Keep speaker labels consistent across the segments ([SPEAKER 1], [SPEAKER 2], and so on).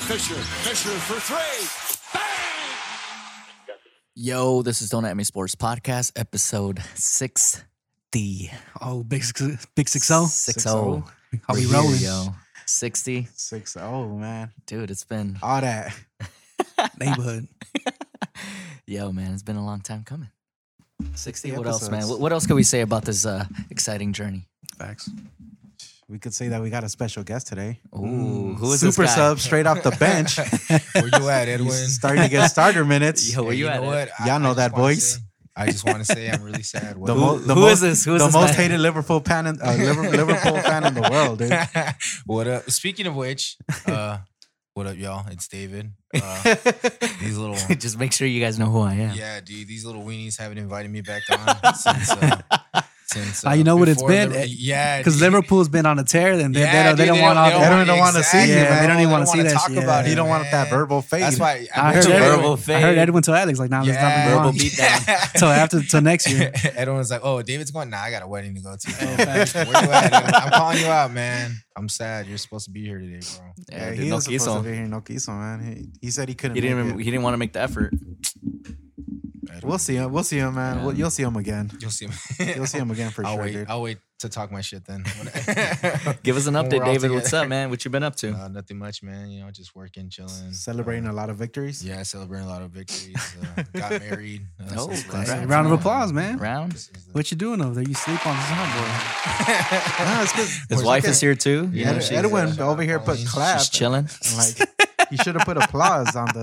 [SPEAKER 1] Fisher. Fisher for three.
[SPEAKER 2] Yo, this is Don't At Me Sports Podcast, episode 6D.
[SPEAKER 3] Oh, big six, big six zero.
[SPEAKER 2] 60. How
[SPEAKER 3] How we rolling?
[SPEAKER 2] Yo. 60.
[SPEAKER 3] oh. Six zero, man.
[SPEAKER 2] Dude, it's been,
[SPEAKER 3] All that neighborhood.
[SPEAKER 2] yo, man, it's been a long time coming. 60 oh, What else, man?
[SPEAKER 3] episodes.
[SPEAKER 2] What, what else can we say about this uh, exciting journey?
[SPEAKER 3] Facts. We could say that we got a special guest today. Mm.
[SPEAKER 2] Ooh, who is this
[SPEAKER 3] super
[SPEAKER 2] guy?
[SPEAKER 3] sub straight off the bench?
[SPEAKER 4] Where you at, Edwin?
[SPEAKER 3] He's starting to get starter minutes.
[SPEAKER 2] Yo, where
[SPEAKER 4] Hey,
[SPEAKER 2] you, at?
[SPEAKER 4] know
[SPEAKER 2] Ed?
[SPEAKER 4] what? I-
[SPEAKER 3] Y'all
[SPEAKER 4] I
[SPEAKER 3] know
[SPEAKER 4] just
[SPEAKER 3] that,
[SPEAKER 4] wanna
[SPEAKER 3] boys.
[SPEAKER 4] say- I just want to say I'm really sad.
[SPEAKER 3] The
[SPEAKER 4] What?
[SPEAKER 3] mo- the
[SPEAKER 2] who
[SPEAKER 3] mo-
[SPEAKER 2] is this? Who is
[SPEAKER 3] the
[SPEAKER 2] this man?
[SPEAKER 3] most hated Liverpool fan, in, uh, Liver- Liverpool fan in the world, dude.
[SPEAKER 4] what up? Speaking of which, uh, what up, y'all? It's David. Uh, these little,
[SPEAKER 2] Just make sure you guys know who I am.
[SPEAKER 4] yeah, dude, these little weenies haven't invited me back on since. Uh, since uh,
[SPEAKER 3] Ah, you know what it's
[SPEAKER 4] before
[SPEAKER 3] been,
[SPEAKER 4] Liver-
[SPEAKER 3] eh,
[SPEAKER 4] yeah,
[SPEAKER 3] Because
[SPEAKER 4] dude.
[SPEAKER 3] Liverpool's been on a tear, and they,
[SPEAKER 4] Yeah,
[SPEAKER 3] they don't, they
[SPEAKER 4] dude,
[SPEAKER 3] don't want all
[SPEAKER 4] they
[SPEAKER 3] that.
[SPEAKER 4] don't
[SPEAKER 3] wanna
[SPEAKER 4] wanna-
[SPEAKER 3] see it.
[SPEAKER 4] exactly,
[SPEAKER 3] They
[SPEAKER 4] man.
[SPEAKER 3] don't even want to see
[SPEAKER 4] wanna
[SPEAKER 3] that.
[SPEAKER 4] talk
[SPEAKER 3] shit.
[SPEAKER 4] about
[SPEAKER 3] yeah.
[SPEAKER 4] it.
[SPEAKER 3] You don't.
[SPEAKER 4] don't
[SPEAKER 3] want
[SPEAKER 4] want
[SPEAKER 3] that
[SPEAKER 4] that
[SPEAKER 3] verbal fade.
[SPEAKER 4] That's why
[SPEAKER 3] I
[SPEAKER 4] went
[SPEAKER 3] heard,
[SPEAKER 4] to
[SPEAKER 2] verbal
[SPEAKER 4] Edwin.
[SPEAKER 3] Edwin,
[SPEAKER 2] fade.
[SPEAKER 3] I heard Edwin tell Alex like, "Nah, let's not be
[SPEAKER 4] Yeah.
[SPEAKER 3] wrong."
[SPEAKER 2] Verbal beatdown.
[SPEAKER 3] Till after, till next year.
[SPEAKER 4] Everyone was like, "Oh, David's going. Nah, I got a wedding to go to.
[SPEAKER 3] Oh,
[SPEAKER 4] bro.
[SPEAKER 3] facts.
[SPEAKER 4] Where you at? Edwin? I'm calling you out, man. I'm sad. You're supposed to be here today, bro.
[SPEAKER 2] Yeah,
[SPEAKER 3] Yeah,
[SPEAKER 2] dude,
[SPEAKER 3] he
[SPEAKER 2] no
[SPEAKER 3] was
[SPEAKER 2] quiso.
[SPEAKER 3] supposed to be here. No quiso, man. He, he said he couldn't.
[SPEAKER 2] He didn't
[SPEAKER 3] make
[SPEAKER 2] even,
[SPEAKER 3] it.
[SPEAKER 2] he didn't want to make the effort.
[SPEAKER 4] Edwin,
[SPEAKER 3] We'll see him. We'll see him, man.
[SPEAKER 2] Yeah.
[SPEAKER 3] We'll, you'll see him again.
[SPEAKER 4] You'll see him.
[SPEAKER 3] You'll see him again for
[SPEAKER 4] I'll
[SPEAKER 3] sure,
[SPEAKER 4] wait.
[SPEAKER 3] dude.
[SPEAKER 4] I'll wait to talk my shit then.
[SPEAKER 2] Give us an
[SPEAKER 4] When
[SPEAKER 2] update,
[SPEAKER 4] we're all
[SPEAKER 2] David. What's
[SPEAKER 4] together.
[SPEAKER 2] up, man? What you been up to?
[SPEAKER 4] Uh, nothing much, man. You know, just working, chilling,
[SPEAKER 3] Celebrating
[SPEAKER 4] Uh,
[SPEAKER 3] a lot of victories.
[SPEAKER 4] yeah, celebrating a lot of victories. Uh, got married. Uh,
[SPEAKER 2] Oh,
[SPEAKER 4] since last
[SPEAKER 2] congrats.
[SPEAKER 4] time.
[SPEAKER 3] Round of applause, man.
[SPEAKER 2] Round.
[SPEAKER 4] This is the-
[SPEAKER 3] What you doing over there? You sleep on the sound, boy. no, it's 'cause-
[SPEAKER 2] His
[SPEAKER 3] Look
[SPEAKER 2] wife
[SPEAKER 3] at-
[SPEAKER 2] is here too. You
[SPEAKER 4] Yeah,
[SPEAKER 2] know,
[SPEAKER 3] Ed-
[SPEAKER 2] she's,
[SPEAKER 3] Edwin
[SPEAKER 4] uh,
[SPEAKER 3] over here put
[SPEAKER 4] she's
[SPEAKER 3] clap.
[SPEAKER 2] she's chilling.
[SPEAKER 3] I'm Like you should have put applause on the.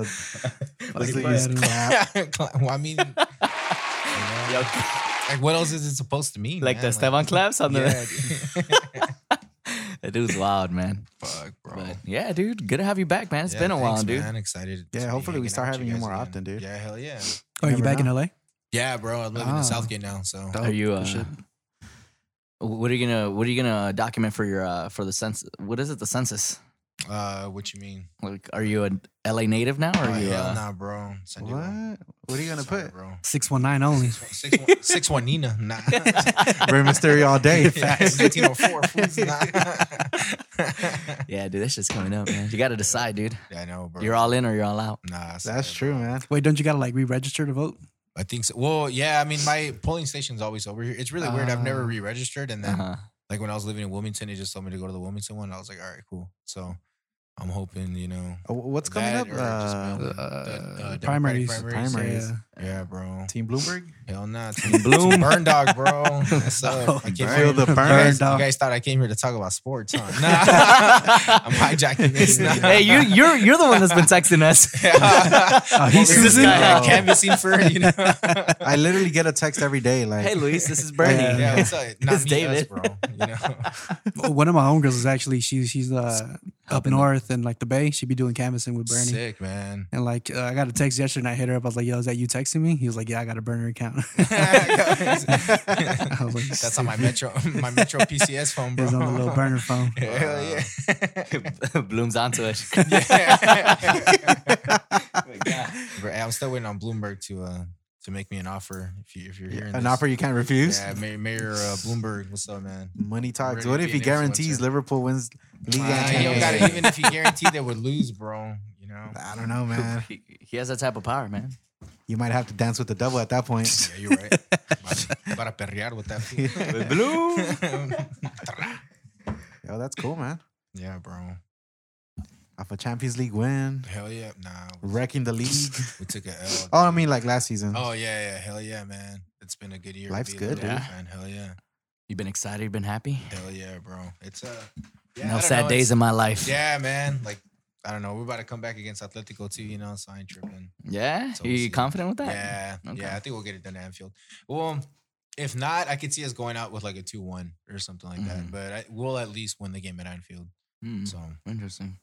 [SPEAKER 2] Like,
[SPEAKER 3] Let's do this clap.
[SPEAKER 4] well, I mean, you know,
[SPEAKER 2] Yo,
[SPEAKER 4] like what else is it supposed to mean?
[SPEAKER 2] like
[SPEAKER 4] man?
[SPEAKER 2] the Esteban claps on the.
[SPEAKER 4] Yeah, dude.
[SPEAKER 2] That dude's wild, man.
[SPEAKER 4] Fuck, bro.
[SPEAKER 2] But yeah, dude, good to have you back, man. It's
[SPEAKER 4] It's
[SPEAKER 2] been a while, dude.
[SPEAKER 4] Man, excited.
[SPEAKER 3] Yeah,
[SPEAKER 4] to be
[SPEAKER 3] hopefully we
[SPEAKER 4] hanging
[SPEAKER 3] start
[SPEAKER 4] out with
[SPEAKER 3] having you
[SPEAKER 4] guys
[SPEAKER 3] more
[SPEAKER 4] again.
[SPEAKER 3] often, dude.
[SPEAKER 4] Yeah, hell yeah.
[SPEAKER 5] Oh,
[SPEAKER 3] Are you Never back in know. LA?
[SPEAKER 4] Yeah, bro. I'm living
[SPEAKER 2] Oh.
[SPEAKER 3] Ah.
[SPEAKER 4] in Southgate now, so
[SPEAKER 3] Dope.
[SPEAKER 2] Are you? Uh,
[SPEAKER 3] shit.
[SPEAKER 2] what are you gonna What are you gonna document for your uh, for the census? What is it? The census?
[SPEAKER 4] uh, what you mean?
[SPEAKER 2] Like, are you an LA native now? Or
[SPEAKER 4] Uh,
[SPEAKER 2] are you?
[SPEAKER 4] hell
[SPEAKER 2] uh,
[SPEAKER 4] nah, bro. San Diego.
[SPEAKER 3] What? What are you gonna
[SPEAKER 4] Sorry,
[SPEAKER 3] put?
[SPEAKER 4] bro?
[SPEAKER 3] Six one nine only.
[SPEAKER 4] Six one- Six one, six one Nina. Nah.
[SPEAKER 3] Rey Mysterio all day. Facts.
[SPEAKER 4] 1904. fools, oh nah.
[SPEAKER 2] Yeah, dude, this shit's coming up, man. You got to decide, dude.
[SPEAKER 4] yeah, I know, bro.
[SPEAKER 2] You're all in or you're all out.
[SPEAKER 4] Nah, I
[SPEAKER 3] That's
[SPEAKER 4] said,
[SPEAKER 3] true,
[SPEAKER 4] bro.
[SPEAKER 3] man.
[SPEAKER 5] Wait, don't you gotta like re-register to vote?
[SPEAKER 4] I think so. Well, yeah. I mean, my polling station's always over here. It's really weird. I've never
[SPEAKER 3] Ah.
[SPEAKER 4] re-registered, and then
[SPEAKER 2] Uh-huh.
[SPEAKER 4] like when I was living in Wilmington, they just told me to go to the Wilmington one. I was like, all right, cool. So I'm hoping, you know,
[SPEAKER 3] Uh, What's coming
[SPEAKER 4] that
[SPEAKER 3] up?
[SPEAKER 4] or just
[SPEAKER 3] Uh,
[SPEAKER 4] mail in.
[SPEAKER 5] uh,
[SPEAKER 4] Democratic
[SPEAKER 5] primaries.
[SPEAKER 3] Primaries.
[SPEAKER 5] Yeah.
[SPEAKER 4] Yeah, bro.
[SPEAKER 3] Team Bloomberg.
[SPEAKER 4] Hell nah.
[SPEAKER 2] Bloom.
[SPEAKER 4] Bloom. Burn dog, bro. That's up. I came
[SPEAKER 3] Burn.
[SPEAKER 4] here.
[SPEAKER 3] Feel the
[SPEAKER 4] you,
[SPEAKER 3] burn,
[SPEAKER 4] guys, you
[SPEAKER 3] dog.
[SPEAKER 4] guys thought I came here to talk about sports, huh? Nah. I'm hijacking this now.
[SPEAKER 2] hey, you, you're you're the one that's been texting us.
[SPEAKER 5] Uh,
[SPEAKER 4] Yeah.
[SPEAKER 3] he's
[SPEAKER 4] This
[SPEAKER 3] Susan?
[SPEAKER 4] guy
[SPEAKER 3] Oh.
[SPEAKER 4] I canvassing for, you know.
[SPEAKER 3] I literally get a text every day. Like,
[SPEAKER 2] hey, Luis, this is Bernie.
[SPEAKER 3] Yeah.
[SPEAKER 4] yeah, what's up? Not
[SPEAKER 2] It's
[SPEAKER 4] me,
[SPEAKER 2] David.
[SPEAKER 4] us, bro. You know.
[SPEAKER 5] Oh, One of my homegirls is actually she's she's uh, up
[SPEAKER 2] in the-
[SPEAKER 5] north and like the Bay. She'd be doing canvassing with Bernie.
[SPEAKER 4] Sick, man.
[SPEAKER 5] And like uh, I got a text yesterday and I hit her up. I was like, "Yo, is that you texting me?" He was like, "Yeah, I got a burner account." I was like,
[SPEAKER 4] That's on my Metro, my Metro PCS phone, bro.
[SPEAKER 5] It's on the little burner phone.
[SPEAKER 4] Hell yeah.
[SPEAKER 2] Bloom's onto it.
[SPEAKER 4] yeah. Bro, I'm still waiting on Bloomberg to uh to make me an offer. If you if you're hearing
[SPEAKER 3] an
[SPEAKER 4] this.
[SPEAKER 3] offer you can't refuse.
[SPEAKER 4] yeah, Mayor, Mayor uh, Bloomberg, what's up, man?
[SPEAKER 3] Money talks.
[SPEAKER 4] Ready
[SPEAKER 3] What
[SPEAKER 4] to
[SPEAKER 3] if
[SPEAKER 4] be
[SPEAKER 3] he
[SPEAKER 4] an
[SPEAKER 3] guarantees
[SPEAKER 4] influencer.
[SPEAKER 3] Liverpool wins league?
[SPEAKER 4] Nah, you
[SPEAKER 3] and
[SPEAKER 4] don't
[SPEAKER 3] Champions
[SPEAKER 4] got
[SPEAKER 3] League?
[SPEAKER 4] it. Even if you guarantee they would lose, bro, you know.
[SPEAKER 3] I don't know, man.
[SPEAKER 2] He, he has that type of power, man.
[SPEAKER 3] You might have to dance with the devil at that point.
[SPEAKER 4] Yeah, you're right. Para perrear with that. fool.
[SPEAKER 3] Yo, that's cool, man.
[SPEAKER 4] yeah, bro.
[SPEAKER 3] Off a Champions League win,
[SPEAKER 4] Hell yeah. Nah,
[SPEAKER 3] wrecking the league.
[SPEAKER 4] we took a L.
[SPEAKER 3] Oh, I mean, like last season.
[SPEAKER 4] Oh yeah, yeah, hell yeah, man. It's been a good year. to
[SPEAKER 3] Life's
[SPEAKER 4] be a
[SPEAKER 3] good,
[SPEAKER 4] Liverpool
[SPEAKER 2] dude.
[SPEAKER 4] fan. Hell yeah,
[SPEAKER 2] You've been excited, you've been happy.
[SPEAKER 4] hell yeah, bro. It's uh, yeah, I
[SPEAKER 2] no
[SPEAKER 4] don't
[SPEAKER 2] sad
[SPEAKER 4] know,
[SPEAKER 2] days
[SPEAKER 4] it's-
[SPEAKER 2] in my life.
[SPEAKER 4] Yeah, man. Like I don't know, we're about to come back against Atletico too, you know. So I ain't tripping.
[SPEAKER 2] Yeah?
[SPEAKER 4] So
[SPEAKER 2] You,
[SPEAKER 4] we'll see.
[SPEAKER 2] confident with that?
[SPEAKER 4] Yeah,
[SPEAKER 2] Okay.
[SPEAKER 4] yeah. I think we'll get it done at Anfield. Well, if not, I could see us going out with like a two-one or something like
[SPEAKER 2] Mhm.
[SPEAKER 4] that. But I, we'll at least win the game at Anfield.
[SPEAKER 2] Hmm,
[SPEAKER 4] So
[SPEAKER 2] Interesting.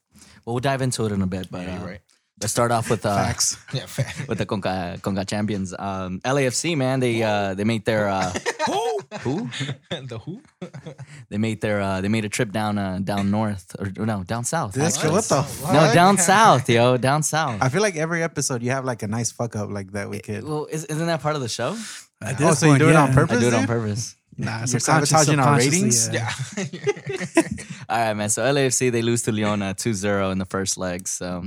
[SPEAKER 2] Well, we'll dive into it in a bit, but
[SPEAKER 4] yeah,
[SPEAKER 2] uh,
[SPEAKER 4] you're right.
[SPEAKER 2] let's start off with uh,
[SPEAKER 3] Facts.
[SPEAKER 4] Yeah, fact.
[SPEAKER 2] with the Conca, Conca champions. Um, LAFC, man, they uh, they made their uh,
[SPEAKER 4] who?
[SPEAKER 2] who?
[SPEAKER 4] the who?
[SPEAKER 2] They made their uh, they made a trip down uh, down north or no down south.
[SPEAKER 3] This,
[SPEAKER 2] actually.
[SPEAKER 3] what the
[SPEAKER 4] What?
[SPEAKER 2] no
[SPEAKER 3] fuck?
[SPEAKER 2] down south, yo, down south.
[SPEAKER 3] I feel like every episode you have like a nice fuck up like that we could.
[SPEAKER 2] well, is, isn't that part of the show?
[SPEAKER 5] At
[SPEAKER 3] Oh,
[SPEAKER 5] this
[SPEAKER 3] so you
[SPEAKER 5] point,
[SPEAKER 3] do it on
[SPEAKER 5] yeah.
[SPEAKER 3] purpose?
[SPEAKER 2] I do it on
[SPEAKER 3] dude?
[SPEAKER 2] purpose.
[SPEAKER 5] Nah,
[SPEAKER 3] You're
[SPEAKER 5] subconscious-
[SPEAKER 3] sabotaging our
[SPEAKER 5] subconsciously,
[SPEAKER 3] ratings?
[SPEAKER 4] Yeah.
[SPEAKER 2] All right, man. So LAFC they lose to Leon 2-0 in the first leg. So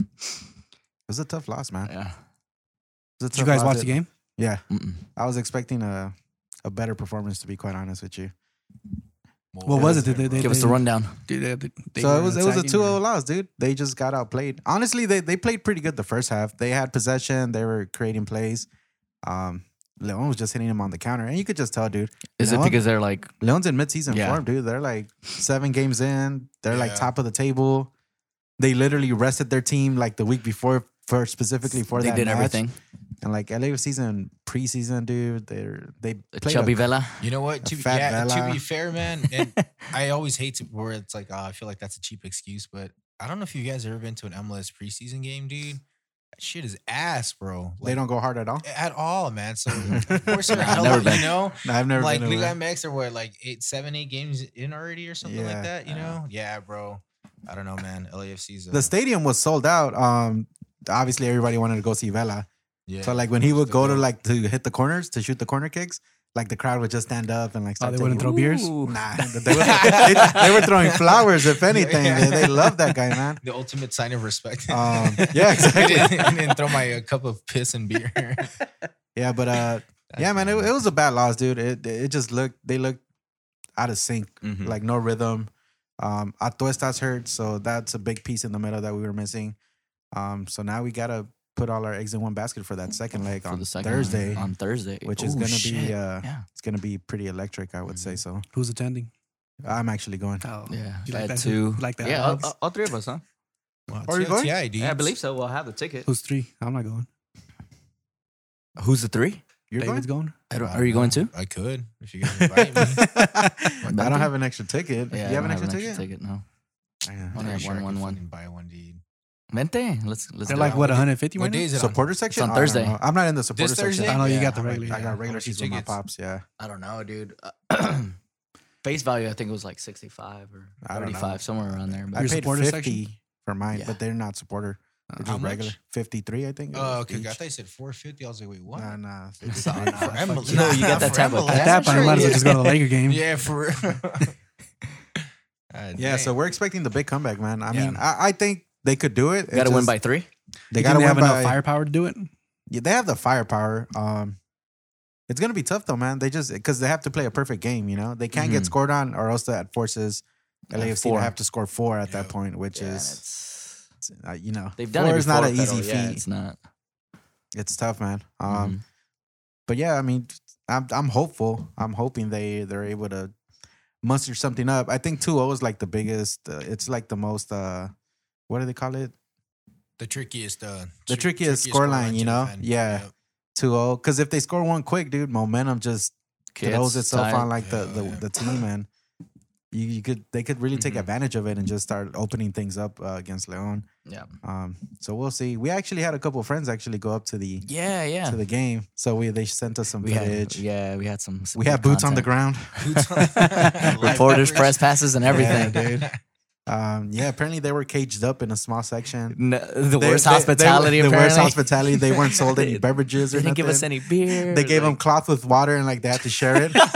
[SPEAKER 3] was a tough loss, man.
[SPEAKER 2] yeah.
[SPEAKER 3] It was a
[SPEAKER 5] Did you
[SPEAKER 3] tough
[SPEAKER 5] guys
[SPEAKER 3] loss.
[SPEAKER 5] watch the game?
[SPEAKER 3] Yeah,
[SPEAKER 2] Mm-mm.
[SPEAKER 3] I was expecting a a better performance. To be quite honest with you,
[SPEAKER 5] What was it? Did they-
[SPEAKER 2] Give us the rundown.
[SPEAKER 5] Dude, they, they
[SPEAKER 3] so it
[SPEAKER 5] were
[SPEAKER 3] was it was a
[SPEAKER 5] attacking
[SPEAKER 3] 2 0
[SPEAKER 5] and-
[SPEAKER 3] loss, dude. They just got outplayed. Honestly, they they played pretty good the first half. They had possession. They were creating plays. Um, Leon was just hitting him on the counter, and you could just tell, dude.
[SPEAKER 2] Is
[SPEAKER 3] You
[SPEAKER 2] it
[SPEAKER 3] know what?
[SPEAKER 2] because they're like
[SPEAKER 3] Leon's in midseason
[SPEAKER 2] Yeah.
[SPEAKER 3] form, dude. They're like seven games in. They're like
[SPEAKER 4] Yeah.
[SPEAKER 3] top of the table. They literally rested their team like the week before for specifically for
[SPEAKER 2] they
[SPEAKER 3] that
[SPEAKER 2] did
[SPEAKER 3] match.
[SPEAKER 2] everything?
[SPEAKER 3] And like LA season preseason, dude. They're they played
[SPEAKER 2] Chubby
[SPEAKER 3] a-
[SPEAKER 2] Vela.
[SPEAKER 4] You know what? To be,
[SPEAKER 3] Fat
[SPEAKER 4] yeah, to
[SPEAKER 3] Vela.
[SPEAKER 4] be fair, man, and I always hate to where it's like, oh, I feel like that's a cheap excuse, but I don't know if you guys ever been to an MLS preseason game, dude. That shit is ass, bro.
[SPEAKER 3] they don't go hard at all.
[SPEAKER 4] at all, man. So of course you're
[SPEAKER 2] Nah,
[SPEAKER 4] out,
[SPEAKER 2] never
[SPEAKER 4] you
[SPEAKER 2] been.
[SPEAKER 4] know.
[SPEAKER 3] No, I've never
[SPEAKER 4] like
[SPEAKER 3] been to
[SPEAKER 4] Liga
[SPEAKER 3] one.
[SPEAKER 4] MX or what, like eight, seven, eight games in already or something
[SPEAKER 3] Yeah.
[SPEAKER 4] like that, you
[SPEAKER 2] Uh,
[SPEAKER 4] know? Yeah, bro. I don't know, man. LAFC's a, uh,
[SPEAKER 3] The stadium was sold out. Um, obviously everybody wanted to go see Vela.
[SPEAKER 4] yeah.
[SPEAKER 3] So like when he would
[SPEAKER 4] the
[SPEAKER 3] go to
[SPEAKER 4] goal.
[SPEAKER 3] like to hit the corners to shoot the corner kicks, like the crowd would just stand up and like
[SPEAKER 5] Oh,
[SPEAKER 3] start
[SPEAKER 5] they wouldn't
[SPEAKER 3] taking-
[SPEAKER 5] throw beers?
[SPEAKER 2] Ooh.
[SPEAKER 3] Nah, they, were, they- they were throwing flowers. If anything, They- they love that guy, man.
[SPEAKER 4] the ultimate sign of respect.
[SPEAKER 3] Um, yeah, exactly.
[SPEAKER 4] I, didn't, I didn't throw my uh, cup of piss and beer. That's
[SPEAKER 3] Yeah, but uh, yeah, man, it,
[SPEAKER 4] bad.
[SPEAKER 3] it was a bad loss, dude. It it just looked they looked out of sync,
[SPEAKER 2] Mhm.
[SPEAKER 3] like no rhythm. Um, Atuesta's hurt, so that's a big piece in the middle that we were missing. Um, so now we gotta put all our eggs in one basket for that second leg
[SPEAKER 2] For
[SPEAKER 3] on
[SPEAKER 2] the second one.
[SPEAKER 3] Thursday,
[SPEAKER 2] on Thursday,
[SPEAKER 3] which is
[SPEAKER 2] Ooh,
[SPEAKER 3] gonna
[SPEAKER 2] shit.
[SPEAKER 3] be uh,
[SPEAKER 2] yeah,
[SPEAKER 3] it's gonna be pretty electric, I would say. So
[SPEAKER 5] Who's attending?
[SPEAKER 3] I'm actually going.
[SPEAKER 5] Oh,
[SPEAKER 2] yeah.
[SPEAKER 5] You like
[SPEAKER 2] Add
[SPEAKER 5] that?
[SPEAKER 2] two.
[SPEAKER 5] You like that?
[SPEAKER 2] Yeah, uh, all,
[SPEAKER 5] Alex?
[SPEAKER 2] all- all three of us, huh?
[SPEAKER 4] Wow,
[SPEAKER 3] Are you
[SPEAKER 4] TLTI,
[SPEAKER 3] going?
[SPEAKER 4] dudes.
[SPEAKER 2] Yeah, I believe so. We'll have the ticket.
[SPEAKER 5] Who's three? I'm not going.
[SPEAKER 2] Who's the three?
[SPEAKER 3] You're
[SPEAKER 5] David's
[SPEAKER 3] going.
[SPEAKER 5] going.
[SPEAKER 2] I don't,
[SPEAKER 4] I
[SPEAKER 2] are you going
[SPEAKER 4] don't
[SPEAKER 2] too?
[SPEAKER 4] know. I could if you guys invite me.
[SPEAKER 3] I don't have an extra ticket. Uh, you have
[SPEAKER 2] I
[SPEAKER 3] an
[SPEAKER 2] don't
[SPEAKER 3] extra ticket?
[SPEAKER 2] No.
[SPEAKER 3] Yeah.
[SPEAKER 2] Only
[SPEAKER 4] I'm
[SPEAKER 2] have
[SPEAKER 4] sure I
[SPEAKER 2] one,
[SPEAKER 4] could
[SPEAKER 2] one, one.
[SPEAKER 4] fucking Buy one, dude.
[SPEAKER 2] Vente. Let's let's.
[SPEAKER 5] They're
[SPEAKER 2] do
[SPEAKER 5] like
[SPEAKER 2] it.
[SPEAKER 5] what 150
[SPEAKER 4] What
[SPEAKER 5] right
[SPEAKER 4] day
[SPEAKER 5] now.
[SPEAKER 4] is it? on?
[SPEAKER 3] Supporter section?
[SPEAKER 2] on
[SPEAKER 3] I don't
[SPEAKER 2] Thursday.
[SPEAKER 3] know. I'm not in the supporter section.
[SPEAKER 4] Thursday?
[SPEAKER 5] I know you got the
[SPEAKER 3] I might-
[SPEAKER 5] regular-
[SPEAKER 3] I got regular
[SPEAKER 4] How much your
[SPEAKER 3] seats with my
[SPEAKER 4] tickets?
[SPEAKER 3] pops. Yeah.
[SPEAKER 2] I don't know, dude. Face value, I think it was like sixty-five or
[SPEAKER 3] I don't know.
[SPEAKER 2] thirty-five, somewhere around there.
[SPEAKER 3] I
[SPEAKER 5] Your
[SPEAKER 2] But
[SPEAKER 3] paid
[SPEAKER 5] supporter
[SPEAKER 3] 50
[SPEAKER 5] section?
[SPEAKER 3] for mine,
[SPEAKER 2] Yeah.
[SPEAKER 3] but they're not supporter. They're
[SPEAKER 4] How
[SPEAKER 3] just
[SPEAKER 4] much?
[SPEAKER 3] regular. 53, I think. it
[SPEAKER 4] Oh,
[SPEAKER 3] was
[SPEAKER 4] okay. I
[SPEAKER 3] each.
[SPEAKER 4] thought you said 450. I was like, wait, what?
[SPEAKER 3] Nah, nah. they just
[SPEAKER 4] Nah,
[SPEAKER 3] paid
[SPEAKER 4] nah,
[SPEAKER 3] for-
[SPEAKER 4] for MLS.
[SPEAKER 2] No, you get that
[SPEAKER 4] For
[SPEAKER 2] tab with
[SPEAKER 4] MLS,
[SPEAKER 5] At that
[SPEAKER 4] I'm
[SPEAKER 5] point, I
[SPEAKER 4] sure
[SPEAKER 5] might as
[SPEAKER 4] it
[SPEAKER 5] well
[SPEAKER 4] is.
[SPEAKER 5] just go to the Laker game.
[SPEAKER 4] Yeah, for real. God
[SPEAKER 3] Yeah, so
[SPEAKER 4] dang.
[SPEAKER 3] we're expecting the big comeback, man. I
[SPEAKER 4] Yeah.
[SPEAKER 3] mean, I, I think they could do it. It
[SPEAKER 2] gotta win
[SPEAKER 3] just-
[SPEAKER 2] by three.
[SPEAKER 3] They
[SPEAKER 5] You
[SPEAKER 3] got to
[SPEAKER 5] think
[SPEAKER 3] win
[SPEAKER 5] have
[SPEAKER 3] by.
[SPEAKER 5] enough firepower to do it.
[SPEAKER 3] Yeah, they have the firepower. Um, it's gonna be tough though, man. They just because they have to play a perfect game. You know, they can't
[SPEAKER 2] Mhm.
[SPEAKER 3] get scored on, or else that forces
[SPEAKER 2] At
[SPEAKER 3] LAFC to
[SPEAKER 2] four.
[SPEAKER 3] have to score four at that
[SPEAKER 4] Yeah.
[SPEAKER 3] point, which
[SPEAKER 2] Yeah, and
[SPEAKER 3] is
[SPEAKER 2] it's-
[SPEAKER 3] uh, you know
[SPEAKER 2] they've done
[SPEAKER 3] four
[SPEAKER 2] it.
[SPEAKER 3] is not
[SPEAKER 2] before,
[SPEAKER 3] an
[SPEAKER 2] but, oh,
[SPEAKER 3] easy
[SPEAKER 2] yeah,
[SPEAKER 3] feat.
[SPEAKER 2] It's not.
[SPEAKER 3] It's tough, man. Um,
[SPEAKER 2] Mhm.
[SPEAKER 3] but yeah, I mean, I'm I'm hopeful. I'm hoping they they're able to muster something up. I think 2-0 is like the biggest. Uh, it's like the most. uh What do they call it?
[SPEAKER 4] the trickiest, uh,
[SPEAKER 3] The
[SPEAKER 4] tri-
[SPEAKER 3] trickiest scoreline, you
[SPEAKER 4] to
[SPEAKER 3] know?
[SPEAKER 4] defend.
[SPEAKER 3] Yeah. 2-0. Because oh, if they score one quick, dude, momentum just throws
[SPEAKER 2] Kids,
[SPEAKER 3] itself
[SPEAKER 2] tired.
[SPEAKER 3] on like the the,
[SPEAKER 4] Yeah.
[SPEAKER 3] the team and. You, you could they could really take
[SPEAKER 2] Mhm.
[SPEAKER 3] advantage of it and just start opening things up uh, against Leon.
[SPEAKER 2] Yeah.
[SPEAKER 3] Um, so we'll see. We actually had a couple friends actually go up to the
[SPEAKER 2] Yeah, yeah.
[SPEAKER 3] to the game. So we they sent us some
[SPEAKER 2] we had,
[SPEAKER 3] footage.
[SPEAKER 2] yeah, we had some. some
[SPEAKER 3] We
[SPEAKER 2] good
[SPEAKER 3] had boots on the
[SPEAKER 2] content.
[SPEAKER 3] ground.
[SPEAKER 4] Boots on the- Live
[SPEAKER 2] Reporters,
[SPEAKER 4] coverage.
[SPEAKER 2] press passes, and everything.
[SPEAKER 3] Yeah, dude. Um, yeah, apparently they were caged up in a small section.
[SPEAKER 2] No, the
[SPEAKER 3] They-
[SPEAKER 2] worst
[SPEAKER 3] they- they-
[SPEAKER 2] hospitality.
[SPEAKER 3] The worst
[SPEAKER 2] apparently.
[SPEAKER 3] hospitality. They weren't sold any
[SPEAKER 2] They-
[SPEAKER 3] beverages
[SPEAKER 2] They
[SPEAKER 3] or
[SPEAKER 2] didn't
[SPEAKER 3] nothing.
[SPEAKER 2] give us any beer.
[SPEAKER 3] they gave them
[SPEAKER 2] like-
[SPEAKER 3] cloth with water and like they had to share it.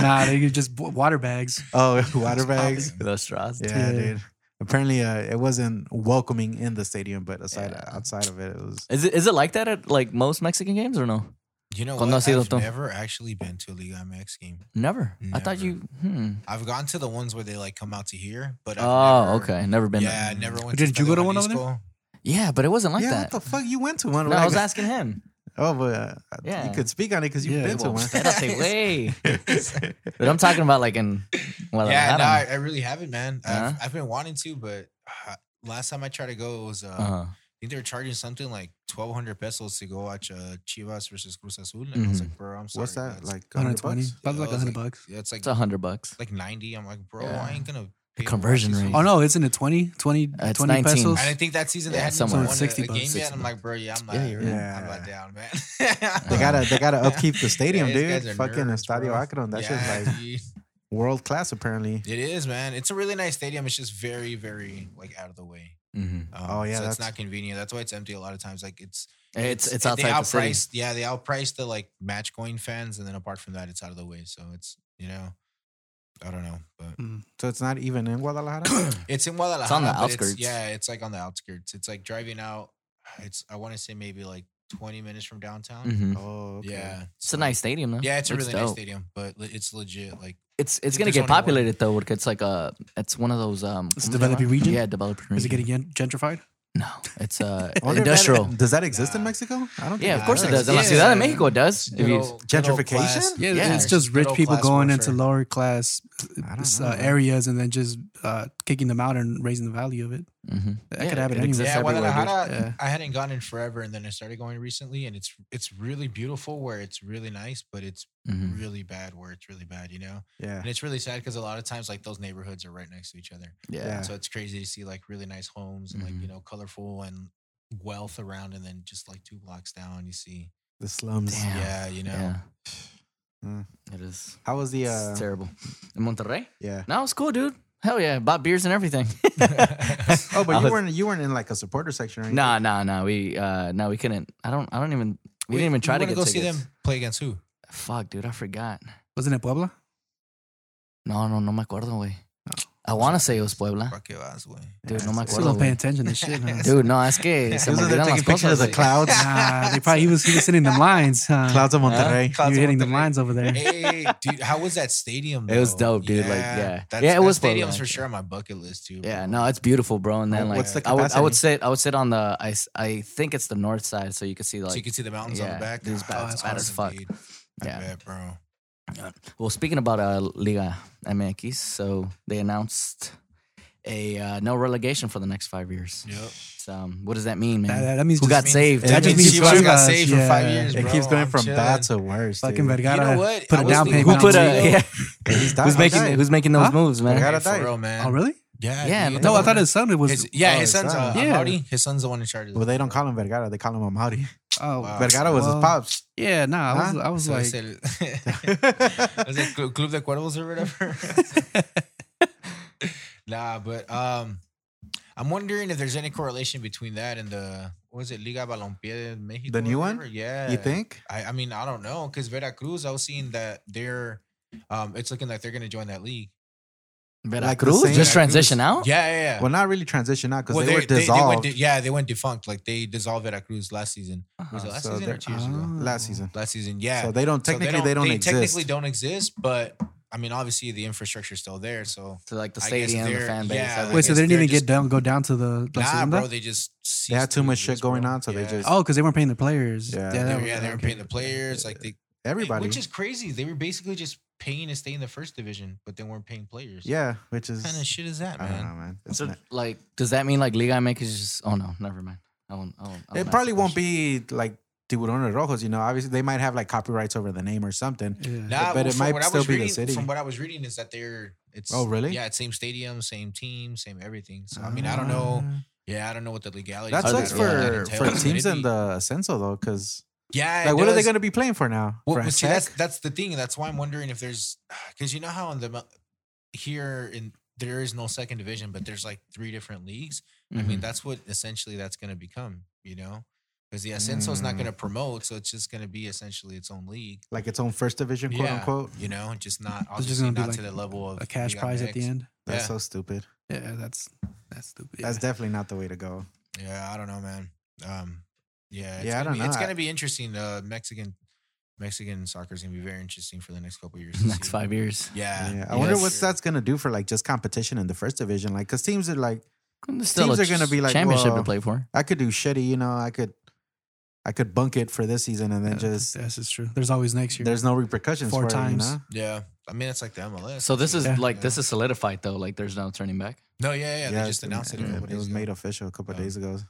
[SPEAKER 5] Nah, they could just b- water bags.
[SPEAKER 3] oh, water bags.
[SPEAKER 2] those straws.
[SPEAKER 3] Yeah,
[SPEAKER 5] Yeah.
[SPEAKER 3] dude. Apparently, uh, it wasn't welcoming in the stadium, but aside
[SPEAKER 2] Yeah.
[SPEAKER 3] outside of it, it was.
[SPEAKER 2] Is it is it like that at like most Mexican games or no?
[SPEAKER 4] You know,
[SPEAKER 2] Cuando
[SPEAKER 4] what?
[SPEAKER 2] ha sido
[SPEAKER 4] I've
[SPEAKER 2] tú?
[SPEAKER 4] never actually been to a Liga MX game.
[SPEAKER 2] Never. I thought
[SPEAKER 4] Never.
[SPEAKER 2] you. Hmm.
[SPEAKER 4] I've gone to the ones where they like come out to here, but I've
[SPEAKER 2] Oh,
[SPEAKER 4] never,
[SPEAKER 2] okay. Never been.
[SPEAKER 4] Yeah, I
[SPEAKER 2] there.
[SPEAKER 4] never went.
[SPEAKER 5] Did you go to one over there?
[SPEAKER 4] Jalisco.
[SPEAKER 2] Yeah, but it wasn't like
[SPEAKER 3] yeah,
[SPEAKER 2] that.
[SPEAKER 3] what the fuck? You went to one?
[SPEAKER 2] no,
[SPEAKER 3] We're
[SPEAKER 2] I
[SPEAKER 3] like,
[SPEAKER 2] was asking him.
[SPEAKER 3] oh, but uh,
[SPEAKER 2] Yeah.
[SPEAKER 3] you could speak on it because you've
[SPEAKER 5] Yeah,
[SPEAKER 3] been to
[SPEAKER 4] well,
[SPEAKER 3] one.
[SPEAKER 2] Espérate, güey. but I'm talking about like in
[SPEAKER 4] Yeah, no, I,
[SPEAKER 2] Guadalajara.
[SPEAKER 4] I really haven't, man.
[SPEAKER 2] Uh-huh.
[SPEAKER 4] I've, I've been wanting to, but uh, last time I tried to go, it was uh,
[SPEAKER 2] uh-huh.
[SPEAKER 4] I think they were charging something like twelve hundred pesos to go watch uh, Chivas versus Cruz Azul, and I was
[SPEAKER 2] Mhm.
[SPEAKER 4] like, bro, I'm sorry.
[SPEAKER 3] What's that?
[SPEAKER 4] that's-
[SPEAKER 3] Like 100
[SPEAKER 5] 120.
[SPEAKER 3] bucks?
[SPEAKER 5] Probably like
[SPEAKER 4] Yeah, I was
[SPEAKER 5] 100 bucks.
[SPEAKER 4] Yeah, it's like
[SPEAKER 2] It's a hundred bucks.
[SPEAKER 4] like ninety. I'm like, bro,
[SPEAKER 2] Yeah.
[SPEAKER 4] I ain't gonna. pay to watch
[SPEAKER 2] conversion
[SPEAKER 4] this
[SPEAKER 2] rate.
[SPEAKER 4] whole
[SPEAKER 5] Oh no, isn't it 20? 20,
[SPEAKER 2] Uh, it's
[SPEAKER 5] 20
[SPEAKER 2] 19.
[SPEAKER 5] pesos?
[SPEAKER 4] And I think that season they
[SPEAKER 2] Yeah,
[SPEAKER 4] had someone
[SPEAKER 2] somewhere
[SPEAKER 5] around
[SPEAKER 4] 60
[SPEAKER 5] 60
[SPEAKER 4] a, a game
[SPEAKER 5] bucks.
[SPEAKER 4] yet. I'm like, bro, yeah, I'm not,
[SPEAKER 2] Yeah, you're
[SPEAKER 3] right.
[SPEAKER 4] I'm
[SPEAKER 3] Yeah.
[SPEAKER 4] not down, man.
[SPEAKER 3] They gotta they gotta
[SPEAKER 4] Yeah.
[SPEAKER 3] upkeep the stadium,
[SPEAKER 4] Yeah, these guys
[SPEAKER 3] dude.
[SPEAKER 4] are
[SPEAKER 3] Fucking
[SPEAKER 4] nerds,
[SPEAKER 3] Estadio
[SPEAKER 4] bro.
[SPEAKER 3] Akron. That
[SPEAKER 4] Yeah,
[SPEAKER 3] shit's like
[SPEAKER 4] dude.
[SPEAKER 3] world class, apparently.
[SPEAKER 4] it is, man. It's a really nice stadium. It's just very, very like out of the way.
[SPEAKER 2] Mm-hmm.
[SPEAKER 4] Um,
[SPEAKER 3] Oh, yeah,
[SPEAKER 4] so
[SPEAKER 3] that's-
[SPEAKER 4] it's not convenient. That's why it's empty a lot of times. Like it's
[SPEAKER 2] It's it's
[SPEAKER 4] they
[SPEAKER 2] outside the city.
[SPEAKER 4] outpriced, Yeah, they outpriced the like match going fans, and then apart from that, it's out of the way. So it's you know I don't know, but
[SPEAKER 3] So it's not even in Guadalajara.
[SPEAKER 4] it's in Guadalajara.
[SPEAKER 2] Hmm. the
[SPEAKER 4] but
[SPEAKER 2] outskirts.
[SPEAKER 4] yeah, it's like on the outskirts. It's like driving out. It's I want to say maybe like 20 minutes from downtown.
[SPEAKER 2] Mhm.
[SPEAKER 3] oh, okay.
[SPEAKER 4] Yeah,
[SPEAKER 2] It's a nice stadium though.
[SPEAKER 4] Yeah, it's a really nice
[SPEAKER 2] dope.
[SPEAKER 4] stadium, but le- it's legit. Like
[SPEAKER 2] It's it's
[SPEAKER 4] If
[SPEAKER 2] gonna
[SPEAKER 4] there's
[SPEAKER 2] get
[SPEAKER 4] only one.
[SPEAKER 2] populated though. Because it's like a it's one of those um.
[SPEAKER 5] It's a
[SPEAKER 2] what am I
[SPEAKER 5] developing
[SPEAKER 2] talking about?
[SPEAKER 5] region?
[SPEAKER 2] Yeah, developing region.
[SPEAKER 5] Is it getting gen- gentrified?
[SPEAKER 2] No, it's uh
[SPEAKER 3] I wonder if that-
[SPEAKER 2] industrial.
[SPEAKER 3] does that exist in
[SPEAKER 4] Nah.
[SPEAKER 3] Mexico? I don't. think
[SPEAKER 2] Yeah, of course it does.
[SPEAKER 4] Yeah.
[SPEAKER 2] Unless you that in Mexico, it does.
[SPEAKER 4] good
[SPEAKER 2] If you-
[SPEAKER 4] old- good old
[SPEAKER 3] gentrification?
[SPEAKER 4] class-
[SPEAKER 5] Yeah,
[SPEAKER 2] Yeah.
[SPEAKER 5] it's just
[SPEAKER 4] Good
[SPEAKER 5] rich
[SPEAKER 4] old
[SPEAKER 5] people
[SPEAKER 4] class
[SPEAKER 5] going into
[SPEAKER 4] warfare.
[SPEAKER 5] lower class
[SPEAKER 3] I don't know,
[SPEAKER 5] uh,
[SPEAKER 3] man.
[SPEAKER 5] areas and then just uh, kicking them out and raising the value of it.
[SPEAKER 2] Mhm.
[SPEAKER 5] That
[SPEAKER 2] Yeah,
[SPEAKER 5] could happen
[SPEAKER 2] it
[SPEAKER 5] anywhere.
[SPEAKER 2] exists
[SPEAKER 4] Yeah,
[SPEAKER 2] everywhere, dude.
[SPEAKER 4] Guadalajara.
[SPEAKER 5] Yeah.
[SPEAKER 4] I hadn't gone in forever, and then I started going recently, and it's it's really beautiful where it's really nice, but it's
[SPEAKER 2] Mhm.
[SPEAKER 4] really bad where it's really bad, you know.
[SPEAKER 3] Yeah.
[SPEAKER 4] And it's really sad because a lot of times like those neighborhoods are right next to each other,
[SPEAKER 2] Yeah. Mm-hmm.
[SPEAKER 4] so it's crazy to see like really nice homes and like you know colorful and wealth around, and then just like two blocks down, you see,
[SPEAKER 3] The slums.
[SPEAKER 2] Damn.
[SPEAKER 4] yeah, you know,
[SPEAKER 2] Yeah.
[SPEAKER 3] Mm.
[SPEAKER 2] It is.
[SPEAKER 3] How was the?
[SPEAKER 2] It's
[SPEAKER 3] Uh,
[SPEAKER 2] terrible. In Monterrey?
[SPEAKER 3] yeah.
[SPEAKER 2] No, it's cool, dude. Hell yeah. Bought beers and everything.
[SPEAKER 3] Oh,
[SPEAKER 2] I
[SPEAKER 3] but you
[SPEAKER 2] was-
[SPEAKER 3] weren't you weren't in like a supporter section, right?
[SPEAKER 2] Nah, nah, nah. We uh no, we couldn't. I don't I don't even we
[SPEAKER 4] Wait,
[SPEAKER 2] didn't even
[SPEAKER 4] you
[SPEAKER 2] try to
[SPEAKER 4] wanna
[SPEAKER 2] get
[SPEAKER 4] go
[SPEAKER 2] tickets.
[SPEAKER 4] see them play against who?
[SPEAKER 2] Fuck, dude, I forgot.
[SPEAKER 5] Wasn't it Puebla?
[SPEAKER 2] No, no, no me acuerdo, güey. I want to say it was Puebla.
[SPEAKER 4] Fuck your eyes, güey.
[SPEAKER 2] Dude, no me
[SPEAKER 5] I still don't
[SPEAKER 2] acuerdo.
[SPEAKER 5] pay
[SPEAKER 2] güey.
[SPEAKER 5] attention to shit. huh?
[SPEAKER 2] Dude, no, es que se me
[SPEAKER 3] Isn't it
[SPEAKER 2] olvidan las
[SPEAKER 3] taking pictures
[SPEAKER 2] cosas.
[SPEAKER 3] of the
[SPEAKER 2] güey.
[SPEAKER 3] clouds?
[SPEAKER 5] Nah, they probably he was he was hitting them lines. Huh?
[SPEAKER 3] Clouds of Monterrey.
[SPEAKER 5] you
[SPEAKER 4] Clouds
[SPEAKER 5] were
[SPEAKER 4] of
[SPEAKER 5] hitting them
[SPEAKER 4] Monterrey.
[SPEAKER 5] lines over there.
[SPEAKER 4] hey, dude, how was that stadium?
[SPEAKER 2] It was
[SPEAKER 4] though?
[SPEAKER 2] dope, dude, like, yeah.
[SPEAKER 4] that's,
[SPEAKER 2] Yeah, it
[SPEAKER 4] that
[SPEAKER 2] was fun,
[SPEAKER 4] stadium's
[SPEAKER 2] like-
[SPEAKER 4] for sure on my bucket list too.
[SPEAKER 2] Yeah,
[SPEAKER 4] bro.
[SPEAKER 2] no, it's beautiful, bro. And then
[SPEAKER 3] Oh,
[SPEAKER 2] like
[SPEAKER 3] what's the
[SPEAKER 2] I would I would
[SPEAKER 3] capacity?
[SPEAKER 2] sit I would sit on the I, s- I think it's the north side so you could see like
[SPEAKER 4] so you can see the mountains on
[SPEAKER 2] yeah,
[SPEAKER 4] the back.
[SPEAKER 2] dude, it's bad-
[SPEAKER 4] Ah, that's
[SPEAKER 2] it's bad as fuck.
[SPEAKER 4] dude.
[SPEAKER 2] Yeah.
[SPEAKER 4] I bet, bro.
[SPEAKER 2] Well, speaking about uh, Liga MX, so they announced a uh, no relegation for the next five years.
[SPEAKER 4] Yep.
[SPEAKER 2] So, um, what does that mean, man?
[SPEAKER 5] That, that- that means
[SPEAKER 2] Who
[SPEAKER 5] just
[SPEAKER 2] got saved?
[SPEAKER 3] That
[SPEAKER 5] That just
[SPEAKER 3] means
[SPEAKER 5] means
[SPEAKER 3] Chivas
[SPEAKER 5] Chivas
[SPEAKER 4] got saved for
[SPEAKER 5] yeah.
[SPEAKER 4] five years.
[SPEAKER 3] It
[SPEAKER 4] Bro,
[SPEAKER 3] keeps going
[SPEAKER 4] I'm
[SPEAKER 3] from bad to
[SPEAKER 4] chilling.
[SPEAKER 3] worse.
[SPEAKER 5] Fucking
[SPEAKER 3] dude.
[SPEAKER 5] Vergara.
[SPEAKER 4] you know what?
[SPEAKER 5] Put
[SPEAKER 4] I
[SPEAKER 5] a
[SPEAKER 4] was
[SPEAKER 5] down
[SPEAKER 4] thinking-
[SPEAKER 5] payment.
[SPEAKER 2] Who
[SPEAKER 5] on
[SPEAKER 2] put
[SPEAKER 5] him.
[SPEAKER 2] a yeah?
[SPEAKER 3] He's dying.
[SPEAKER 2] Who's making
[SPEAKER 3] Dying.
[SPEAKER 2] Who's making those
[SPEAKER 5] Huh?
[SPEAKER 2] moves, man?
[SPEAKER 3] Vergara.
[SPEAKER 4] Yeah,
[SPEAKER 3] gotta
[SPEAKER 4] for
[SPEAKER 3] die.
[SPEAKER 4] real, man.
[SPEAKER 5] Oh really?
[SPEAKER 4] Yeah.
[SPEAKER 2] Yeah,
[SPEAKER 4] dude.
[SPEAKER 2] but
[SPEAKER 5] No, I thought his son was.
[SPEAKER 4] His, yeah, his
[SPEAKER 3] Oh, his
[SPEAKER 4] son's uh,
[SPEAKER 3] son.
[SPEAKER 5] Yeah.
[SPEAKER 4] Amaury. His son's the one in charge of the
[SPEAKER 3] Well, they don't call him Vergara. They call him Amaury.
[SPEAKER 5] oh,
[SPEAKER 4] Wow.
[SPEAKER 3] Vergara was
[SPEAKER 5] well,
[SPEAKER 3] his pops.
[SPEAKER 5] Yeah, nah, I was, I was
[SPEAKER 4] So
[SPEAKER 5] like,
[SPEAKER 4] it's el- was it Clu- Club de Cuervos or whatever? nah, but um, I'm wondering if there's any correlation between that and the what was it Liga Balompié de Mexico?
[SPEAKER 3] The new
[SPEAKER 4] or
[SPEAKER 3] one?
[SPEAKER 4] whatever? Yeah.
[SPEAKER 3] You think?
[SPEAKER 4] I, I mean, I don't know because Veracruz. I was seeing that they're, um, it's looking like they're gonna join that league.
[SPEAKER 3] Like the
[SPEAKER 2] Veracruz
[SPEAKER 3] same-
[SPEAKER 4] Veracruz.
[SPEAKER 2] just transition out.
[SPEAKER 4] Yeah, yeah, yeah.
[SPEAKER 3] Well, not really transition out because
[SPEAKER 4] Well,
[SPEAKER 3] they, were
[SPEAKER 4] went
[SPEAKER 3] dissolved
[SPEAKER 4] di- yeah, they went defunct. Like they dissolved Veracruz last season. Was it
[SPEAKER 2] Oh,
[SPEAKER 3] Uh-huh.
[SPEAKER 4] last
[SPEAKER 3] So
[SPEAKER 4] season or
[SPEAKER 3] they're-
[SPEAKER 4] two years ago?
[SPEAKER 5] Ah.
[SPEAKER 3] last season.
[SPEAKER 4] Last season, yeah.
[SPEAKER 3] So they don't
[SPEAKER 4] So
[SPEAKER 3] technically they don't,
[SPEAKER 4] they
[SPEAKER 3] exist.
[SPEAKER 4] technically don't exist, but I mean, obviously the infrastructure's still there. So
[SPEAKER 2] So like
[SPEAKER 4] I
[SPEAKER 2] the
[SPEAKER 4] guess
[SPEAKER 2] stadium, the
[SPEAKER 4] they're-
[SPEAKER 2] fan base.
[SPEAKER 4] yeah,
[SPEAKER 2] everything.
[SPEAKER 5] wait, so they
[SPEAKER 4] guess
[SPEAKER 5] didn't even
[SPEAKER 4] they're
[SPEAKER 5] get
[SPEAKER 4] just-
[SPEAKER 5] down, go down to the La
[SPEAKER 4] nah,
[SPEAKER 5] Segunda?
[SPEAKER 4] bro, they just
[SPEAKER 3] They had
[SPEAKER 4] ceased
[SPEAKER 3] too
[SPEAKER 4] to
[SPEAKER 3] much shit
[SPEAKER 4] exist, bro.
[SPEAKER 3] going on, so they just-
[SPEAKER 5] Oh, because they weren't paying the players.
[SPEAKER 3] Yeah.
[SPEAKER 4] yeah,
[SPEAKER 5] that
[SPEAKER 4] they were,
[SPEAKER 5] was-
[SPEAKER 4] yeah, they were
[SPEAKER 5] okay.
[SPEAKER 4] paying the players. Like they,
[SPEAKER 3] Everybody.
[SPEAKER 4] which is crazy. They were basically just paying to stay in the first division, but they weren't paying players.
[SPEAKER 3] yeah, which is
[SPEAKER 4] what kind of shit is that,
[SPEAKER 3] I don't know,
[SPEAKER 4] man?
[SPEAKER 3] man. It's
[SPEAKER 2] So
[SPEAKER 3] not-
[SPEAKER 2] like, does that mean like Liga MX is just? Oh no, never mind. I won't. I won't, I
[SPEAKER 3] it
[SPEAKER 2] ask
[SPEAKER 3] probably
[SPEAKER 2] the
[SPEAKER 3] won't
[SPEAKER 2] question.
[SPEAKER 3] be like Tiburones Rojos. You know, obviously they might have like copyrights over the name or something.
[SPEAKER 5] Yeah.
[SPEAKER 4] Nah,
[SPEAKER 3] But it
[SPEAKER 4] from
[SPEAKER 3] might
[SPEAKER 4] what I
[SPEAKER 3] still
[SPEAKER 4] was
[SPEAKER 3] be the
[SPEAKER 4] reading,
[SPEAKER 3] city.
[SPEAKER 4] From what I was reading, is that they're it's
[SPEAKER 3] Oh, really?
[SPEAKER 4] yeah, it's same stadium, same team, same everything. So I mean, I don't know.
[SPEAKER 3] Ah.
[SPEAKER 4] Yeah, I don't know what the legality.
[SPEAKER 3] That
[SPEAKER 2] Are
[SPEAKER 3] sucks
[SPEAKER 2] they-
[SPEAKER 3] for for teams in the Ascenso though, because
[SPEAKER 4] yeah.
[SPEAKER 3] like, what are they
[SPEAKER 4] gonna?
[SPEAKER 3] going to be playing for now?
[SPEAKER 4] Well,
[SPEAKER 3] For
[SPEAKER 4] but see, that's
[SPEAKER 3] Aztec?
[SPEAKER 4] that's the thing. That's why I'm wondering if there's because you know how in the mo- here in there is no second division, but there's like three different leagues. I mean,
[SPEAKER 2] Mhm.
[SPEAKER 4] that's what essentially that's going to become. You know, because the Ascenso is not going to promote, so it's just going to be essentially its own league,
[SPEAKER 3] like its own first division, quote
[SPEAKER 4] Yeah,
[SPEAKER 3] unquote.
[SPEAKER 4] You know, just not
[SPEAKER 5] It's just
[SPEAKER 4] obviously
[SPEAKER 5] gonna
[SPEAKER 4] not
[SPEAKER 5] be like
[SPEAKER 4] to the level of
[SPEAKER 5] a cash
[SPEAKER 4] Liga
[SPEAKER 5] prize at the
[SPEAKER 4] MX.
[SPEAKER 5] end.
[SPEAKER 3] That's
[SPEAKER 4] Yeah.
[SPEAKER 3] so stupid.
[SPEAKER 5] Yeah, that's that's stupid.
[SPEAKER 3] That's
[SPEAKER 5] yeah.
[SPEAKER 3] definitely not the way to go.
[SPEAKER 4] Yeah, I don't know, man. Um, yeah, it's
[SPEAKER 3] Yeah,
[SPEAKER 4] gonna
[SPEAKER 3] I don't
[SPEAKER 4] be,
[SPEAKER 3] know.
[SPEAKER 4] It's
[SPEAKER 3] I-
[SPEAKER 4] going to be interesting. Uh, Mexican Mexican soccer is going to be very interesting for the next couple of years. to
[SPEAKER 2] next
[SPEAKER 4] see.
[SPEAKER 2] five years.
[SPEAKER 4] Yeah,
[SPEAKER 3] Yeah, I
[SPEAKER 4] yeah,
[SPEAKER 3] wonder
[SPEAKER 4] for
[SPEAKER 3] what
[SPEAKER 4] sure.
[SPEAKER 3] that's going to do for like just competition in the first division, like because teams are like.
[SPEAKER 2] There's Still
[SPEAKER 3] Teams
[SPEAKER 2] a
[SPEAKER 3] are gonna be like,
[SPEAKER 2] championship to
[SPEAKER 3] well,
[SPEAKER 2] play for.
[SPEAKER 3] I could do shitty, you know. I could, I could bunk it for this season, and then
[SPEAKER 5] Yeah, that's-
[SPEAKER 3] just
[SPEAKER 5] that's just true. There's always next year.
[SPEAKER 3] there's no repercussions
[SPEAKER 5] Four
[SPEAKER 3] for
[SPEAKER 5] times.
[SPEAKER 3] it, you know.
[SPEAKER 4] Yeah, I mean it's like the MLS.
[SPEAKER 2] So this is
[SPEAKER 5] Yeah.
[SPEAKER 2] like
[SPEAKER 4] Yeah.
[SPEAKER 2] this is solidified though. Like there's no turning back.
[SPEAKER 4] no, yeah, yeah. they
[SPEAKER 3] it's
[SPEAKER 4] just
[SPEAKER 3] been-
[SPEAKER 4] announced it. a
[SPEAKER 3] yeah,
[SPEAKER 4] couple
[SPEAKER 3] It
[SPEAKER 4] days
[SPEAKER 3] was
[SPEAKER 4] ago.
[SPEAKER 3] made official a couple
[SPEAKER 4] Yeah.
[SPEAKER 3] days ago,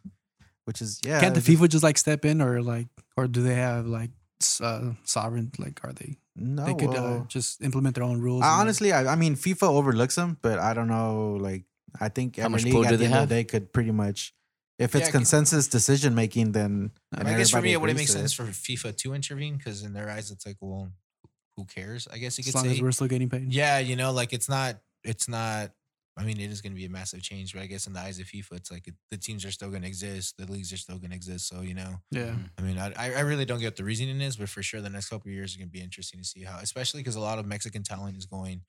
[SPEAKER 3] which is yeah.
[SPEAKER 5] Can't the
[SPEAKER 3] it's just-
[SPEAKER 5] FIFA just like step in or like or do they have like s- uh, sovereign? Like are they?
[SPEAKER 3] No,
[SPEAKER 5] they could uh,
[SPEAKER 3] Oh, well,
[SPEAKER 5] just implement their own rules.
[SPEAKER 3] I
[SPEAKER 5] and, like-
[SPEAKER 3] honestly, I, I mean, FIFA overlooks them, but I don't know. Like, I think
[SPEAKER 2] How
[SPEAKER 3] every
[SPEAKER 2] much
[SPEAKER 3] league
[SPEAKER 2] pull
[SPEAKER 3] at
[SPEAKER 2] do
[SPEAKER 3] the
[SPEAKER 2] they
[SPEAKER 3] end
[SPEAKER 2] have?
[SPEAKER 3] of the day could pretty much, if it's
[SPEAKER 4] Yeah, I-
[SPEAKER 3] consensus decision making, then and
[SPEAKER 4] I guess for
[SPEAKER 3] everybody
[SPEAKER 4] me, it wouldn't make
[SPEAKER 3] agrees
[SPEAKER 4] sense
[SPEAKER 3] to
[SPEAKER 4] for FIFA to intervene because in their eyes, it's like, well, who cares? I guess you could
[SPEAKER 5] as long
[SPEAKER 4] say,
[SPEAKER 5] as we're still getting paid.
[SPEAKER 4] yeah, you know, like it's not, it's not. I mean, it is going to be a massive change, but I guess in the eyes of FIFA, it's like it, the teams are still going to exist, the leagues are still going to exist. So you know,
[SPEAKER 5] yeah.
[SPEAKER 4] I mean, I, I I really don't get what the reasoning is, but for sure, the next couple of years are going to be interesting to see how, especially because a lot of Mexican talent is going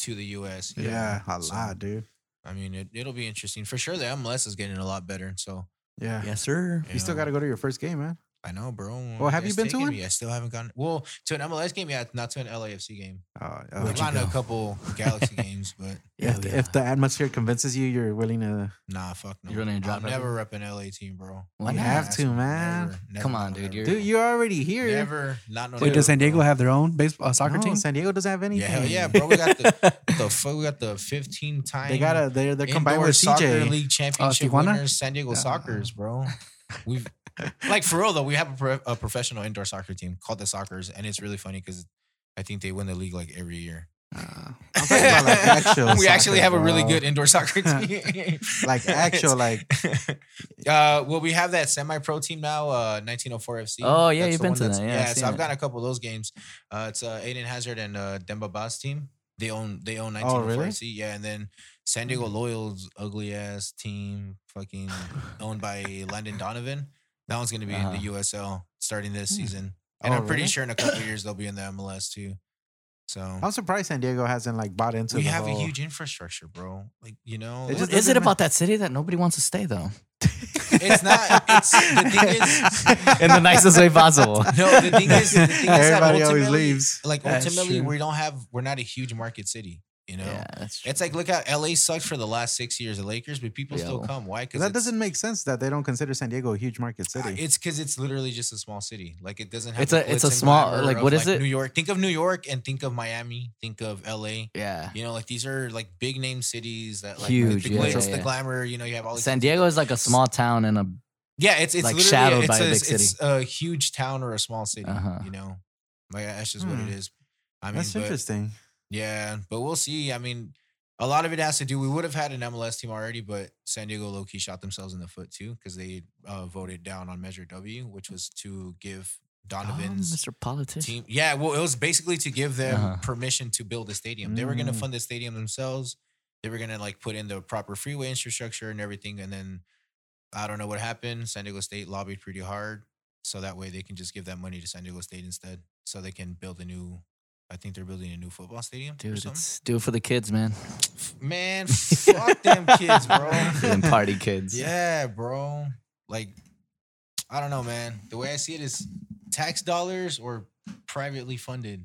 [SPEAKER 4] to the U.S.
[SPEAKER 3] Yeah, a
[SPEAKER 4] So,
[SPEAKER 3] lot, dude.
[SPEAKER 4] I mean, it, it'll be interesting for sure. The MLS is getting a lot better, so
[SPEAKER 3] Yeah.
[SPEAKER 2] Yes, sir.
[SPEAKER 3] You still
[SPEAKER 4] know,
[SPEAKER 3] got to go to your first game, man.
[SPEAKER 4] I know, bro.
[SPEAKER 3] Well, have you
[SPEAKER 4] It's
[SPEAKER 3] been to
[SPEAKER 4] taking
[SPEAKER 3] one?
[SPEAKER 4] me- I still haven't gone. Well, to an MLS game, yeah, not to an LAFC game.
[SPEAKER 3] Oh, oh,
[SPEAKER 4] I've
[SPEAKER 5] Where'd you
[SPEAKER 4] gone to a
[SPEAKER 5] go?
[SPEAKER 4] couple Galaxy games, but
[SPEAKER 3] if, the, if the atmosphere convinces you, you're willing to.
[SPEAKER 4] nah, fuck no.
[SPEAKER 2] You really ain't
[SPEAKER 4] I'll
[SPEAKER 2] dropped nothing?
[SPEAKER 4] never rep an LA team, bro.
[SPEAKER 2] Why
[SPEAKER 3] You
[SPEAKER 2] not?
[SPEAKER 3] have to, man.
[SPEAKER 4] Never, never,
[SPEAKER 2] Come on,
[SPEAKER 4] never,
[SPEAKER 2] dude,
[SPEAKER 4] never.
[SPEAKER 3] Dude, you're already here.
[SPEAKER 4] never not no.
[SPEAKER 5] Wait, does
[SPEAKER 4] never,
[SPEAKER 5] San Diego
[SPEAKER 4] bro.
[SPEAKER 5] have their own baseball uh, soccer
[SPEAKER 3] Oh. No,
[SPEAKER 5] team?
[SPEAKER 3] San Diego doesn't have anything.
[SPEAKER 4] Yeah, hell yeah, bro. We got the the fuck. We got the fifteen time.
[SPEAKER 3] They got a. They're they're combined
[SPEAKER 4] indoor
[SPEAKER 3] with Uh,
[SPEAKER 4] soccer
[SPEAKER 3] CJ.
[SPEAKER 4] league championship
[SPEAKER 5] Tijuana?
[SPEAKER 4] winners, San Diego
[SPEAKER 5] Uh,
[SPEAKER 4] Soccer's, bro. We've like for real though. We have a, pro- a professional indoor soccer team called the Soccer's, and it's really funny because I think they win the league like every year.
[SPEAKER 3] Uh, I'm talking about, like, actual
[SPEAKER 4] we actually
[SPEAKER 3] soccer,
[SPEAKER 4] have a really
[SPEAKER 3] bro.
[SPEAKER 4] good indoor soccer team.
[SPEAKER 3] like actual like
[SPEAKER 4] uh, well, we have that semi-pro team now, uh, 1904 FC.
[SPEAKER 2] Oh, yeah,
[SPEAKER 4] That's
[SPEAKER 2] you've
[SPEAKER 4] the
[SPEAKER 2] been
[SPEAKER 4] one
[SPEAKER 2] to
[SPEAKER 4] that's-
[SPEAKER 2] that. Yeah, I've seen
[SPEAKER 4] so I've
[SPEAKER 2] it.
[SPEAKER 4] gotten a couple of those games. Uh, it's uh, Aiden Hazard and uh, Demba Ba's team. They own they own 1904
[SPEAKER 3] Oh, really?
[SPEAKER 4] FC. Yeah, and then San
[SPEAKER 2] Mm.
[SPEAKER 4] Diego Loyal's ugly ass team, fucking owned by Landon Donovan. That one's gonna be
[SPEAKER 2] Uh-huh.
[SPEAKER 4] in the USL starting this
[SPEAKER 2] Hmm.
[SPEAKER 4] season, and
[SPEAKER 3] Oh,
[SPEAKER 4] I'm pretty
[SPEAKER 3] really?
[SPEAKER 4] sure in a couple of years they'll be in the MLS too. So
[SPEAKER 3] I'm surprised San Diego hasn't like bought into.
[SPEAKER 4] we
[SPEAKER 3] the
[SPEAKER 4] have a
[SPEAKER 3] whole-
[SPEAKER 4] huge infrastructure, bro. Like you know,
[SPEAKER 3] It
[SPEAKER 4] like-
[SPEAKER 3] just
[SPEAKER 2] is it
[SPEAKER 3] doesn't
[SPEAKER 2] about that city that nobody wants to stay though?
[SPEAKER 4] It's not- it's- the thing is-
[SPEAKER 2] In the nicest way possible.
[SPEAKER 4] No, the thing is, the thing is that
[SPEAKER 3] Everybody always
[SPEAKER 4] ultimately-
[SPEAKER 3] leaves.
[SPEAKER 4] Like
[SPEAKER 5] That's
[SPEAKER 4] ultimately,
[SPEAKER 5] true.
[SPEAKER 4] we don't have. We're not a huge market city. You know,
[SPEAKER 2] Yeah, that's true.
[SPEAKER 4] it's like look out. LA sucked for the last six years. The Lakers, but people still
[SPEAKER 2] Yeah.
[SPEAKER 4] come. Why? Because
[SPEAKER 3] That doesn't make sense that they don't consider San Diego a huge market city.
[SPEAKER 4] It's because it's literally just a small city. Like it doesn't have.
[SPEAKER 2] It's
[SPEAKER 4] the
[SPEAKER 2] a- it's a
[SPEAKER 4] glitz and
[SPEAKER 2] small-
[SPEAKER 4] glamour
[SPEAKER 2] like,
[SPEAKER 4] of,
[SPEAKER 2] what is it?
[SPEAKER 4] New York. Think of New York and think of Miami. Think of LA.
[SPEAKER 2] yeah.
[SPEAKER 4] You know, like these are like big name cities that like
[SPEAKER 2] Huge,
[SPEAKER 4] the
[SPEAKER 2] yeah,
[SPEAKER 4] glitz,
[SPEAKER 2] yeah,
[SPEAKER 4] the
[SPEAKER 2] yeah.
[SPEAKER 4] glamour. You know, you have all these
[SPEAKER 2] San
[SPEAKER 4] things.
[SPEAKER 2] Diego is like a small town in a
[SPEAKER 4] Yeah, it's it's
[SPEAKER 2] like,
[SPEAKER 4] literally
[SPEAKER 2] shadowed
[SPEAKER 4] it's
[SPEAKER 2] by
[SPEAKER 4] a,
[SPEAKER 2] a big
[SPEAKER 4] It's a huge town or a small city.
[SPEAKER 2] Uh-huh.
[SPEAKER 4] You know, like that's just what
[SPEAKER 3] Hmm.
[SPEAKER 4] it is. I mean,
[SPEAKER 3] That's
[SPEAKER 4] but-
[SPEAKER 3] interesting.
[SPEAKER 4] Yeah, but we'll see. I mean, a lot of it has to do. We would have had an MLS team already, but San Diego low key shot themselves in the foot too because they uh, voted down on Measure W, which was to give Donovan's
[SPEAKER 2] Mr. Politician.
[SPEAKER 4] team. Yeah, well, it was basically to give them
[SPEAKER 2] Uh-huh.
[SPEAKER 4] permission to build a stadium. They were going to
[SPEAKER 3] Mm.
[SPEAKER 4] fund the stadium themselves. They were going to like put in the proper freeway infrastructure and everything. And then I don't know what happened. San Diego State lobbied pretty hard. So that way they can just give that money to San Diego State instead. So they can build a new, I think they're building a new football stadium. or
[SPEAKER 2] Dude,
[SPEAKER 4] something.
[SPEAKER 2] it's do it for the kids, man.
[SPEAKER 4] man, fuck them kids, bro.
[SPEAKER 2] Them party kids.
[SPEAKER 4] Yeah, bro. Like, I don't know, man. The way I see it is tax dollars or privately funded.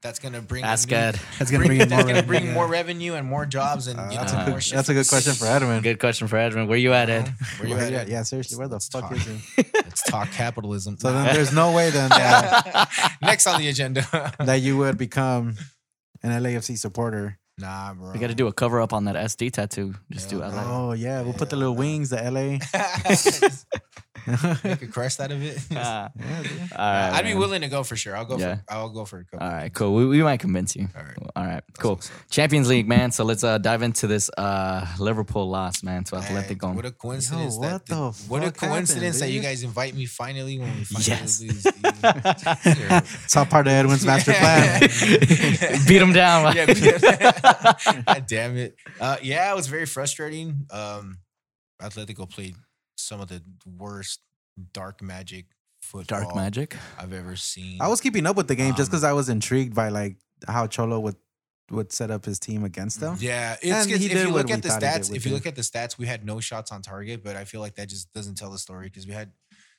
[SPEAKER 4] That's gonna bring. a
[SPEAKER 2] That's
[SPEAKER 4] new-
[SPEAKER 2] good.
[SPEAKER 5] That's gonna bring in more
[SPEAKER 4] that's gonna
[SPEAKER 5] revenue,
[SPEAKER 4] bring
[SPEAKER 5] yeah.
[SPEAKER 4] more revenue and more jobs and
[SPEAKER 3] Uh,
[SPEAKER 4] you
[SPEAKER 3] that's
[SPEAKER 4] know,
[SPEAKER 3] a
[SPEAKER 4] more
[SPEAKER 3] good.
[SPEAKER 4] shit
[SPEAKER 3] That's a
[SPEAKER 4] for
[SPEAKER 3] good
[SPEAKER 4] the
[SPEAKER 3] question
[SPEAKER 4] city,
[SPEAKER 3] for Edwin.
[SPEAKER 2] Good question for Edwin. Where you
[SPEAKER 4] you
[SPEAKER 2] at,
[SPEAKER 4] know?
[SPEAKER 2] Ed?
[SPEAKER 4] Where you
[SPEAKER 3] Where
[SPEAKER 4] at,
[SPEAKER 3] you
[SPEAKER 4] Ed?
[SPEAKER 3] at? Yeah, seriously, where the
[SPEAKER 4] Let's
[SPEAKER 3] fuck
[SPEAKER 4] talk.
[SPEAKER 3] is he?
[SPEAKER 4] Let's talk capitalism.
[SPEAKER 3] So then there's no way then that,
[SPEAKER 4] Next on the agenda.
[SPEAKER 3] that you would become an LAFC supporter.
[SPEAKER 4] nah, bro.
[SPEAKER 2] We got to do a cover up on that SD tattoo. Just do
[SPEAKER 4] Yeah.
[SPEAKER 2] LA.
[SPEAKER 3] Oh yeah, we'll put the
[SPEAKER 4] Hell
[SPEAKER 3] little
[SPEAKER 4] no.
[SPEAKER 3] wings, the LA.
[SPEAKER 4] Make a crest out of it.
[SPEAKER 2] Ah.
[SPEAKER 3] Yeah, dude.
[SPEAKER 2] All right,
[SPEAKER 4] I'd be
[SPEAKER 2] man.
[SPEAKER 4] willing to go for sure. I'll go.
[SPEAKER 2] Yeah. Uh,
[SPEAKER 4] For, I'll go for a couple.
[SPEAKER 2] All right, cool. We, we might convince you.
[SPEAKER 4] All right.
[SPEAKER 2] All right, cool.
[SPEAKER 4] what's up.
[SPEAKER 2] Champions League, man. So let's uh, dive into this uh, Liverpool loss, man, to Athletic.
[SPEAKER 4] What a coincidence!
[SPEAKER 3] Yo,
[SPEAKER 4] that
[SPEAKER 3] what
[SPEAKER 4] the-
[SPEAKER 3] the
[SPEAKER 4] what a
[SPEAKER 3] fuck happened,
[SPEAKER 4] coincidence that you
[SPEAKER 3] dude?
[SPEAKER 4] guys invite me finally when we finally
[SPEAKER 2] Yes.
[SPEAKER 4] lose. dude. Yeah.
[SPEAKER 3] It's all part of Edwin's master plan.
[SPEAKER 2] Beat them down.
[SPEAKER 4] Yeah, because- God damn it. Uh, yeah, it was very frustrating. Um, Atletico played some of the worst dark magic football
[SPEAKER 2] Dark magic.
[SPEAKER 4] I've ever seen.
[SPEAKER 3] I was keeping up with the game just
[SPEAKER 4] Um,
[SPEAKER 3] because I was intrigued by like how Cholo would would set up his team against them.
[SPEAKER 4] Yeah, it's
[SPEAKER 3] And
[SPEAKER 4] 'cause
[SPEAKER 3] he
[SPEAKER 4] if
[SPEAKER 3] did
[SPEAKER 4] you
[SPEAKER 3] what
[SPEAKER 4] look
[SPEAKER 3] we
[SPEAKER 4] at the
[SPEAKER 3] thought he did
[SPEAKER 4] stats,
[SPEAKER 3] with
[SPEAKER 4] if you
[SPEAKER 3] it.
[SPEAKER 4] look at the stats, we had no shots on target, but I feel like that just doesn't tell the story because we had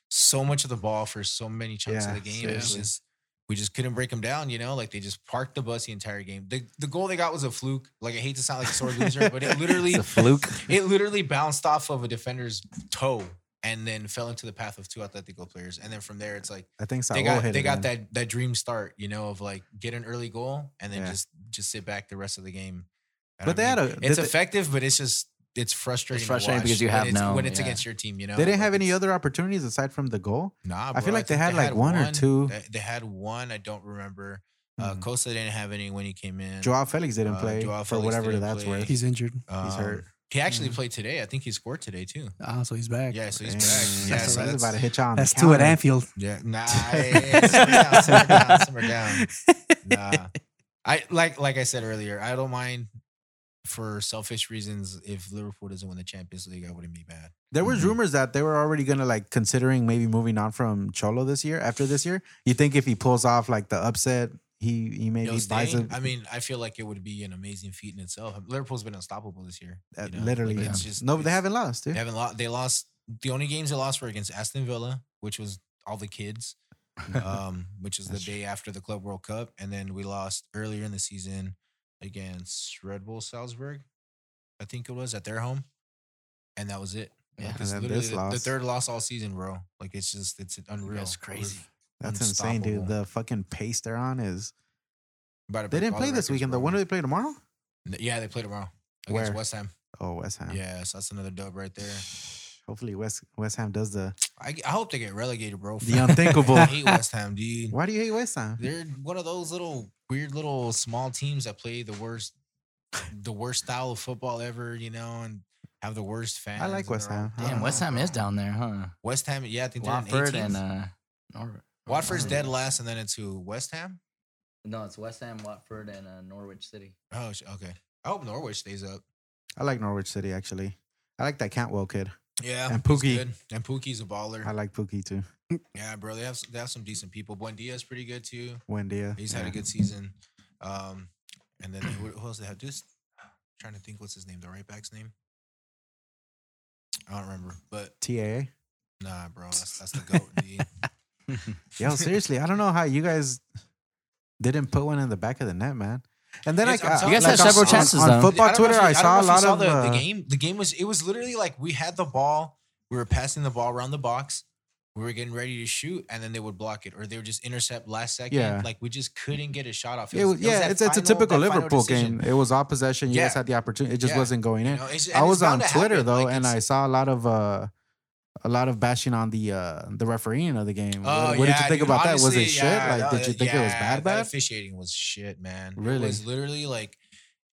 [SPEAKER 4] so much of the ball for so many chunks
[SPEAKER 3] Yeah,
[SPEAKER 4] of the game. It was
[SPEAKER 3] seriously.
[SPEAKER 4] just we just couldn't break them down, you know. Like they just parked the bus the entire game. The the goal they got was a fluke. Like I hate to sound like a sore loser, but it literally
[SPEAKER 2] It's a fluke.
[SPEAKER 4] it literally bounced off of a defender's toe and then fell into the path of two Atletico players. And then from there, it's like
[SPEAKER 3] I think Saul
[SPEAKER 4] they got
[SPEAKER 3] hit
[SPEAKER 4] they
[SPEAKER 3] it
[SPEAKER 4] got
[SPEAKER 3] in.
[SPEAKER 4] that that dream start, you know, of like get an early goal and then
[SPEAKER 3] Yeah.
[SPEAKER 4] just just sit back the rest of the game. And
[SPEAKER 3] But they had a-
[SPEAKER 4] it's
[SPEAKER 3] did they-
[SPEAKER 4] effective, but it's just it's frustrating.
[SPEAKER 2] It's
[SPEAKER 4] to
[SPEAKER 2] frustrating
[SPEAKER 4] watch
[SPEAKER 2] because you
[SPEAKER 4] when
[SPEAKER 2] have
[SPEAKER 4] it's,
[SPEAKER 2] no-
[SPEAKER 4] when it's
[SPEAKER 2] yeah.
[SPEAKER 4] against your team. You know,
[SPEAKER 3] They didn't have
[SPEAKER 4] Like,
[SPEAKER 3] any
[SPEAKER 4] it's-
[SPEAKER 3] other opportunities aside from the goal.
[SPEAKER 4] Nah,
[SPEAKER 3] I feel
[SPEAKER 4] bro,
[SPEAKER 3] like they
[SPEAKER 4] think
[SPEAKER 3] had, like, one or two.
[SPEAKER 4] They, they had one. I don't remember. Uh,
[SPEAKER 3] Hmm.
[SPEAKER 4] Costa didn't have any when he came in.
[SPEAKER 3] Joao Felix didn't
[SPEAKER 4] Uh,
[SPEAKER 3] play
[SPEAKER 4] Joao
[SPEAKER 3] for
[SPEAKER 4] Felix
[SPEAKER 3] whatever
[SPEAKER 4] didn't
[SPEAKER 3] that's
[SPEAKER 4] play.
[SPEAKER 3] worth.
[SPEAKER 5] He's injured.
[SPEAKER 4] Um,
[SPEAKER 3] hurt. Mm-hmm.
[SPEAKER 4] He actually
[SPEAKER 5] Mhm.
[SPEAKER 4] played today. I think he scored today too.
[SPEAKER 5] Ah, so he's back.
[SPEAKER 4] Yeah, so he's
[SPEAKER 3] Damn.
[SPEAKER 4] back. Yeah,
[SPEAKER 3] so
[SPEAKER 4] so
[SPEAKER 3] he's
[SPEAKER 4] that's,
[SPEAKER 3] about to hit you on the
[SPEAKER 5] That's two at
[SPEAKER 3] counter.
[SPEAKER 5] Anfield.
[SPEAKER 4] Yeah, nah. yeah, yeah, simmer down, simmer down, simmer down. Nah. I like like I said earlier, I don't mind for selfish reasons if Liverpool doesn't win the Champions League, I wouldn't be bad.
[SPEAKER 3] There was
[SPEAKER 2] Mhm.
[SPEAKER 3] rumors that they were already gonna like considering maybe moving on from Cholo this year. After this year, you think if he pulls off like the upset, he he maybe
[SPEAKER 4] Yo,
[SPEAKER 3] buys
[SPEAKER 4] staying,
[SPEAKER 3] a
[SPEAKER 4] I mean, I feel like it would be an amazing feat in itself. Liverpool's been unstoppable this year.
[SPEAKER 3] uh,
[SPEAKER 4] you know?
[SPEAKER 3] literally.
[SPEAKER 4] Like,
[SPEAKER 2] yeah.
[SPEAKER 4] it's just
[SPEAKER 3] no, they
[SPEAKER 4] it's-
[SPEAKER 3] haven't lost, dude.
[SPEAKER 4] They haven't lost. They lost. The only games they lost were against Aston Villa, which was all the kids, um, which is the
[SPEAKER 3] That's true.
[SPEAKER 4] day after the Club World Cup, and then we lost earlier in the season against Red Bull Salzburg, I think it was at their home, and that was it.
[SPEAKER 2] Yeah.
[SPEAKER 4] Like,
[SPEAKER 2] And
[SPEAKER 4] it's
[SPEAKER 3] then
[SPEAKER 4] literally
[SPEAKER 3] this
[SPEAKER 4] the, the
[SPEAKER 3] loss.
[SPEAKER 4] third loss all season, bro. Like it's just it's unreal.
[SPEAKER 2] That's
[SPEAKER 4] We're
[SPEAKER 2] crazy.
[SPEAKER 3] That's insane, dude.
[SPEAKER 4] uh, unstoppable.
[SPEAKER 3] The fucking pace they're on is
[SPEAKER 4] about to
[SPEAKER 3] they
[SPEAKER 4] break
[SPEAKER 3] didn't
[SPEAKER 4] all the
[SPEAKER 3] play
[SPEAKER 4] records,
[SPEAKER 3] this weekend though.
[SPEAKER 4] bro.
[SPEAKER 3] When do they play tomorrow?
[SPEAKER 4] N- Yeah, they play tomorrow against
[SPEAKER 3] Where?
[SPEAKER 4] West Ham.
[SPEAKER 3] Oh, West Ham.
[SPEAKER 4] Yeah, so that's another dub right there.
[SPEAKER 3] Hopefully West West Ham does the
[SPEAKER 4] I, I hope they get relegated, bro.
[SPEAKER 3] The unthinkable.
[SPEAKER 4] I hate West Ham, dude.
[SPEAKER 3] Why do you hate West Ham?
[SPEAKER 4] They're one of those little weird little small teams that play the worst, the worst style of football ever, you know, and have the worst fans.
[SPEAKER 3] I like
[SPEAKER 4] and
[SPEAKER 3] West
[SPEAKER 4] they're all-
[SPEAKER 3] Ham. I
[SPEAKER 2] Damn,
[SPEAKER 3] don't
[SPEAKER 2] West
[SPEAKER 3] know.
[SPEAKER 2] Ham is down there, huh?
[SPEAKER 4] West Ham, yeah, I think they're in
[SPEAKER 2] Watford
[SPEAKER 4] 18th.
[SPEAKER 2] and uh, Nor-
[SPEAKER 4] Watford's
[SPEAKER 2] Norwich.
[SPEAKER 4] dead last, and then into West Ham.
[SPEAKER 2] No, it's West Ham, Watford, and uh, Norwich City.
[SPEAKER 4] Oh, sh- okay. I hope Norwich stays up.
[SPEAKER 3] I like Norwich City actually. I like that Cantwell kid.
[SPEAKER 4] Yeah,
[SPEAKER 3] And
[SPEAKER 4] he's
[SPEAKER 3] Pookie.
[SPEAKER 4] good. and Pookie's a baller.
[SPEAKER 3] I like Pookie too.
[SPEAKER 4] yeah, bro, they have s- they have some decent people. Buendia's pretty good too.
[SPEAKER 3] Wendia.
[SPEAKER 4] He's had a
[SPEAKER 3] Yeah.
[SPEAKER 4] good season. Um, and then who, who else they have? Just trying to think what's his name, the right back's name. I don't remember, but
[SPEAKER 3] TAA.
[SPEAKER 4] nah, bro, that's, that's the goat. dude.
[SPEAKER 3] Yo, seriously, I don't know how you guys didn't put one in the back of the net, man. And then
[SPEAKER 4] It's-
[SPEAKER 3] I,
[SPEAKER 4] I'm
[SPEAKER 3] I
[SPEAKER 4] telling you guys
[SPEAKER 3] like,
[SPEAKER 4] had
[SPEAKER 3] on-
[SPEAKER 4] several
[SPEAKER 3] on-
[SPEAKER 2] chances,
[SPEAKER 3] on,
[SPEAKER 2] though.
[SPEAKER 3] football
[SPEAKER 4] I don't know if
[SPEAKER 3] Twitter.
[SPEAKER 4] you-
[SPEAKER 3] I
[SPEAKER 4] don't
[SPEAKER 3] saw
[SPEAKER 4] know
[SPEAKER 3] a
[SPEAKER 4] if you
[SPEAKER 3] lot of
[SPEAKER 4] the,
[SPEAKER 3] uh,
[SPEAKER 4] the game. The game was it was literally like we had the ball, we were passing the ball around the box, we were getting ready to shoot, and then they would block it or they would just intercept last second.
[SPEAKER 3] Yeah.
[SPEAKER 4] Like we just couldn't get a shot off.
[SPEAKER 3] It was,
[SPEAKER 4] that
[SPEAKER 3] yeah, it's, it's a
[SPEAKER 4] final-
[SPEAKER 3] typical
[SPEAKER 4] that final
[SPEAKER 3] Liverpool
[SPEAKER 4] decision.
[SPEAKER 3] game. It was all possession. You guys
[SPEAKER 4] Yeah.
[SPEAKER 3] had the opportunity. It just
[SPEAKER 4] Yeah.
[SPEAKER 3] wasn't going in.
[SPEAKER 4] You know, it's- and
[SPEAKER 3] I
[SPEAKER 4] it's
[SPEAKER 3] was on
[SPEAKER 4] bound to
[SPEAKER 3] Twitter
[SPEAKER 4] happen.
[SPEAKER 3] though,
[SPEAKER 4] Like,
[SPEAKER 3] and
[SPEAKER 4] it's-
[SPEAKER 3] I saw a lot of uh, a lot of bashing on the uh, the refereeing of the game. what what did you
[SPEAKER 4] Oh, yeah,
[SPEAKER 3] think
[SPEAKER 4] dude.
[SPEAKER 3] about that? Was
[SPEAKER 4] Honestly,
[SPEAKER 3] it shit?
[SPEAKER 4] yeah,
[SPEAKER 3] Like,
[SPEAKER 4] no,
[SPEAKER 3] did you think it was
[SPEAKER 4] yeah,
[SPEAKER 3] bad?
[SPEAKER 4] That
[SPEAKER 3] Bad?
[SPEAKER 4] officiating was shit, man. It
[SPEAKER 3] Really?
[SPEAKER 4] was literally like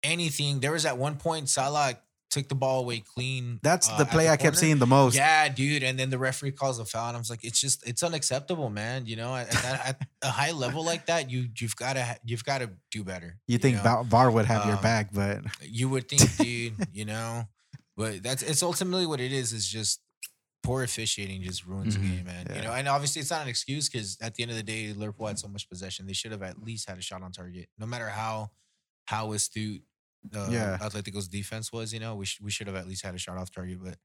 [SPEAKER 4] anything. There was at one point Salah took the ball away clean.
[SPEAKER 3] That's
[SPEAKER 4] uh,
[SPEAKER 3] the
[SPEAKER 4] at
[SPEAKER 3] play I kept
[SPEAKER 4] corner.
[SPEAKER 3] seeing the most.
[SPEAKER 4] Yeah, dude. And then the referee calls a foul, and I was like, it's just it's unacceptable, man. You know, at, at that, at a high level like that, you you've got to you've got to do better.
[SPEAKER 3] You think
[SPEAKER 4] know?
[SPEAKER 3] Var VAR would have your
[SPEAKER 4] Um,
[SPEAKER 3] back, but
[SPEAKER 4] you would think, dude, you know, but that's it's ultimately what it is. Is just poor officiating just ruins the
[SPEAKER 2] Mhm,
[SPEAKER 4] game, man. You
[SPEAKER 3] Mm-hmm. yeah.
[SPEAKER 4] know, and obviously it's not an excuse because at the end of the day, Liverpool had so much possession. They should have at least had a shot on target, no matter how how astute. Uh,
[SPEAKER 3] Yeah.
[SPEAKER 4] Atletico's defense was, you know, we sh- we should have at least had a shot off target, but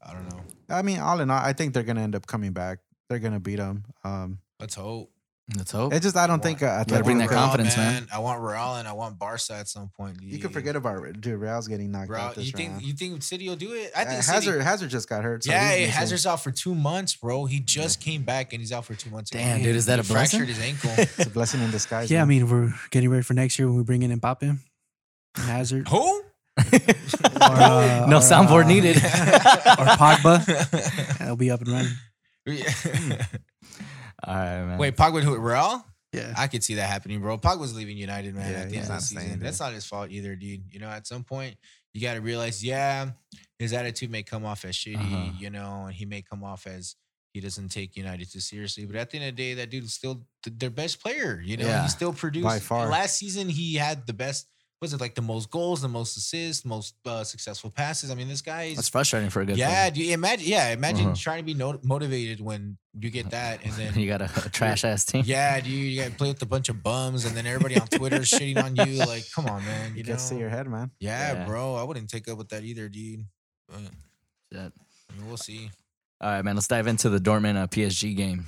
[SPEAKER 4] I don't know.
[SPEAKER 3] I mean, all in all, I think they're gonna end up coming back. They're gonna beat them. Um,
[SPEAKER 4] Let's hope.
[SPEAKER 2] Let's
[SPEAKER 4] Oh,
[SPEAKER 2] hope.
[SPEAKER 3] it's just I don't think uh,
[SPEAKER 4] I
[SPEAKER 2] gotta
[SPEAKER 3] Atletico.
[SPEAKER 2] bring
[SPEAKER 4] want
[SPEAKER 2] that
[SPEAKER 4] Real,
[SPEAKER 2] confidence, man.
[SPEAKER 4] I want Real and I want Barca at some point.
[SPEAKER 3] You can forget about it. dude. Real's getting knocked
[SPEAKER 4] Real.
[SPEAKER 3] out this
[SPEAKER 4] You think
[SPEAKER 3] round.
[SPEAKER 4] you think City will do it? I
[SPEAKER 3] Uh,
[SPEAKER 4] think City-
[SPEAKER 3] Hazard Hazard just got hurt. So
[SPEAKER 4] yeah,
[SPEAKER 3] he's
[SPEAKER 4] hey,
[SPEAKER 3] missing-
[SPEAKER 4] Hazard's out for two months, bro. He just came back and he's out for two months.
[SPEAKER 2] Damn, dude, is that a
[SPEAKER 4] he
[SPEAKER 2] blessing?
[SPEAKER 4] Fractured his ankle.
[SPEAKER 3] It's a blessing in disguise.
[SPEAKER 5] Yeah, I
[SPEAKER 3] man.
[SPEAKER 5] mean, we're getting ready for next year when we bring in Mbappe, Hazard, or,
[SPEAKER 4] Who?
[SPEAKER 5] uh,
[SPEAKER 2] no
[SPEAKER 5] or,
[SPEAKER 2] soundboard
[SPEAKER 5] uh,
[SPEAKER 2] needed.
[SPEAKER 5] or Pogba. It'll be up and running.
[SPEAKER 2] Hmm. All right, man.
[SPEAKER 4] Wait, Pogba to Real?
[SPEAKER 5] Yeah.
[SPEAKER 4] I could see that happening, bro. Pogba's leaving United, man.
[SPEAKER 3] Yeah,
[SPEAKER 4] at the
[SPEAKER 3] he's
[SPEAKER 4] end of
[SPEAKER 3] not
[SPEAKER 4] the season.
[SPEAKER 3] staying, dude.
[SPEAKER 4] That's not his fault either, dude. You know, at some point, you got to realize, yeah, his attitude may come off as shitty,
[SPEAKER 2] Uh-huh.
[SPEAKER 4] you know, and he may come off as he doesn't take United too seriously. But at the end of the day, that dude's still th- their best player. You know,
[SPEAKER 2] Yeah.
[SPEAKER 4] he still produced.
[SPEAKER 3] far.
[SPEAKER 4] Last season, he had the best. Was it like the most goals, the most assists, most uh, successful passes? I mean, this guy is
[SPEAKER 2] That's frustrating for a good
[SPEAKER 4] yeah.
[SPEAKER 2] player.
[SPEAKER 4] Do you imagine? Yeah, imagine
[SPEAKER 2] Uh-huh.
[SPEAKER 4] trying to be no- motivated when you get that, and then
[SPEAKER 2] you got a, trash ass team.
[SPEAKER 4] yeah, dude, you got to play with a bunch of bums, and then everybody on Twitter is shitting on you. Like, come on, man. You
[SPEAKER 3] it gets to
[SPEAKER 4] know?
[SPEAKER 3] your head, man.
[SPEAKER 4] Yeah,
[SPEAKER 2] Yeah.
[SPEAKER 4] bro, I wouldn't take up with that either, dude. But
[SPEAKER 2] Shit.
[SPEAKER 4] I mean, we'll see.
[SPEAKER 2] All right, man. Let's dive into the Dortmund uh, PSG game.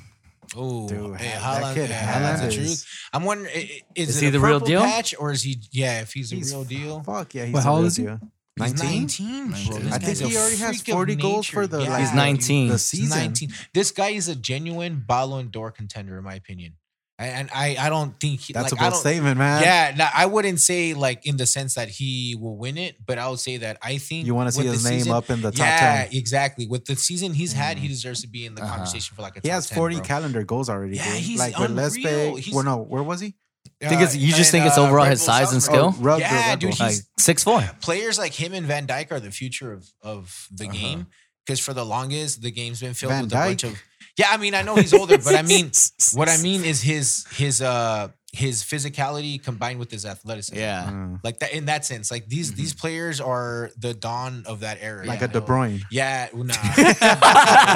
[SPEAKER 4] Oh,
[SPEAKER 3] Dude,
[SPEAKER 4] hey,
[SPEAKER 3] that
[SPEAKER 4] Haaland,
[SPEAKER 3] kid,
[SPEAKER 4] yeah, that's
[SPEAKER 3] Haaland
[SPEAKER 4] the
[SPEAKER 3] is-
[SPEAKER 4] truth. I'm wondering, i- i- is,
[SPEAKER 2] Is
[SPEAKER 4] it
[SPEAKER 2] he
[SPEAKER 4] a
[SPEAKER 2] the real
[SPEAKER 4] purple
[SPEAKER 2] deal?
[SPEAKER 4] Patch or is he? Yeah, if he's the
[SPEAKER 3] He's
[SPEAKER 4] real deal.
[SPEAKER 3] Fuck yeah, he's
[SPEAKER 5] Wait,
[SPEAKER 3] a
[SPEAKER 5] how old
[SPEAKER 3] real
[SPEAKER 5] is he?
[SPEAKER 3] deal.
[SPEAKER 4] He's
[SPEAKER 3] 19?
[SPEAKER 4] 19, bro.
[SPEAKER 2] 19.
[SPEAKER 4] This
[SPEAKER 2] I
[SPEAKER 4] guy's
[SPEAKER 2] think
[SPEAKER 4] a
[SPEAKER 2] he
[SPEAKER 3] already has
[SPEAKER 4] freak of
[SPEAKER 3] 40 goals for
[SPEAKER 4] nature.
[SPEAKER 3] the
[SPEAKER 4] Yeah,
[SPEAKER 3] last-
[SPEAKER 2] He's
[SPEAKER 4] dude.
[SPEAKER 2] 19.
[SPEAKER 3] The
[SPEAKER 4] He's
[SPEAKER 3] season.
[SPEAKER 4] 19. This guy is a genuine Ballon d'Or contender, in my opinion. And and I, I don't think he,
[SPEAKER 3] That's
[SPEAKER 4] like,
[SPEAKER 3] a
[SPEAKER 4] I
[SPEAKER 3] bold
[SPEAKER 4] don't,
[SPEAKER 3] statement, man.
[SPEAKER 4] Yeah, no, I wouldn't say like in the sense that he will win it, but I would say that I think
[SPEAKER 3] You want to see
[SPEAKER 4] with
[SPEAKER 3] his
[SPEAKER 4] the
[SPEAKER 3] name
[SPEAKER 4] season-
[SPEAKER 3] up in the top
[SPEAKER 4] yeah,
[SPEAKER 3] 10.
[SPEAKER 4] exactly. With the season he's had, he deserves to be in the
[SPEAKER 2] Uh-huh.
[SPEAKER 4] conversation for like a.
[SPEAKER 3] He
[SPEAKER 4] top
[SPEAKER 3] has
[SPEAKER 4] 10,
[SPEAKER 3] 40
[SPEAKER 4] bro.
[SPEAKER 3] calendar goals already.
[SPEAKER 4] Yeah,
[SPEAKER 3] dude.
[SPEAKER 4] he's
[SPEAKER 3] like with
[SPEAKER 4] unreal.
[SPEAKER 3] Lespe.
[SPEAKER 4] He's-
[SPEAKER 3] Well, no, where was he?
[SPEAKER 4] Uh,
[SPEAKER 2] Think it's- you just think it's overall
[SPEAKER 4] Red
[SPEAKER 2] his
[SPEAKER 4] Bull
[SPEAKER 2] size and
[SPEAKER 4] Salzburg.
[SPEAKER 2] skill?
[SPEAKER 3] Oh, Red Bull,
[SPEAKER 4] yeah,
[SPEAKER 3] Red
[SPEAKER 4] dude,
[SPEAKER 3] Bull.
[SPEAKER 2] Like
[SPEAKER 4] he's
[SPEAKER 2] six four.
[SPEAKER 4] players like him and Van Dyke are the future of of the
[SPEAKER 2] Uh-huh.
[SPEAKER 4] game because for the longest the game's been filled
[SPEAKER 3] Van
[SPEAKER 4] with a bunch
[SPEAKER 3] Dijk?
[SPEAKER 4] of. Yeah, I mean, I know he's older, but I mean, what I mean is his his uh his physicality combined with his athleticism.
[SPEAKER 2] Yeah.
[SPEAKER 3] Mm.
[SPEAKER 4] Like that in that sense, like these these players are the dawn of that era.
[SPEAKER 3] like
[SPEAKER 4] you
[SPEAKER 3] a De
[SPEAKER 4] know?
[SPEAKER 3] Bruyne.
[SPEAKER 4] Yeah, nah.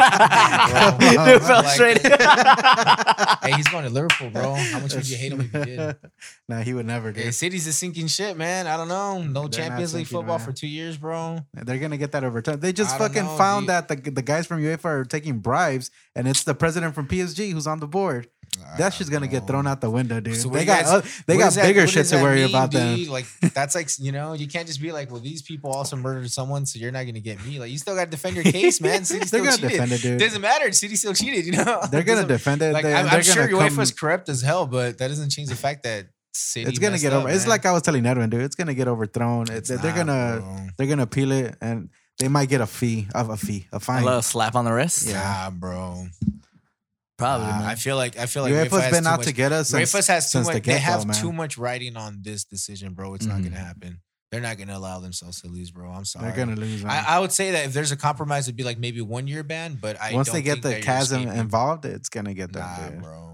[SPEAKER 3] Dude fell
[SPEAKER 4] straight.
[SPEAKER 2] Like-
[SPEAKER 4] hey, he's going to Liverpool, bro. How much would you hate him if you did?
[SPEAKER 3] nah, he would never.
[SPEAKER 4] Hey,
[SPEAKER 3] Dude.
[SPEAKER 4] City's a sinking ship, man. I don't know. No
[SPEAKER 3] They're not
[SPEAKER 4] Champions League
[SPEAKER 3] sinking,
[SPEAKER 4] football
[SPEAKER 3] man.
[SPEAKER 4] for two years, bro.
[SPEAKER 3] They're gonna get that over time. They just
[SPEAKER 4] I don't
[SPEAKER 3] fucking
[SPEAKER 4] know,
[SPEAKER 3] found
[SPEAKER 4] dude.
[SPEAKER 3] that the the guys from UEFA are taking bribes, and it's the president from PSG who's on the board. That shit's gonna get thrown out the window, dude.
[SPEAKER 4] So what
[SPEAKER 3] they
[SPEAKER 4] do you
[SPEAKER 3] got
[SPEAKER 4] guys-
[SPEAKER 3] oth- they
[SPEAKER 4] What
[SPEAKER 3] got
[SPEAKER 4] does that-
[SPEAKER 3] bigger
[SPEAKER 4] what
[SPEAKER 3] shit
[SPEAKER 4] does
[SPEAKER 3] to
[SPEAKER 4] that
[SPEAKER 3] worry
[SPEAKER 4] mean,
[SPEAKER 3] about than
[SPEAKER 4] dude? Like that's like you know you can't just be like, well, these people also murdered someone, so you're not gonna get me. Like you still got to defend your case, man. City
[SPEAKER 3] They're
[SPEAKER 4] still
[SPEAKER 3] gonna
[SPEAKER 4] cheated.
[SPEAKER 3] defend it, dude.
[SPEAKER 4] Doesn't matter. City still cheated. You know
[SPEAKER 3] They're gonna
[SPEAKER 4] Doesn't-
[SPEAKER 3] defend it.
[SPEAKER 4] Like
[SPEAKER 3] they,
[SPEAKER 4] I'm,
[SPEAKER 3] they're
[SPEAKER 4] I'm sure
[SPEAKER 3] gonna
[SPEAKER 4] UEFA
[SPEAKER 3] come,
[SPEAKER 4] was corrupt as hell, but that doesn't change the fact that City.
[SPEAKER 3] It's gonna
[SPEAKER 4] messed
[SPEAKER 3] get
[SPEAKER 4] up,
[SPEAKER 3] over. It's
[SPEAKER 4] man.
[SPEAKER 3] like I was telling Edwin, dude. It's gonna get overthrown. It's,
[SPEAKER 4] It's
[SPEAKER 3] they're
[SPEAKER 4] not,
[SPEAKER 3] gonna
[SPEAKER 4] bro.
[SPEAKER 3] they're gonna peel it, and they might get a fee of a fee a
[SPEAKER 2] A
[SPEAKER 3] fine.
[SPEAKER 2] little slap on the wrist.
[SPEAKER 3] Yeah.
[SPEAKER 4] Nah, bro.
[SPEAKER 2] Probably.
[SPEAKER 4] Nah,
[SPEAKER 2] man.
[SPEAKER 4] I feel like I feel like UEFA has
[SPEAKER 3] UEFA's E been
[SPEAKER 4] too
[SPEAKER 3] out
[SPEAKER 4] much-
[SPEAKER 3] to get us. Since,
[SPEAKER 4] Rayfus has too
[SPEAKER 3] since
[SPEAKER 4] much.
[SPEAKER 3] the
[SPEAKER 4] they
[SPEAKER 3] get-go,
[SPEAKER 4] have
[SPEAKER 3] man. Mm-hmm.
[SPEAKER 4] too much writing on this decision, bro. It's not
[SPEAKER 2] Mhm.
[SPEAKER 4] gonna happen. They're not gonna allow themselves to lose, bro. I'm sorry.
[SPEAKER 3] They're gonna lose. man.
[SPEAKER 4] I, I would say that if there's a compromise, it'd be like maybe one year ban. But I
[SPEAKER 3] Once
[SPEAKER 4] don't
[SPEAKER 3] they get
[SPEAKER 4] think
[SPEAKER 3] the
[SPEAKER 4] that you're
[SPEAKER 3] chasm
[SPEAKER 4] escaping.
[SPEAKER 3] involved, it's gonna get done.
[SPEAKER 4] nah,
[SPEAKER 3] dude.
[SPEAKER 4] bro.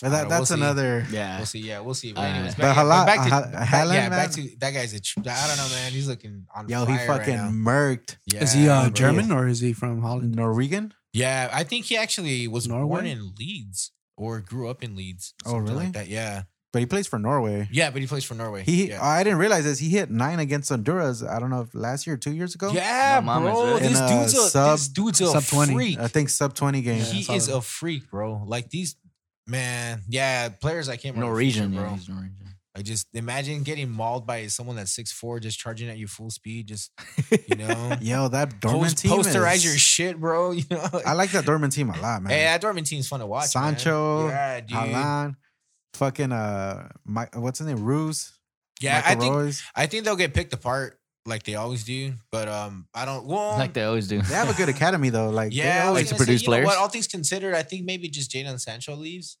[SPEAKER 3] But that,
[SPEAKER 4] Alright, we'll
[SPEAKER 3] that's
[SPEAKER 4] see.
[SPEAKER 3] another.
[SPEAKER 2] yeah.
[SPEAKER 4] We'll see. Yeah, we'll see. But
[SPEAKER 2] Uh,
[SPEAKER 4] anyways, back,
[SPEAKER 3] But
[SPEAKER 4] yeah,
[SPEAKER 3] Hala-
[SPEAKER 4] back to
[SPEAKER 3] Ha-
[SPEAKER 4] back-
[SPEAKER 3] Haaland,
[SPEAKER 4] yeah, back
[SPEAKER 3] man.
[SPEAKER 4] to that guy's a. Tr- I don't know, man. He's looking on
[SPEAKER 3] Yo,
[SPEAKER 4] fire
[SPEAKER 3] he fucking
[SPEAKER 4] right now.
[SPEAKER 3] murked
[SPEAKER 4] Yeah,
[SPEAKER 5] Is he uh,
[SPEAKER 4] bro.
[SPEAKER 5] German or is he from Holland?
[SPEAKER 3] Norwegian.
[SPEAKER 4] Yeah, I think he actually was born
[SPEAKER 5] Norway?
[SPEAKER 4] in Leeds or grew up in Leeds.
[SPEAKER 3] Oh,
[SPEAKER 4] something
[SPEAKER 3] really?
[SPEAKER 4] Like that. Yeah,
[SPEAKER 3] But he plays for Norway.
[SPEAKER 4] yeah, but he plays for Norway.
[SPEAKER 3] He, uh,
[SPEAKER 4] yeah.
[SPEAKER 3] I didn't realize this. He hit nine against Honduras. I don't know if last year, or two years ago.
[SPEAKER 4] Yeah,
[SPEAKER 2] My mama's
[SPEAKER 4] bro.
[SPEAKER 2] right.
[SPEAKER 4] This
[SPEAKER 3] In a
[SPEAKER 4] dude's a
[SPEAKER 3] sub- uh,
[SPEAKER 4] this dude's a
[SPEAKER 5] sub 20.
[SPEAKER 4] freak.
[SPEAKER 3] I think sub twenty games.
[SPEAKER 4] he is a freak, bro. Like these, man. Yeah, players I can't remember.
[SPEAKER 2] Norwegian,
[SPEAKER 4] bro.
[SPEAKER 2] yeah, he's Norwegian.
[SPEAKER 4] I just imagine getting mauled by someone that's six four, just charging at you full speed, just you know,
[SPEAKER 3] Yo, that Dortmund
[SPEAKER 4] post,
[SPEAKER 3] team.
[SPEAKER 4] posterize
[SPEAKER 3] is-
[SPEAKER 4] your shit, bro. You know,
[SPEAKER 3] I like that Dortmund team a lot, man.
[SPEAKER 4] hey, that Dortmund team's fun to watch. man.
[SPEAKER 3] Sancho,
[SPEAKER 4] yeah, dude.
[SPEAKER 3] Haaland, fucking uh, Mike, what's his name? Ruse.
[SPEAKER 4] yeah. I
[SPEAKER 3] Michael
[SPEAKER 4] think
[SPEAKER 3] Royce.
[SPEAKER 4] I think they'll get picked apart like they always do, but um, I don't. Well,
[SPEAKER 2] Like they always do.
[SPEAKER 3] they have a good academy though. Like they
[SPEAKER 4] Yeah, I was
[SPEAKER 3] always-
[SPEAKER 2] Like to
[SPEAKER 4] gonna say,
[SPEAKER 2] produce
[SPEAKER 4] you know what,
[SPEAKER 2] players?
[SPEAKER 4] all things considered, I think maybe just Jadon Sancho leaves,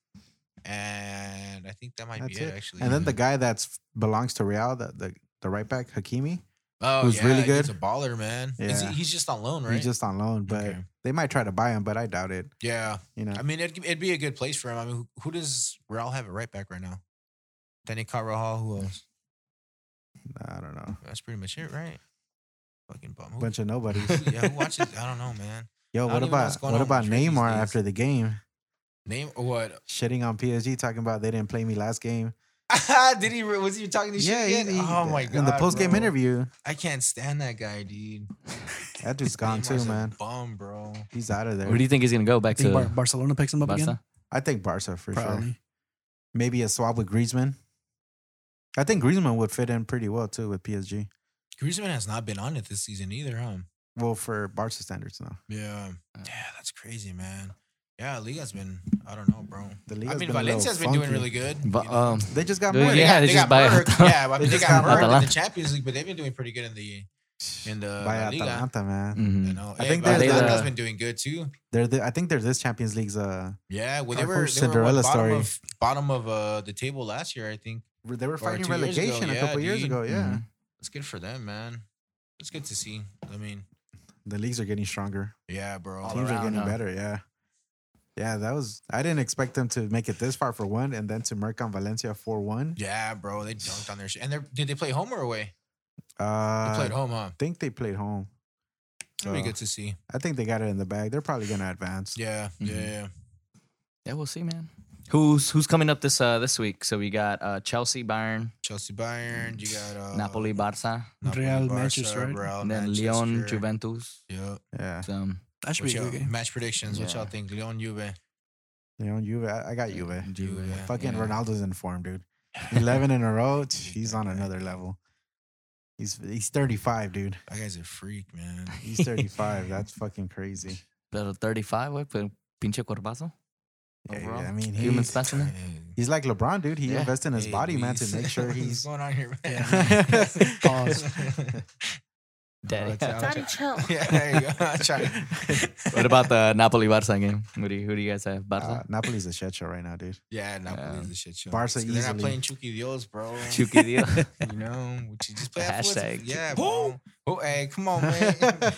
[SPEAKER 4] and I think that might
[SPEAKER 3] That's
[SPEAKER 4] be it,
[SPEAKER 3] it.
[SPEAKER 4] actually.
[SPEAKER 3] and then the guy that's belongs to Real, the the, the right back Hakimi,
[SPEAKER 4] oh,
[SPEAKER 3] who's really
[SPEAKER 4] He's a
[SPEAKER 3] good.
[SPEAKER 4] baller, man. Is he-
[SPEAKER 3] Yeah.
[SPEAKER 4] he's just on loan, right?
[SPEAKER 3] he's just on loan, but
[SPEAKER 4] Okay.
[SPEAKER 3] they might try to buy him, but I doubt it.
[SPEAKER 4] yeah.
[SPEAKER 3] You know,
[SPEAKER 4] I mean, it'd, it'd be a good place for him. I mean, who, who does Real have at right back right now? Danny Carvajal. Who else?
[SPEAKER 3] I don't know,
[SPEAKER 4] That's pretty much it, right? Fucking bum. Who,
[SPEAKER 3] bunch of nobodies.
[SPEAKER 4] who- yeah, who watches? Oh. I don't know, man.
[SPEAKER 3] Yo,
[SPEAKER 4] I
[SPEAKER 3] what
[SPEAKER 4] don't even know
[SPEAKER 3] about
[SPEAKER 4] what's going
[SPEAKER 3] what
[SPEAKER 4] on
[SPEAKER 3] about
[SPEAKER 4] with Madrid these
[SPEAKER 3] Neymar
[SPEAKER 4] days.
[SPEAKER 3] after the game
[SPEAKER 4] Name what?
[SPEAKER 3] shitting on PSG, talking about they didn't play me last game?
[SPEAKER 4] Did he? re- Was he talking to shit?
[SPEAKER 3] he-
[SPEAKER 4] again?
[SPEAKER 3] he-
[SPEAKER 4] oh my god!
[SPEAKER 3] In the post game
[SPEAKER 4] bro.
[SPEAKER 3] interview,
[SPEAKER 4] I can't stand that guy, dude.
[SPEAKER 3] that dude's gone
[SPEAKER 4] Neymar's
[SPEAKER 3] too,
[SPEAKER 4] a
[SPEAKER 3] man.
[SPEAKER 4] Bum, bro.
[SPEAKER 3] He's out of there.
[SPEAKER 2] Where do you think he's gonna go
[SPEAKER 5] I
[SPEAKER 2] back
[SPEAKER 5] think
[SPEAKER 2] to?
[SPEAKER 5] Bar- Barcelona picks him up
[SPEAKER 2] Barca?
[SPEAKER 5] again.
[SPEAKER 3] I think Barca for sure.
[SPEAKER 5] Probably.
[SPEAKER 3] Maybe a swap with Griezmann. I think Griezmann would fit in pretty well too with PSG.
[SPEAKER 4] Griezmann has not been on it this season either, huh?
[SPEAKER 3] Well, for Barca standards, no.
[SPEAKER 4] Yeah.
[SPEAKER 2] Uh.
[SPEAKER 4] Yeah, that's crazy, man. Yeah, Liga's been, I don't know, bro.
[SPEAKER 3] The league
[SPEAKER 4] I
[SPEAKER 3] has
[SPEAKER 4] mean,
[SPEAKER 3] been a little
[SPEAKER 4] Valencia's been doing
[SPEAKER 3] funky.
[SPEAKER 4] really good.
[SPEAKER 2] But
[SPEAKER 4] you know.
[SPEAKER 2] um,
[SPEAKER 3] They just got
[SPEAKER 2] Dude,
[SPEAKER 3] murdered.
[SPEAKER 2] yeah, they just
[SPEAKER 4] got
[SPEAKER 2] buy-
[SPEAKER 4] murked. Yeah, I mean,
[SPEAKER 3] They
[SPEAKER 4] they
[SPEAKER 3] just
[SPEAKER 4] got
[SPEAKER 3] got
[SPEAKER 4] murked in
[SPEAKER 2] Atalanta.
[SPEAKER 4] the Champions League, but they've been doing pretty good in the in the
[SPEAKER 3] by
[SPEAKER 4] La Liga.
[SPEAKER 3] Atalanta, man.
[SPEAKER 4] You
[SPEAKER 2] mhm.
[SPEAKER 4] know,
[SPEAKER 3] I
[SPEAKER 4] I
[SPEAKER 3] think
[SPEAKER 4] think
[SPEAKER 3] they're
[SPEAKER 2] the-
[SPEAKER 4] Atalanta's been doing good too.
[SPEAKER 3] They're the, I think they're this Champions League's uh
[SPEAKER 4] Yeah, well, they
[SPEAKER 3] Dark
[SPEAKER 4] were,
[SPEAKER 3] horse
[SPEAKER 4] they were what,
[SPEAKER 3] Cinderella
[SPEAKER 4] bottom
[SPEAKER 3] story.
[SPEAKER 4] of bottom of uh, the table last year, I think.
[SPEAKER 3] they were fighting
[SPEAKER 4] two years ago,
[SPEAKER 3] relegation a
[SPEAKER 4] yeah,
[SPEAKER 3] couple years
[SPEAKER 4] dude. Mm-hmm.
[SPEAKER 3] ago, yeah.
[SPEAKER 2] Mhm.
[SPEAKER 4] It's good for them, man. It's good to see. I mean,
[SPEAKER 3] The leagues are getting stronger.
[SPEAKER 4] yeah, bro.
[SPEAKER 2] All
[SPEAKER 3] Teams are
[SPEAKER 2] around,
[SPEAKER 3] getting
[SPEAKER 2] huh?
[SPEAKER 3] better, yeah. Yeah, that was I didn't expect them to make it this far for one and then to murk on Valencia for one.
[SPEAKER 4] Yeah, bro. They dunked on their shit. And they did they play home or away? They
[SPEAKER 3] Uh
[SPEAKER 4] played home, huh?
[SPEAKER 3] I think they played home.
[SPEAKER 4] That'd be
[SPEAKER 3] So,
[SPEAKER 4] good to see.
[SPEAKER 3] I think they got it in the bag. They're probably gonna advance.
[SPEAKER 4] Yeah,
[SPEAKER 2] Mhm.
[SPEAKER 4] yeah, yeah.
[SPEAKER 2] Yeah, we'll see, man. Who's who's coming up this uh this week? So we got uh Chelsea, Bayern,
[SPEAKER 4] Chelsea, Bayern. You got uh,
[SPEAKER 2] Napoli, Barca,
[SPEAKER 4] Napoli,
[SPEAKER 5] Real,
[SPEAKER 4] Barca,
[SPEAKER 5] Manchester, right?
[SPEAKER 4] Real,
[SPEAKER 2] and then Lyon,
[SPEAKER 4] Manchester.
[SPEAKER 2] Juventus.
[SPEAKER 4] Oh,
[SPEAKER 2] um,
[SPEAKER 4] Yeah.
[SPEAKER 3] Yeah.
[SPEAKER 2] So
[SPEAKER 5] That should
[SPEAKER 4] What
[SPEAKER 5] be a
[SPEAKER 4] y'all-
[SPEAKER 5] good game.
[SPEAKER 4] match predictions. What
[SPEAKER 2] Yeah.
[SPEAKER 4] y'all think? Lyon, Juve.
[SPEAKER 3] You know, Juve. I, I got Juve.
[SPEAKER 4] Juve,
[SPEAKER 3] Fucking
[SPEAKER 2] yeah.
[SPEAKER 3] Ronaldo's in form, dude. Eleven in a row. He's on another level. He's he's thirty five, dude.
[SPEAKER 4] That guy's a freak, man.
[SPEAKER 3] He's 35. That's fucking crazy.
[SPEAKER 2] Pero 35, güey, pero pinche cuerpazo.
[SPEAKER 3] Yeah,
[SPEAKER 2] Overall.
[SPEAKER 3] I mean,
[SPEAKER 2] Human
[SPEAKER 3] he's,
[SPEAKER 2] specimen.
[SPEAKER 3] he's like LeBron, dude. He
[SPEAKER 2] Yeah.
[SPEAKER 3] invests in his
[SPEAKER 4] Hey,
[SPEAKER 3] body, man,
[SPEAKER 4] Luis.
[SPEAKER 3] to make sure
[SPEAKER 4] what's
[SPEAKER 3] he's.
[SPEAKER 4] going on here, man.
[SPEAKER 5] Pause.
[SPEAKER 2] Daddy.
[SPEAKER 4] Daddy, chill. Yeah, there you go. I'm trying-
[SPEAKER 2] what about the Napoli Barca game? Who do you, who do you guys have?
[SPEAKER 3] Uh,
[SPEAKER 2] Barca?
[SPEAKER 3] Napoli's a shit show right now, dude.
[SPEAKER 4] Yeah, Napoli is the shit show.
[SPEAKER 3] Barca
[SPEAKER 4] They're not
[SPEAKER 3] easily.
[SPEAKER 4] playing Chucky Dios, bro.
[SPEAKER 2] Chucky deal.
[SPEAKER 4] you know, which you just play afterwards.
[SPEAKER 2] Hashtag.
[SPEAKER 4] Yeah, bro. Oh, hey, come on, man.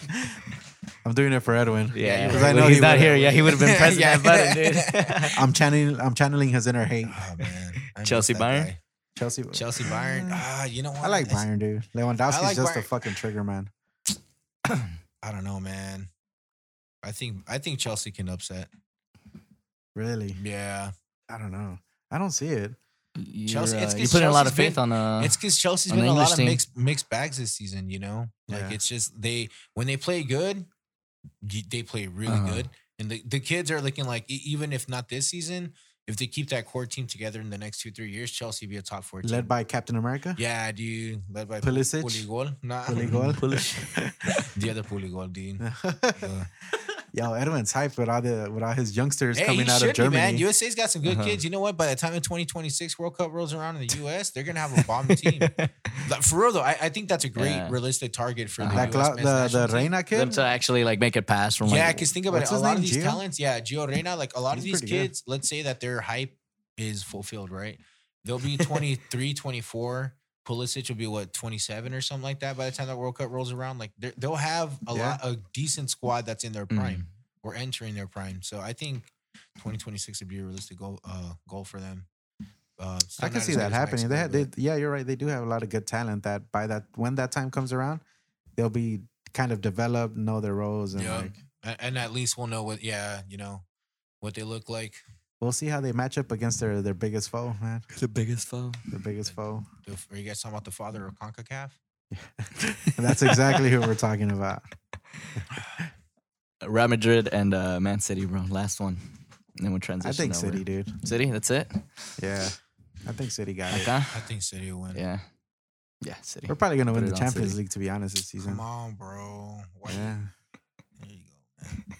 [SPEAKER 3] I'm doing it for Edwin.
[SPEAKER 2] Yeah,
[SPEAKER 4] you're
[SPEAKER 2] because
[SPEAKER 4] right.
[SPEAKER 2] I
[SPEAKER 4] Well,
[SPEAKER 2] know
[SPEAKER 4] he
[SPEAKER 2] he's not
[SPEAKER 4] would've-
[SPEAKER 2] here. Yeah, he would have been pressing
[SPEAKER 4] Yeah.
[SPEAKER 2] that button, dude.
[SPEAKER 3] I'm channeling. I'm channeling his inner hate.
[SPEAKER 4] oh man, I miss
[SPEAKER 2] Chelsea
[SPEAKER 4] that
[SPEAKER 2] Byron?
[SPEAKER 4] guy.
[SPEAKER 3] Chelsea.
[SPEAKER 4] Chelsea Byron. Ah, you know what?
[SPEAKER 3] Mm. I like
[SPEAKER 4] It's-
[SPEAKER 3] Bayern, dude. Lewandowski's
[SPEAKER 4] like
[SPEAKER 3] just a
[SPEAKER 4] Bayern.
[SPEAKER 3] fucking trigger man.
[SPEAKER 4] I don't know, man. I think I think Chelsea can upset.
[SPEAKER 3] Really,
[SPEAKER 4] Yeah,
[SPEAKER 3] I don't know. I don't see it.
[SPEAKER 2] You're,
[SPEAKER 4] Chelsea- it's
[SPEAKER 2] uh,
[SPEAKER 4] 'cause
[SPEAKER 2] you're putting a lot
[SPEAKER 4] Chelsea's
[SPEAKER 2] of faith
[SPEAKER 4] been-
[SPEAKER 2] on uh,
[SPEAKER 4] it's because Chelsea's
[SPEAKER 2] on
[SPEAKER 4] been
[SPEAKER 2] the
[SPEAKER 4] a lot
[SPEAKER 2] English
[SPEAKER 4] of
[SPEAKER 2] team.
[SPEAKER 4] mixed mixed bags this season. You know, like
[SPEAKER 3] Yeah.
[SPEAKER 4] it's just they when they play good, y- they play really
[SPEAKER 2] Uh-huh.
[SPEAKER 4] good, and the, the kids are looking like e- even if not this season, if they keep that core team together in the next two three years, Chelsea be a top four. team.
[SPEAKER 3] Led by Captain America.
[SPEAKER 4] yeah, dude, led by
[SPEAKER 3] Pulisic?
[SPEAKER 4] Puligol, nah,
[SPEAKER 3] Puligol.
[SPEAKER 4] the other Puligol, dude. Uh,
[SPEAKER 3] Yo, Edwin's hype with all the with all his youngsters
[SPEAKER 4] Hey,
[SPEAKER 3] coming
[SPEAKER 4] he
[SPEAKER 3] out
[SPEAKER 4] should
[SPEAKER 3] of Germany.
[SPEAKER 4] Be, man. USA's got some good
[SPEAKER 2] Uh-huh.
[SPEAKER 4] kids. You know what? By the time the 2026 World Cup rolls around in the US, they're gonna have a bomb team. Like, for real though, I, I think that's a great
[SPEAKER 2] Yeah.
[SPEAKER 4] realistic target for the US
[SPEAKER 3] that cla-
[SPEAKER 4] men's national
[SPEAKER 3] the the
[SPEAKER 4] team.
[SPEAKER 3] Reina
[SPEAKER 2] them
[SPEAKER 3] kid.
[SPEAKER 2] to actually like make it pass from like
[SPEAKER 4] yeah, because think about
[SPEAKER 3] what's
[SPEAKER 4] it. A
[SPEAKER 3] his
[SPEAKER 4] lot of
[SPEAKER 3] name,
[SPEAKER 4] these
[SPEAKER 3] Gio?
[SPEAKER 4] talents, yeah, Gio Reyna, like a lot of
[SPEAKER 3] He's
[SPEAKER 4] these
[SPEAKER 3] pretty good.
[SPEAKER 4] kids, let's say that their hype is fulfilled, right? They'll be 23, 24. Pulisic will be what 27 or something like that by the time that World Cup rolls around. Like they're- they'll have a
[SPEAKER 3] Yeah.
[SPEAKER 4] lot, a decent squad that's in their
[SPEAKER 2] Mm.
[SPEAKER 4] prime or entering their prime. So I think 2026 would be a realistic goal uh, goal for them. Uh, still
[SPEAKER 3] I can
[SPEAKER 4] not
[SPEAKER 3] see
[SPEAKER 4] as good
[SPEAKER 3] that
[SPEAKER 4] as
[SPEAKER 3] happening. They,
[SPEAKER 4] Mexico,
[SPEAKER 3] had, they
[SPEAKER 4] but-
[SPEAKER 3] yeah, you're right. They do have a lot of good talent. That by that when that time comes around, they'll be kind of developed, know their roles, and
[SPEAKER 4] Yeah.
[SPEAKER 3] like
[SPEAKER 4] a- and at least we'll know what, yeah, you know, what they look like.
[SPEAKER 3] we'll see how they match up against their their biggest foe, man.
[SPEAKER 2] the biggest foe.
[SPEAKER 3] Their biggest foe.
[SPEAKER 4] The- Are you guys talking about the father of CONCACAF?
[SPEAKER 3] And that's exactly who we're talking about.
[SPEAKER 2] Real Madrid and uh, Man City, bro. Last one. And then we'll transition.
[SPEAKER 3] I think
[SPEAKER 2] over.
[SPEAKER 3] City, dude.
[SPEAKER 2] City, that's it.
[SPEAKER 3] Yeah, I think City got it.
[SPEAKER 2] Okay.
[SPEAKER 4] I think City will win.
[SPEAKER 2] Yeah. Yeah, City.
[SPEAKER 3] We're probably gonna
[SPEAKER 2] Put
[SPEAKER 3] win
[SPEAKER 2] it
[SPEAKER 3] the
[SPEAKER 2] on
[SPEAKER 3] Champions
[SPEAKER 2] City.
[SPEAKER 3] League, to be honest, this season.
[SPEAKER 4] Come on, bro. Why you-
[SPEAKER 3] Yeah.
[SPEAKER 4] There you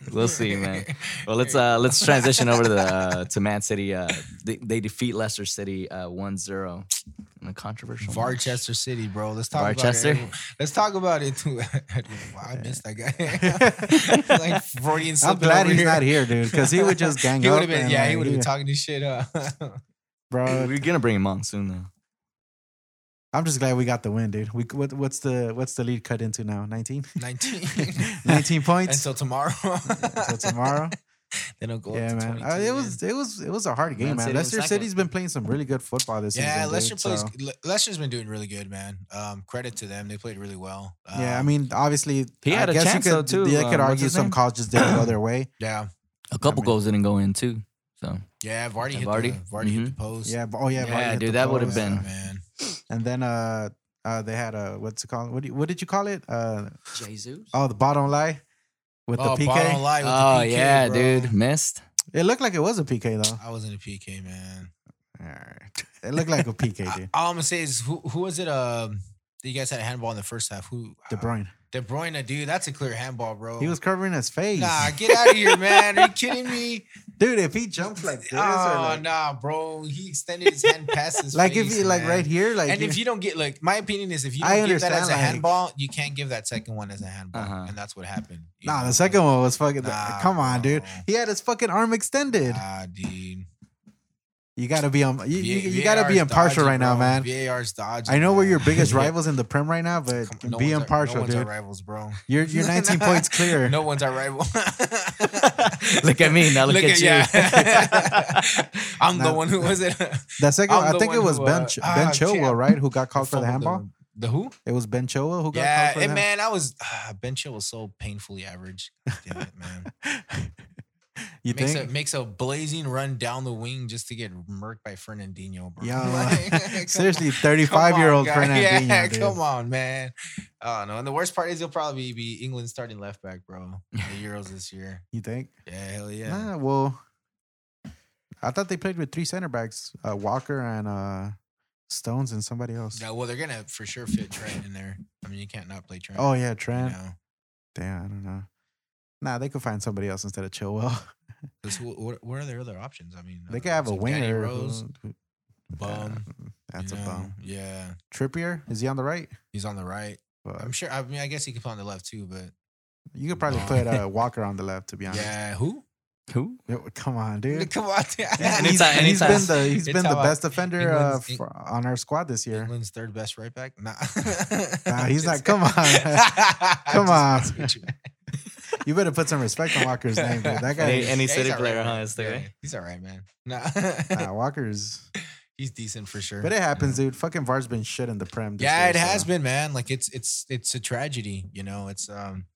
[SPEAKER 4] go.
[SPEAKER 2] We'll see, man. Well, let's uh, let's transition over to the uh, to Man City. Uh, they, they defeat Leicester City uh, 1-0 in a controversial. match.
[SPEAKER 4] Varchester City, bro. Let's talk
[SPEAKER 2] Varchester?
[SPEAKER 4] about it. Let's talk about it too. wow, I missed that guy. like Freudian
[SPEAKER 3] I'm
[SPEAKER 4] slip
[SPEAKER 3] glad
[SPEAKER 4] over
[SPEAKER 3] he's
[SPEAKER 4] here.
[SPEAKER 3] not here, dude, because he would just gang
[SPEAKER 4] He would
[SPEAKER 3] up.
[SPEAKER 4] have been,
[SPEAKER 3] and,
[SPEAKER 4] yeah, he
[SPEAKER 3] like,
[SPEAKER 4] would have been talking this shit uh, up. yeah,
[SPEAKER 3] bro.
[SPEAKER 2] We're gonna bring him on soon though.
[SPEAKER 3] I'm just glad we got the win, dude. We what, what's the what's the lead cut into now? 19,
[SPEAKER 4] 19.
[SPEAKER 3] 19 points
[SPEAKER 4] Until tomorrow.
[SPEAKER 3] until tomorrow.
[SPEAKER 4] Then it'll go
[SPEAKER 3] yeah,
[SPEAKER 4] up to
[SPEAKER 3] man.
[SPEAKER 4] 22.
[SPEAKER 3] Uh, it was it was it was a hard
[SPEAKER 2] Man
[SPEAKER 3] game, man.
[SPEAKER 2] City was
[SPEAKER 3] Leicester
[SPEAKER 2] second.
[SPEAKER 3] City's been playing some really good football this
[SPEAKER 4] Yeah,
[SPEAKER 3] season.
[SPEAKER 4] Leicester
[SPEAKER 3] dude,
[SPEAKER 4] plays.
[SPEAKER 3] so-
[SPEAKER 4] Le- Leicester's been doing really good, man. Um, credit to them; they played really well. Um,
[SPEAKER 3] Yeah, I mean, obviously,
[SPEAKER 2] He had
[SPEAKER 3] I
[SPEAKER 2] a
[SPEAKER 3] guess
[SPEAKER 2] chance,
[SPEAKER 3] you
[SPEAKER 2] though,
[SPEAKER 3] could,
[SPEAKER 2] too,
[SPEAKER 3] They
[SPEAKER 2] uh,
[SPEAKER 3] could
[SPEAKER 2] what's
[SPEAKER 3] argue
[SPEAKER 2] his
[SPEAKER 3] some
[SPEAKER 2] name?
[SPEAKER 3] calls just didn't go their way.
[SPEAKER 4] yeah,
[SPEAKER 2] A couple
[SPEAKER 3] mean-
[SPEAKER 2] goals didn't go in too. So
[SPEAKER 4] yeah. Vardy hit
[SPEAKER 2] Vardy?
[SPEAKER 4] the Vardy hit the post.
[SPEAKER 3] Yeah, but oh yeah,
[SPEAKER 2] Yeah,
[SPEAKER 3] Vardy hit
[SPEAKER 2] dude,
[SPEAKER 3] the
[SPEAKER 2] that
[SPEAKER 3] post,
[SPEAKER 2] would've been-
[SPEAKER 3] uh,
[SPEAKER 4] man.
[SPEAKER 3] And then uh, uh, they had a what's it called? What do you, what did you call it? Uh,
[SPEAKER 2] Jesus.
[SPEAKER 3] oh, the bottom lie with
[SPEAKER 4] oh,
[SPEAKER 3] the PK.
[SPEAKER 4] bottom line with the
[SPEAKER 2] Oh
[SPEAKER 4] PK,
[SPEAKER 2] yeah,
[SPEAKER 4] bro.
[SPEAKER 2] dude, missed.
[SPEAKER 3] It looked like it was a PK though.
[SPEAKER 4] I was in a PK, man.
[SPEAKER 3] All right. It looked like a PK,
[SPEAKER 4] I,
[SPEAKER 3] dude.
[SPEAKER 4] all I'm gonna say is who who was it? Um, that you guys had a handball in the first half. Who
[SPEAKER 3] De Bruyne.
[SPEAKER 4] De Bruyne, dude. That's a clear handball, bro.
[SPEAKER 3] He was covering his face.
[SPEAKER 4] Oh. Nah, get out of here, man. Are you kidding me?
[SPEAKER 3] Dude, if he jumps like this, or
[SPEAKER 4] oh
[SPEAKER 3] like,
[SPEAKER 4] nah, bro. He extended his hand past his
[SPEAKER 3] like if
[SPEAKER 4] face,
[SPEAKER 3] he like
[SPEAKER 4] man.
[SPEAKER 3] right here, like
[SPEAKER 4] and if you don't get like my opinion is if you
[SPEAKER 3] I
[SPEAKER 4] don't give that as
[SPEAKER 3] understand,
[SPEAKER 4] a
[SPEAKER 3] like-
[SPEAKER 4] handball, you can't give that second one as a handball,
[SPEAKER 2] Uh-huh.
[SPEAKER 4] and that's what happened. you
[SPEAKER 3] nah,
[SPEAKER 4] know?
[SPEAKER 3] the second one was fucking.
[SPEAKER 4] Nah,
[SPEAKER 3] come on, dude.
[SPEAKER 4] bro.
[SPEAKER 3] He had his fucking arm extended.
[SPEAKER 4] Nah, dude.
[SPEAKER 3] You gotta be um, you, you,
[SPEAKER 4] V-
[SPEAKER 3] you gotta be
[SPEAKER 4] VAR's
[SPEAKER 3] impartial
[SPEAKER 4] dodgy,
[SPEAKER 3] right now,
[SPEAKER 4] bro.
[SPEAKER 3] man.
[SPEAKER 4] VAR's dodgy.
[SPEAKER 3] I know we're your
[SPEAKER 4] man.
[SPEAKER 3] biggest rivals in the prem right now, but
[SPEAKER 4] Come on, no
[SPEAKER 3] be
[SPEAKER 4] one's our- no
[SPEAKER 3] impartial,
[SPEAKER 4] one's our
[SPEAKER 3] dude.
[SPEAKER 4] rivals, bro.
[SPEAKER 3] You're you're 19 points clear.
[SPEAKER 4] No one's our rival.
[SPEAKER 2] Look at me now. Look, at, you.
[SPEAKER 4] yeah. I'm the
[SPEAKER 3] Nah.
[SPEAKER 4] one who was it.
[SPEAKER 3] That second,
[SPEAKER 4] I'm
[SPEAKER 3] I
[SPEAKER 4] the
[SPEAKER 3] think it
[SPEAKER 4] one
[SPEAKER 3] was
[SPEAKER 4] who,
[SPEAKER 3] Ben
[SPEAKER 4] uh,
[SPEAKER 3] Ch-
[SPEAKER 4] ah,
[SPEAKER 3] Ben
[SPEAKER 4] shit, I
[SPEAKER 3] Chilwell, right? Who got called for the
[SPEAKER 4] Fumbled
[SPEAKER 3] handball?
[SPEAKER 4] The who?
[SPEAKER 3] It was Ben Chilwell who got
[SPEAKER 4] Yeah,
[SPEAKER 3] called for
[SPEAKER 4] and
[SPEAKER 3] the
[SPEAKER 4] man, I was ah, Ben Chill was so painfully average. God Damn it, man.
[SPEAKER 3] handball. you
[SPEAKER 4] makes
[SPEAKER 3] think?
[SPEAKER 4] a makes a blazing run down the wing just to get murked by Fernandinho, bro.
[SPEAKER 3] Yeah,
[SPEAKER 4] Like, come on.
[SPEAKER 3] Seriously,
[SPEAKER 4] Come on,
[SPEAKER 3] 35 year old
[SPEAKER 4] guy.
[SPEAKER 3] Fernandinho.
[SPEAKER 4] Yeah,
[SPEAKER 3] dude.
[SPEAKER 4] come on, man. Oh no, and the worst part is he'll probably be England starting left back, bro. in The Euros this year.
[SPEAKER 3] You think?
[SPEAKER 4] Yeah, hell yeah.
[SPEAKER 3] Nah, well, I thought they played with three center backs: uh, Walker and uh, Stones and somebody else.
[SPEAKER 4] Yeah, well, they're gonna for sure fit Trent in there. I mean, you can't not play Trent.
[SPEAKER 3] Oh yeah,
[SPEAKER 4] you
[SPEAKER 3] Trent.
[SPEAKER 4] know?
[SPEAKER 3] Damn, I don't know. Nah, they could find somebody else instead of Chilwell.
[SPEAKER 4] 'Cause who- what, what are their other options? I mean,
[SPEAKER 3] they
[SPEAKER 4] uh,
[SPEAKER 3] could have a
[SPEAKER 4] it's like Danny
[SPEAKER 3] winger.
[SPEAKER 4] Rose,
[SPEAKER 3] who- who-
[SPEAKER 4] bum.
[SPEAKER 3] Yeah,
[SPEAKER 4] you
[SPEAKER 3] that's a
[SPEAKER 4] know?
[SPEAKER 3] bum.
[SPEAKER 4] Yeah,
[SPEAKER 3] Trippier is he on the right?
[SPEAKER 4] he's on the right.
[SPEAKER 3] Fuck.
[SPEAKER 4] I'm sure. I mean, I guess he could play on the left too, but
[SPEAKER 3] You could probably
[SPEAKER 4] Bum.
[SPEAKER 3] put uh, Walker on the left, to be honest.
[SPEAKER 4] yeah, who?
[SPEAKER 2] Who?
[SPEAKER 3] Yo, Come on, dude.
[SPEAKER 4] Come on,
[SPEAKER 2] Anytime,
[SPEAKER 3] And he's, and he's
[SPEAKER 2] anytime.
[SPEAKER 3] been the he's
[SPEAKER 4] It's
[SPEAKER 3] been the
[SPEAKER 4] how I-
[SPEAKER 3] best defender uh,
[SPEAKER 4] England's-
[SPEAKER 3] for, on our squad this year.
[SPEAKER 4] England's third best right back. Nah,
[SPEAKER 3] Nah, he's like, "Come on, man. Come on." You better put some respect on Walker's name, dude. That guy,
[SPEAKER 2] Any-
[SPEAKER 3] is-
[SPEAKER 2] any- city player, huh, is the guy.
[SPEAKER 4] He's all right, man. Nah,
[SPEAKER 3] nah, Walker's
[SPEAKER 4] He's decent for sure.
[SPEAKER 3] But it happens, dude. Fucking VAR's been shit in the prem. this
[SPEAKER 4] yeah,
[SPEAKER 3] year,
[SPEAKER 4] it has
[SPEAKER 3] so-
[SPEAKER 4] been, man. Like it's it's it's a tragedy. You know, it's um,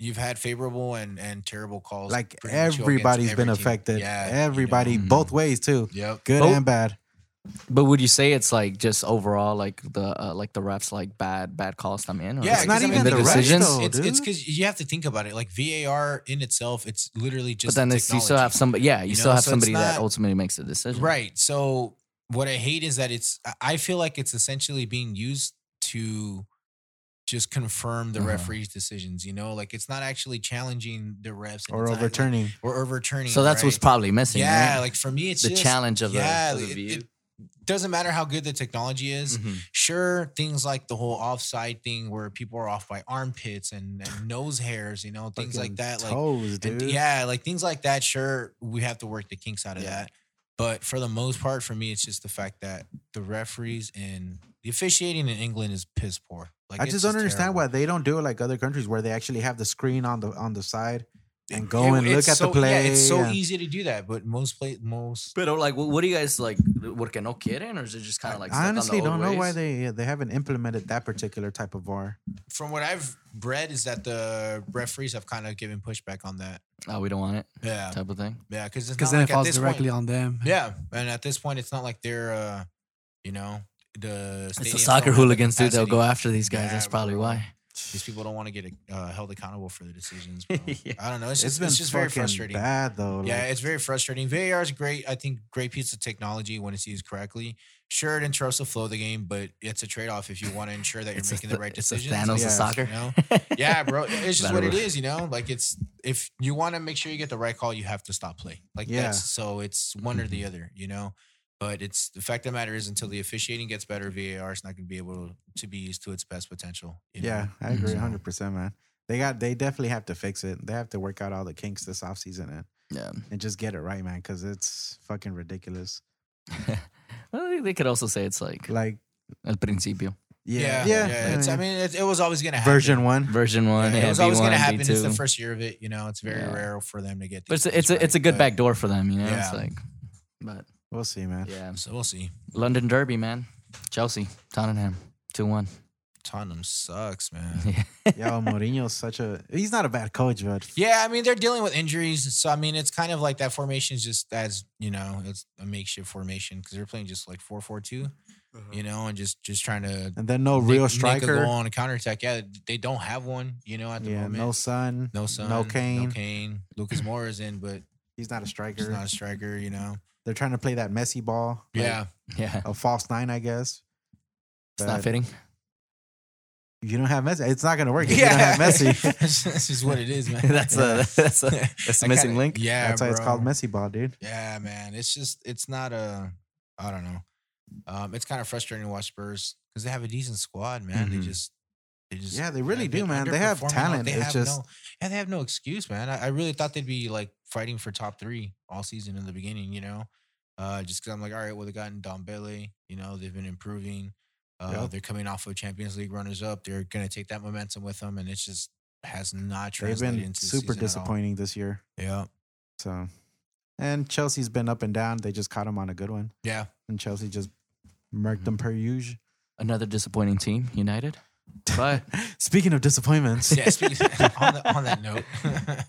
[SPEAKER 4] you've had favorable and and terrible calls.
[SPEAKER 3] Like
[SPEAKER 4] pretty much go against
[SPEAKER 3] everybody's been
[SPEAKER 4] every team.
[SPEAKER 3] affected.
[SPEAKER 4] Yeah, you know.
[SPEAKER 3] Everybody,
[SPEAKER 2] Mhm.
[SPEAKER 3] both ways too.
[SPEAKER 4] Yep.
[SPEAKER 3] Good
[SPEAKER 2] Both-
[SPEAKER 3] and bad.
[SPEAKER 2] But would you say it's like just overall like the uh, like the refs like bad bad calls come in? Or
[SPEAKER 4] Yeah,
[SPEAKER 2] like
[SPEAKER 4] it's not
[SPEAKER 2] is it
[SPEAKER 4] even the refs,
[SPEAKER 3] though. Oh,
[SPEAKER 4] it's it's
[SPEAKER 3] dude.
[SPEAKER 4] because you have to think about it. Like VAR in itself, it's literally just.
[SPEAKER 2] but then they, you
[SPEAKER 4] technology.
[SPEAKER 2] still have somebody. Yeah, you,
[SPEAKER 4] You
[SPEAKER 2] still
[SPEAKER 4] know,
[SPEAKER 2] have
[SPEAKER 4] so it's
[SPEAKER 2] somebody that
[SPEAKER 4] not-
[SPEAKER 2] ultimately makes the decision.
[SPEAKER 4] Right. So what I hate is that it's I- I feel like it's essentially being used to just confirm the
[SPEAKER 2] Uh-huh.
[SPEAKER 4] referee's decisions, you know? Like it's not actually challenging the refs and
[SPEAKER 3] Or
[SPEAKER 4] it's not-
[SPEAKER 3] overturning.
[SPEAKER 4] or overturning.
[SPEAKER 2] So that's what's
[SPEAKER 4] right?
[SPEAKER 2] probably missing.
[SPEAKER 4] Yeah,
[SPEAKER 2] right?
[SPEAKER 4] like for me it's
[SPEAKER 2] the
[SPEAKER 4] just-
[SPEAKER 2] challenge of the-
[SPEAKER 4] yeah,
[SPEAKER 2] of the,
[SPEAKER 4] it-
[SPEAKER 2] view.
[SPEAKER 4] it doesn't matter how good the technology is.
[SPEAKER 2] Mhm.
[SPEAKER 4] Sure, things like the whole offside thing where people are off by armpits and, and nose hairs, you know, things
[SPEAKER 3] Fucking
[SPEAKER 4] like that. Like
[SPEAKER 3] Toes,
[SPEAKER 4] and
[SPEAKER 3] dude.
[SPEAKER 4] yeah, like things like that. Sure, we have to work the kinks out of
[SPEAKER 2] Yeah.
[SPEAKER 4] that. But for the most part, for me, it's just the fact that the referees and the officiating in England is piss poor. Like
[SPEAKER 3] I
[SPEAKER 4] it's
[SPEAKER 3] just don't understand
[SPEAKER 4] terrible.
[SPEAKER 3] why they don't do it like other countries where they actually have the screen on the on the side and go
[SPEAKER 4] It-
[SPEAKER 3] and look
[SPEAKER 4] it's
[SPEAKER 3] at
[SPEAKER 4] so-
[SPEAKER 3] the play.
[SPEAKER 4] Yeah, it's so
[SPEAKER 3] and-
[SPEAKER 4] easy to do that, but most play most.
[SPEAKER 2] But like, what, what do you guys like? Porque no quieren, or is it just kind of like? stuck
[SPEAKER 3] I honestly
[SPEAKER 2] on the
[SPEAKER 3] don't
[SPEAKER 2] old
[SPEAKER 3] know why
[SPEAKER 2] ways?
[SPEAKER 3] they yeah, they haven't implemented that particular type of VAR.
[SPEAKER 4] From what I've read, is that the referees have kind of given pushback on that.
[SPEAKER 2] Oh, we don't want it.
[SPEAKER 4] Yeah,
[SPEAKER 2] Type of thing.
[SPEAKER 4] yeah, because
[SPEAKER 5] Because then
[SPEAKER 4] like
[SPEAKER 5] it
[SPEAKER 4] at
[SPEAKER 5] falls
[SPEAKER 4] this
[SPEAKER 5] directly
[SPEAKER 4] point,
[SPEAKER 5] on them.
[SPEAKER 4] Yeah, and at this point, it's not like they're, uh, you know, the
[SPEAKER 2] It's the
[SPEAKER 4] stadiums don't have
[SPEAKER 2] soccer
[SPEAKER 4] the
[SPEAKER 2] hooligans, dude. They'll
[SPEAKER 4] capacity.
[SPEAKER 2] go after these guys.
[SPEAKER 4] Yeah,
[SPEAKER 2] That's probably
[SPEAKER 4] bro.
[SPEAKER 2] why.
[SPEAKER 4] These people don't want to get uh, held accountable for their decisions. Bro.
[SPEAKER 2] Yeah.
[SPEAKER 4] I don't know. It's
[SPEAKER 3] It's
[SPEAKER 4] just,
[SPEAKER 3] been
[SPEAKER 4] it's just very
[SPEAKER 3] fucking
[SPEAKER 4] frustrating.
[SPEAKER 3] bad though.
[SPEAKER 4] Yeah,
[SPEAKER 3] like,
[SPEAKER 4] it's very frustrating. VAR is great. I think great piece of technology when it's used correctly. Sure, it interrupts the flow of the game, but it's a trade off if you want to ensure that you're
[SPEAKER 2] It's a
[SPEAKER 4] making
[SPEAKER 2] th-
[SPEAKER 4] the right
[SPEAKER 2] it's a
[SPEAKER 4] decisions.
[SPEAKER 2] Thanos
[SPEAKER 3] of
[SPEAKER 2] soccer.
[SPEAKER 4] You know? Yeah, bro. It's just what it is. You know, like it's if you want to make sure you get the right call, you have to stop play. Like
[SPEAKER 3] Yeah.
[SPEAKER 4] that's so it's one or the other. You know. But it's the fact of the matter is, until the officiating gets better, VAR is not going to be able to be used to its best potential. you know?
[SPEAKER 3] yeah, I agree
[SPEAKER 4] Mhm.
[SPEAKER 3] 100 percent, man. They got they definitely have to fix it. They have to work out all the kinks this offseason and
[SPEAKER 2] Yeah.
[SPEAKER 3] and just get it right, man, because it's fucking ridiculous.
[SPEAKER 2] Well, they- they could also say it's like
[SPEAKER 3] Like
[SPEAKER 2] El Principio,
[SPEAKER 3] yeah, yeah,
[SPEAKER 4] it's, I
[SPEAKER 3] mean,
[SPEAKER 4] mean, it, it was always going to happen.
[SPEAKER 3] version one.
[SPEAKER 2] version one.
[SPEAKER 4] Yeah,
[SPEAKER 2] Yeah,
[SPEAKER 4] it was always
[SPEAKER 2] B1,
[SPEAKER 4] going to happen.
[SPEAKER 2] B2.
[SPEAKER 4] It's the first year of it. You know, it's very
[SPEAKER 2] Yeah.
[SPEAKER 4] rare for them to get.
[SPEAKER 2] but
[SPEAKER 4] these
[SPEAKER 2] it's a,
[SPEAKER 4] things
[SPEAKER 2] it's a, it's a
[SPEAKER 4] right,
[SPEAKER 2] good
[SPEAKER 4] but-
[SPEAKER 2] back door for them. You know,
[SPEAKER 4] Yeah.
[SPEAKER 2] it's like, but
[SPEAKER 3] We'll see, man.
[SPEAKER 2] yeah,
[SPEAKER 4] So we'll see.
[SPEAKER 2] London Derby, man. Chelsea, Tottenham, two one.
[SPEAKER 4] Tottenham sucks, man.
[SPEAKER 3] Yo, Mourinho's such a he's not a bad coach, but
[SPEAKER 4] Yeah, I mean they're dealing with injuries, so I mean it's kind of like that formation is just as you know it's a makeshift formation because they're playing just like four four two,
[SPEAKER 3] Uh-huh.
[SPEAKER 4] you know, and just just trying to
[SPEAKER 3] and then no
[SPEAKER 2] Oh,
[SPEAKER 4] make-
[SPEAKER 3] real
[SPEAKER 4] make a
[SPEAKER 3] striker.
[SPEAKER 4] goal on a counterattack. Yeah, they don't have one, you know, at the
[SPEAKER 3] yeah, no
[SPEAKER 4] moment.
[SPEAKER 3] son.
[SPEAKER 4] No, son,
[SPEAKER 3] no Kane.
[SPEAKER 4] no Kane. Lucas Moore is in, but
[SPEAKER 3] He's not a striker.
[SPEAKER 4] he's not a striker, you know.
[SPEAKER 3] They're trying to play that messy ball. like
[SPEAKER 4] yeah,
[SPEAKER 2] Yeah,
[SPEAKER 3] A false nine, I guess.
[SPEAKER 2] it's not
[SPEAKER 3] But
[SPEAKER 2] fitting.
[SPEAKER 3] If you don't have Messi, it's not gonna work if you don't have Messi.
[SPEAKER 4] this is what it is, man.
[SPEAKER 2] that's a that's a that's
[SPEAKER 4] I
[SPEAKER 2] a missing
[SPEAKER 4] kinda-
[SPEAKER 2] link.
[SPEAKER 4] Yeah,
[SPEAKER 3] That's why it's
[SPEAKER 4] bro.
[SPEAKER 3] called Messi ball, dude.
[SPEAKER 4] Yeah, man. It's just it's not a I don't know. Um, it's kind of frustrating to watch Spurs because they have a decent squad, man.
[SPEAKER 2] Mhm.
[SPEAKER 4] They just they just
[SPEAKER 3] Mm-hmm. Yeah, they really
[SPEAKER 4] have been
[SPEAKER 3] do, man. They have
[SPEAKER 4] underperforming. Like,
[SPEAKER 3] talent.
[SPEAKER 4] They
[SPEAKER 3] It's
[SPEAKER 4] have
[SPEAKER 3] just-
[SPEAKER 4] no, yeah, they have no excuse, man. I, I really thought they'd be like fighting for top three all season in the beginning, you know. Uh, just because I'm like, all right, well, they got in Dombele, you know, they've been improving. Uh,
[SPEAKER 3] Yeah.
[SPEAKER 4] They're coming off of Champions League runners up. They're gonna take that momentum with them, and it's just has not
[SPEAKER 3] They've
[SPEAKER 4] translated
[SPEAKER 3] been
[SPEAKER 4] into the season
[SPEAKER 3] super
[SPEAKER 4] at all.
[SPEAKER 3] disappointing this year.
[SPEAKER 4] Yeah,
[SPEAKER 3] So, and Chelsea's been up and down. They just caught him on a good one,
[SPEAKER 4] yeah.
[SPEAKER 3] and Chelsea just murked them per usual.
[SPEAKER 2] Another disappointing team, United. But
[SPEAKER 3] Speaking of disappointments,
[SPEAKER 4] yeah speaking, on, the, on that note,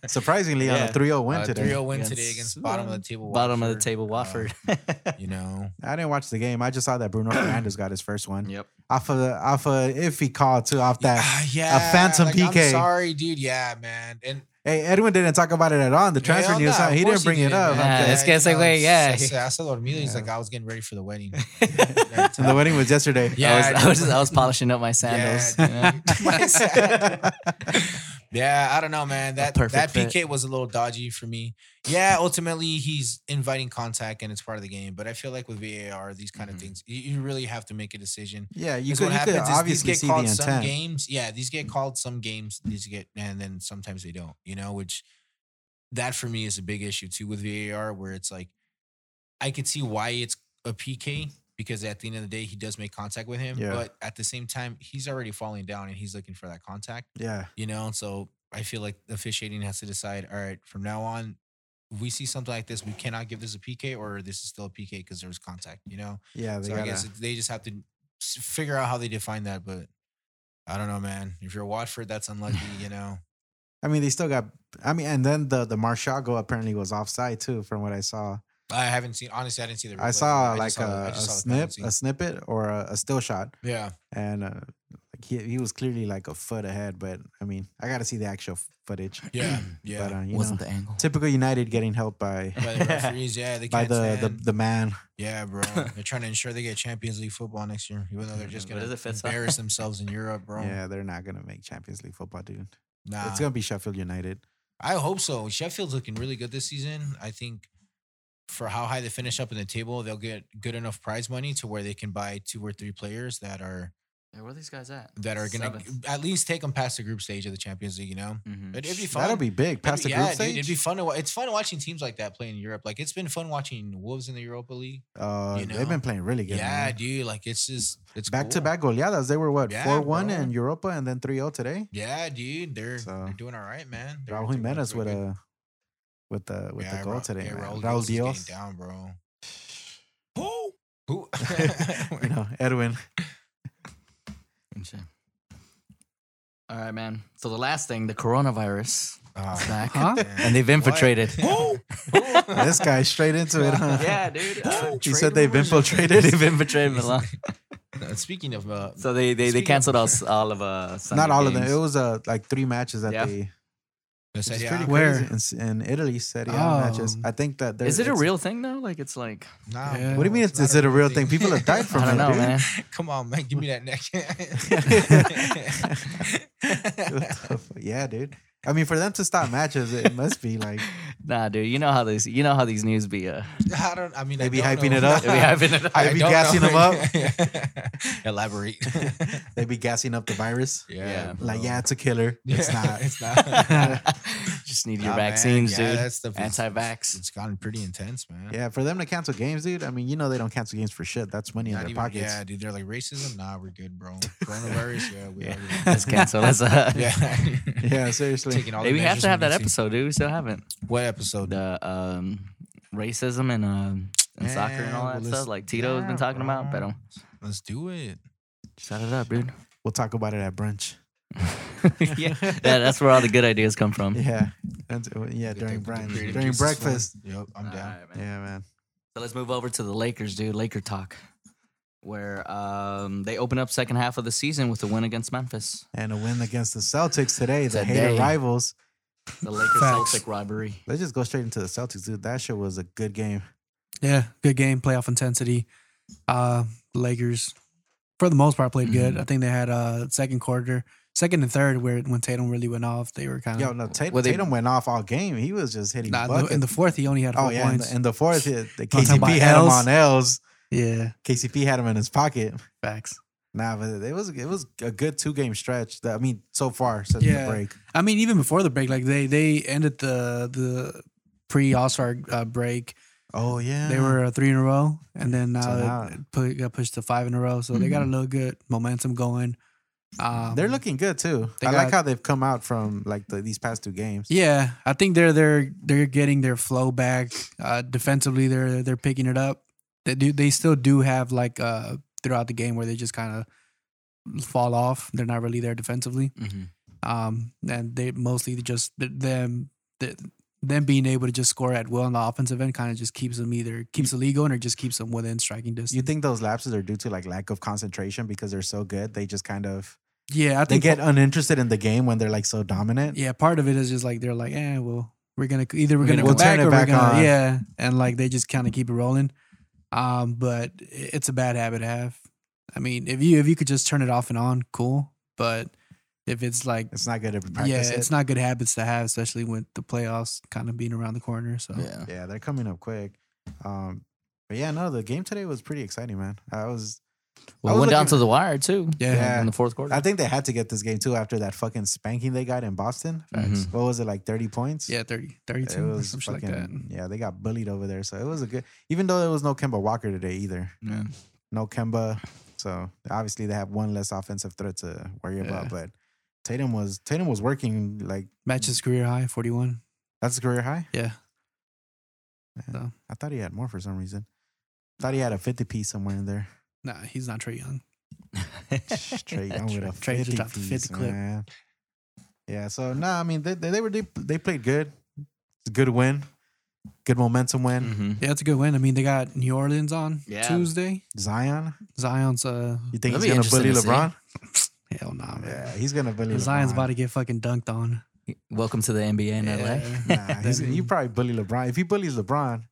[SPEAKER 3] surprisingly, on a
[SPEAKER 2] Yeah.
[SPEAKER 3] 3-0 win
[SPEAKER 4] uh,
[SPEAKER 3] today.
[SPEAKER 4] 3-0 win today
[SPEAKER 2] Against-
[SPEAKER 4] against bottom of the table.
[SPEAKER 2] bottom of the
[SPEAKER 4] Watford.
[SPEAKER 2] table, Watford.
[SPEAKER 3] Oh.
[SPEAKER 4] Uh, you know,
[SPEAKER 3] I didn't watch the game. I just saw that Bruno Fernandez got his first one
[SPEAKER 2] yep.
[SPEAKER 3] off of the, off of iffy call too off that.
[SPEAKER 4] Ah, yeah,
[SPEAKER 3] phantom
[SPEAKER 4] like,
[SPEAKER 3] PK.
[SPEAKER 4] I'm sorry, dude. Yeah, man. And
[SPEAKER 3] Hey, Edwin didn't talk about it at all. In the transfer
[SPEAKER 4] Hell
[SPEAKER 3] news,
[SPEAKER 4] nah,
[SPEAKER 3] huh?
[SPEAKER 4] of
[SPEAKER 3] he didn't
[SPEAKER 4] course
[SPEAKER 3] bring it
[SPEAKER 4] didn't,
[SPEAKER 3] up.
[SPEAKER 4] man.
[SPEAKER 2] Yeah, this guy's like,
[SPEAKER 4] you know,
[SPEAKER 2] wait, yeah.
[SPEAKER 4] I, I saw dormido. He's
[SPEAKER 3] Yeah.
[SPEAKER 4] like, I was getting ready for the wedding.
[SPEAKER 3] And the wedding was yesterday.
[SPEAKER 4] Yeah,
[SPEAKER 2] I was, I was I was polishing up my sandals. you know?
[SPEAKER 4] Yeah, dude. My sandals. Yeah, I don't know, man. That
[SPEAKER 2] perfect
[SPEAKER 4] that
[SPEAKER 2] fit.
[SPEAKER 4] PK was a little dodgy for me. Yeah, ultimately he's inviting contact and it's part of the game. But I feel like with VAR, these kind
[SPEAKER 2] Mhm.
[SPEAKER 4] of things, you, you really have to make a decision.
[SPEAKER 3] Yeah, you
[SPEAKER 4] Because
[SPEAKER 3] could,
[SPEAKER 4] what
[SPEAKER 3] you
[SPEAKER 4] happens
[SPEAKER 3] could
[SPEAKER 4] is these
[SPEAKER 3] obviously
[SPEAKER 4] get
[SPEAKER 3] see the
[SPEAKER 4] called some
[SPEAKER 3] intent.
[SPEAKER 4] games. Yeah, these get called some games. These get and then sometimes they don't. You know, which that for me is a big issue too with VAR, where it's like I could see why it's a PK because at the end of the day he does make contact with him,
[SPEAKER 3] Yeah.
[SPEAKER 4] but at the same time he's already falling down and he's looking for that contact.
[SPEAKER 3] Yeah,
[SPEAKER 4] You know, so I feel like officiating has to decide. All right, from now on, we see something like this, we cannot give this a PK or this is still a PK because there was contact, you know?
[SPEAKER 3] Yeah, they
[SPEAKER 4] so
[SPEAKER 3] gotta,
[SPEAKER 4] I guess it's- they just have to s- figure out how they define that. But I don't know, man. If you're Watford, that's unlucky, you know?
[SPEAKER 3] I mean, they still got. I mean, and then the the Marshago apparently was offside too, from what I saw.
[SPEAKER 4] I haven't seen, honestly, I didn't see the replay.
[SPEAKER 3] I saw
[SPEAKER 4] just
[SPEAKER 3] like
[SPEAKER 4] saw the- I
[SPEAKER 3] a, a
[SPEAKER 4] just saw the
[SPEAKER 3] snip,
[SPEAKER 4] penalty.
[SPEAKER 3] a snippet, or a, a still shot,
[SPEAKER 4] Yeah.
[SPEAKER 3] and uh, like he he was clearly like a foot ahead. But I mean, I got to see the actual f- footage.
[SPEAKER 4] Yeah. Yeah.
[SPEAKER 3] But uh, you know,
[SPEAKER 2] Wasn't the angle.
[SPEAKER 3] typical United getting helped by
[SPEAKER 4] by the referees, yeah, they
[SPEAKER 3] by
[SPEAKER 4] can't
[SPEAKER 3] the, the
[SPEAKER 4] stand.
[SPEAKER 3] the man.
[SPEAKER 4] yeah, bro. They're trying to ensure they get Champions League football next year, even though they're just
[SPEAKER 2] What
[SPEAKER 4] gonna
[SPEAKER 2] is it, Fitz?
[SPEAKER 4] embarrass themselves in Europe, bro.
[SPEAKER 3] Yeah, they're not gonna make Champions League football, dude.
[SPEAKER 4] Nah,
[SPEAKER 3] It's gonna be Sheffield United.
[SPEAKER 4] I hope so. Sheffield's looking really good this season. I think for how high they finish up in the table, they'll get good enough prize money to where they can buy two or three players that are
[SPEAKER 2] Yeah, where are these guys at?
[SPEAKER 4] that are gonna at least take them past the group stage of the Champions League. You know,
[SPEAKER 2] Mm-hmm.
[SPEAKER 4] it'd, it'd be fun.
[SPEAKER 3] That'll be big. Past the
[SPEAKER 4] It'd be-
[SPEAKER 3] group
[SPEAKER 4] yeah, dude,
[SPEAKER 3] stage.
[SPEAKER 4] it'd be fun to. wa- It's fun watching teams like that play in Europe. Like it's been fun watching Wolves in the Europa League.
[SPEAKER 3] uh,
[SPEAKER 4] you
[SPEAKER 3] they've
[SPEAKER 4] know?
[SPEAKER 3] been playing really
[SPEAKER 4] Yeah,
[SPEAKER 3] good. man.
[SPEAKER 4] dude. Like it's just it's
[SPEAKER 3] back to
[SPEAKER 4] cool.
[SPEAKER 3] back goleadas. They were what
[SPEAKER 4] Yeah,
[SPEAKER 3] four one
[SPEAKER 4] bro.
[SPEAKER 3] in Europa and then 3-0 today.
[SPEAKER 4] Yeah, dude, they're
[SPEAKER 3] So-
[SPEAKER 4] they're doing all right, man. They're,
[SPEAKER 3] Raul
[SPEAKER 4] they're doing
[SPEAKER 3] Jimenez
[SPEAKER 4] pretty
[SPEAKER 3] with
[SPEAKER 4] good.
[SPEAKER 3] a with the with
[SPEAKER 4] Yeah,
[SPEAKER 3] the goal
[SPEAKER 4] Ra-
[SPEAKER 3] today,
[SPEAKER 4] yeah,
[SPEAKER 3] man.
[SPEAKER 4] Raul,
[SPEAKER 3] Raul,
[SPEAKER 4] Diaz is getting
[SPEAKER 3] Diaz.
[SPEAKER 4] down, bro. Who? Who?
[SPEAKER 3] you know, Edwin.
[SPEAKER 2] All right, man. So the last thing, the coronavirus, is
[SPEAKER 4] Oh,
[SPEAKER 2] back,
[SPEAKER 5] Huh?
[SPEAKER 2] and they've infiltrated.
[SPEAKER 4] Who?
[SPEAKER 3] this guy straight into it, huh?
[SPEAKER 2] yeah, dude. Uh,
[SPEAKER 3] He
[SPEAKER 2] trade
[SPEAKER 3] said they've
[SPEAKER 2] rumors.
[SPEAKER 3] infiltrated
[SPEAKER 2] they've
[SPEAKER 3] him.
[SPEAKER 2] infiltrated Milan.
[SPEAKER 4] Uh, Speaking of, uh,
[SPEAKER 2] So they they, they
[SPEAKER 4] Speaking of-
[SPEAKER 2] canceled us all of uh Sunday
[SPEAKER 3] Not all of them.
[SPEAKER 2] games.
[SPEAKER 3] It was uh, like three matches that
[SPEAKER 2] Yeah.
[SPEAKER 3] they.
[SPEAKER 4] I said,
[SPEAKER 3] It's
[SPEAKER 4] yeah,
[SPEAKER 3] pretty
[SPEAKER 5] Where?
[SPEAKER 3] crazy. In, in Italy, said yeah, matches.
[SPEAKER 5] Oh.
[SPEAKER 3] I think that there-
[SPEAKER 2] Is it a
[SPEAKER 3] it's-
[SPEAKER 2] real thing though? Like it's like
[SPEAKER 4] nah,
[SPEAKER 5] Yeah.
[SPEAKER 4] bro,
[SPEAKER 5] What do
[SPEAKER 3] you mean it's-
[SPEAKER 4] not
[SPEAKER 3] is it a real thing? People have died from
[SPEAKER 2] I don't
[SPEAKER 3] it,
[SPEAKER 2] know,
[SPEAKER 3] dude.
[SPEAKER 2] man.
[SPEAKER 4] Come on, man, give me that neck.
[SPEAKER 3] yeah, dude. I mean, for them to stop matches, it must be like
[SPEAKER 2] Nah, dude. You know how these you know how these news be. Uh,
[SPEAKER 4] I don't. I mean,
[SPEAKER 3] They
[SPEAKER 4] I
[SPEAKER 3] be
[SPEAKER 4] don't
[SPEAKER 3] hyping
[SPEAKER 4] know.
[SPEAKER 3] it up.
[SPEAKER 2] they be having it.
[SPEAKER 3] I
[SPEAKER 4] I
[SPEAKER 3] be
[SPEAKER 4] don't
[SPEAKER 3] gassing
[SPEAKER 4] know.
[SPEAKER 3] them up.
[SPEAKER 4] Elaborate.
[SPEAKER 3] they'd be gassing up the virus.
[SPEAKER 2] Yeah.
[SPEAKER 3] Like, yeah, it's a killer. It's
[SPEAKER 4] Yeah,
[SPEAKER 3] not.
[SPEAKER 4] It's not.
[SPEAKER 2] Just need your
[SPEAKER 4] Nah, man.
[SPEAKER 2] vaccines,
[SPEAKER 4] Yeah,
[SPEAKER 2] dude.
[SPEAKER 4] that stuff is-
[SPEAKER 2] Anti-vax.
[SPEAKER 4] It's gotten pretty intense, man.
[SPEAKER 3] Yeah, for them to cancel games, dude. I mean, you know they don't cancel games for shit. That's money in
[SPEAKER 4] Not
[SPEAKER 3] their
[SPEAKER 4] even-
[SPEAKER 3] pockets.
[SPEAKER 4] yeah, dude. They're like racism. Nah, we're good, bro. Coronavirus. Yeah, we
[SPEAKER 3] Yeah.
[SPEAKER 4] already-
[SPEAKER 2] Let's cancel us. Uh,
[SPEAKER 4] yeah.
[SPEAKER 3] Yeah, seriously.
[SPEAKER 4] Taking all the
[SPEAKER 2] Hey, we have
[SPEAKER 4] measures
[SPEAKER 2] to have
[SPEAKER 4] we
[SPEAKER 2] that
[SPEAKER 4] need to. Oh,
[SPEAKER 2] episode, dude. We still haven't.
[SPEAKER 4] What episode?
[SPEAKER 2] The um, racism and um, and soccer and all
[SPEAKER 4] Yeah, well,
[SPEAKER 2] that stuff,
[SPEAKER 4] let's-
[SPEAKER 2] like Tito's
[SPEAKER 4] yeah,
[SPEAKER 2] been talking about.
[SPEAKER 4] bro.
[SPEAKER 2] But um,
[SPEAKER 4] Let's do it.
[SPEAKER 2] shut it up, dude.
[SPEAKER 3] We'll talk about it at brunch.
[SPEAKER 2] yeah, that- that's where all the good ideas come from.
[SPEAKER 3] Yeah. That's- uh, yeah,
[SPEAKER 4] Get
[SPEAKER 3] during
[SPEAKER 4] the- the
[SPEAKER 3] brunch.
[SPEAKER 4] creative
[SPEAKER 3] During
[SPEAKER 4] juices flowing.
[SPEAKER 3] breakfast.
[SPEAKER 4] Yep, I'm
[SPEAKER 2] All
[SPEAKER 4] down.
[SPEAKER 2] right, man.
[SPEAKER 3] Yeah, man.
[SPEAKER 2] So let's move over to the Lakers, dude. Laker talk, where um, they open up second half of the season with a win against Memphis.
[SPEAKER 3] And a win against the Celtics today, the
[SPEAKER 2] Today.
[SPEAKER 3] hated rivals.
[SPEAKER 2] The Lakers
[SPEAKER 5] Facts.
[SPEAKER 2] Celtic rivalry.
[SPEAKER 3] Let's just go straight into the Celtics, dude. That shit was a good game.
[SPEAKER 5] Yeah, good game, playoff intensity. Uh Lakers, for the most part, played good.
[SPEAKER 2] Mm-hmm.
[SPEAKER 5] I think they had uh second quarter, second and third, where when Tatum really went off, they were kind
[SPEAKER 3] Yo,
[SPEAKER 5] of.
[SPEAKER 3] no, Tatum,
[SPEAKER 2] Well, they-
[SPEAKER 3] Tatum went off all game. He was just hitting
[SPEAKER 5] Nah, in the-
[SPEAKER 3] buckets.
[SPEAKER 5] in the fourth, he only had four
[SPEAKER 3] oh, yeah. In
[SPEAKER 5] points.
[SPEAKER 3] the, in the fourth, the, the
[SPEAKER 5] Talking about
[SPEAKER 3] KCP had him
[SPEAKER 5] Ls.
[SPEAKER 3] on L's.
[SPEAKER 5] yeah,
[SPEAKER 3] KCP had him in his pocket.
[SPEAKER 5] facts.
[SPEAKER 3] Nah, but it was it was a good two game stretch. That, I mean, so far since
[SPEAKER 5] Yeah.
[SPEAKER 3] the break.
[SPEAKER 5] I mean, even before the break, like they they ended the the pre All Star uh, break.
[SPEAKER 3] Oh yeah,
[SPEAKER 5] They were three in a row, and then now,
[SPEAKER 3] So now-
[SPEAKER 5] it pu- got pushed to five in a row. So they got a little good momentum going. Um,
[SPEAKER 3] Mm-hmm. They're looking good too.
[SPEAKER 5] They
[SPEAKER 3] I like
[SPEAKER 5] got-
[SPEAKER 3] how they've come out from like the, these past two games.
[SPEAKER 5] Yeah, I think they're they're they're getting their flow back. Uh, defensively, they're they're picking it up. They do they still do have like uh throughout the game where they just kind of fall off. They're not really there defensively.
[SPEAKER 2] Mhm.
[SPEAKER 5] Um, and they mostly just th- them th- them being able to just score at will on the offensive end kind of just keeps them either keeps the league going or just keeps them within striking distance.
[SPEAKER 3] You think those lapses are due to like lack of concentration because they're so good? They just kind of
[SPEAKER 5] yeah, I
[SPEAKER 3] they
[SPEAKER 5] think
[SPEAKER 3] get uninterested in the game when they're like so dominant.
[SPEAKER 5] yeah, part of it is just like they're like, eh, well, we're gonna either we're,
[SPEAKER 2] We're
[SPEAKER 5] gonna,
[SPEAKER 2] gonna
[SPEAKER 5] go
[SPEAKER 3] turn
[SPEAKER 5] back
[SPEAKER 3] it
[SPEAKER 5] or
[SPEAKER 3] back
[SPEAKER 5] we're gonna
[SPEAKER 3] on.
[SPEAKER 5] yeah, and like they just kind of keep it rolling. Um, but i- it's a bad habit to have. I mean, if you if you could just turn it off and on, cool. But if it's like
[SPEAKER 3] It's not good to practice.
[SPEAKER 5] yeah,
[SPEAKER 3] it.
[SPEAKER 5] it's not good habits to have, especially with the playoffs kind of being around the corner. So
[SPEAKER 2] Yeah.
[SPEAKER 3] Yeah, they're coming up quick. Um, but yeah, no, the game today was pretty exciting, man. I was
[SPEAKER 2] Well,
[SPEAKER 3] was
[SPEAKER 2] went down
[SPEAKER 3] looking-
[SPEAKER 2] to the wire too.
[SPEAKER 5] Yeah.
[SPEAKER 3] Yeah.
[SPEAKER 2] In the fourth quarter.
[SPEAKER 3] I think they had to get this game too after that fucking spanking they got in Boston.
[SPEAKER 5] Mm-hmm.
[SPEAKER 2] Facts.
[SPEAKER 3] What was it like thirty points?
[SPEAKER 5] yeah, 30,
[SPEAKER 3] It
[SPEAKER 5] 32 or
[SPEAKER 3] was
[SPEAKER 5] something
[SPEAKER 3] fucking,
[SPEAKER 5] like that.
[SPEAKER 3] yeah, they got bullied over there. So it was a good, even though there was no Kemba Walker today either.
[SPEAKER 2] Yeah.
[SPEAKER 3] no Kemba. So obviously they have one less offensive threat to worry about.
[SPEAKER 5] Yeah.
[SPEAKER 3] But Tatum was Tatum was working like
[SPEAKER 5] Matches career high, forty one.
[SPEAKER 3] that's a career high.
[SPEAKER 5] Yeah. So.
[SPEAKER 3] I thought he had more for some reason. Thought he had a 50 piece somewhere in there.
[SPEAKER 5] Nah, he's not Trey Young.
[SPEAKER 3] Trey Young with a
[SPEAKER 5] Trey just
[SPEAKER 3] 50
[SPEAKER 5] dropped a 50
[SPEAKER 3] piece,
[SPEAKER 5] clip.
[SPEAKER 3] man. Yeah, so no, I mean they they, they were they, they played good. It's a good win. Good momentum win.
[SPEAKER 2] Mhm.
[SPEAKER 5] Yeah, it's a good win. I mean, they got New Orleans on
[SPEAKER 2] Yeah.
[SPEAKER 5] Tuesday.
[SPEAKER 3] Zion,
[SPEAKER 5] Zion's uh
[SPEAKER 3] you think
[SPEAKER 2] That'd be
[SPEAKER 3] he's gonna
[SPEAKER 2] interesting
[SPEAKER 3] bully
[SPEAKER 2] to see.
[SPEAKER 3] LeBron?
[SPEAKER 5] hell nah, man.
[SPEAKER 3] Yeah, he's gonna bully
[SPEAKER 5] Zion's
[SPEAKER 3] LeBron.
[SPEAKER 5] about to get fucking dunked on.
[SPEAKER 2] Welcome to the NBA in
[SPEAKER 5] Yeah.
[SPEAKER 2] LA.
[SPEAKER 3] Nah, he's, you probably bully LeBron. If he bullies LeBron,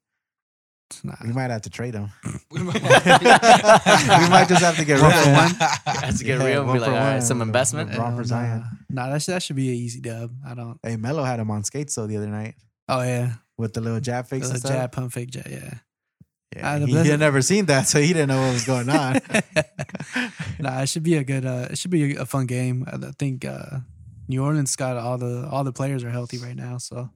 [SPEAKER 5] It's not-
[SPEAKER 3] we might have to trade him.
[SPEAKER 2] we
[SPEAKER 3] we might just have to get rid of him.
[SPEAKER 2] Has to get
[SPEAKER 3] Yeah,
[SPEAKER 2] real. and
[SPEAKER 3] one
[SPEAKER 2] Be like,
[SPEAKER 3] for
[SPEAKER 2] all right,
[SPEAKER 3] one.
[SPEAKER 2] some investment.
[SPEAKER 3] LeBron for
[SPEAKER 5] Hell
[SPEAKER 3] Zion.
[SPEAKER 5] Nah, nah that, should, that should be an easy dub. I don't.
[SPEAKER 3] Hey, Melo had him on skates though the other night
[SPEAKER 5] Oh yeah,
[SPEAKER 3] with the little jab fix.
[SPEAKER 5] the
[SPEAKER 3] and stuff.
[SPEAKER 5] jab pump fake jab. Yeah.
[SPEAKER 3] Yeah,
[SPEAKER 5] Uh, the
[SPEAKER 3] he, he
[SPEAKER 5] Blizzard-
[SPEAKER 3] had never seen that, so he didn't know what was going on.
[SPEAKER 5] nah, it should be a good. Uh, it should be a, a fun game. I I think uh, New Orleans got all the all the players are healthy right now, so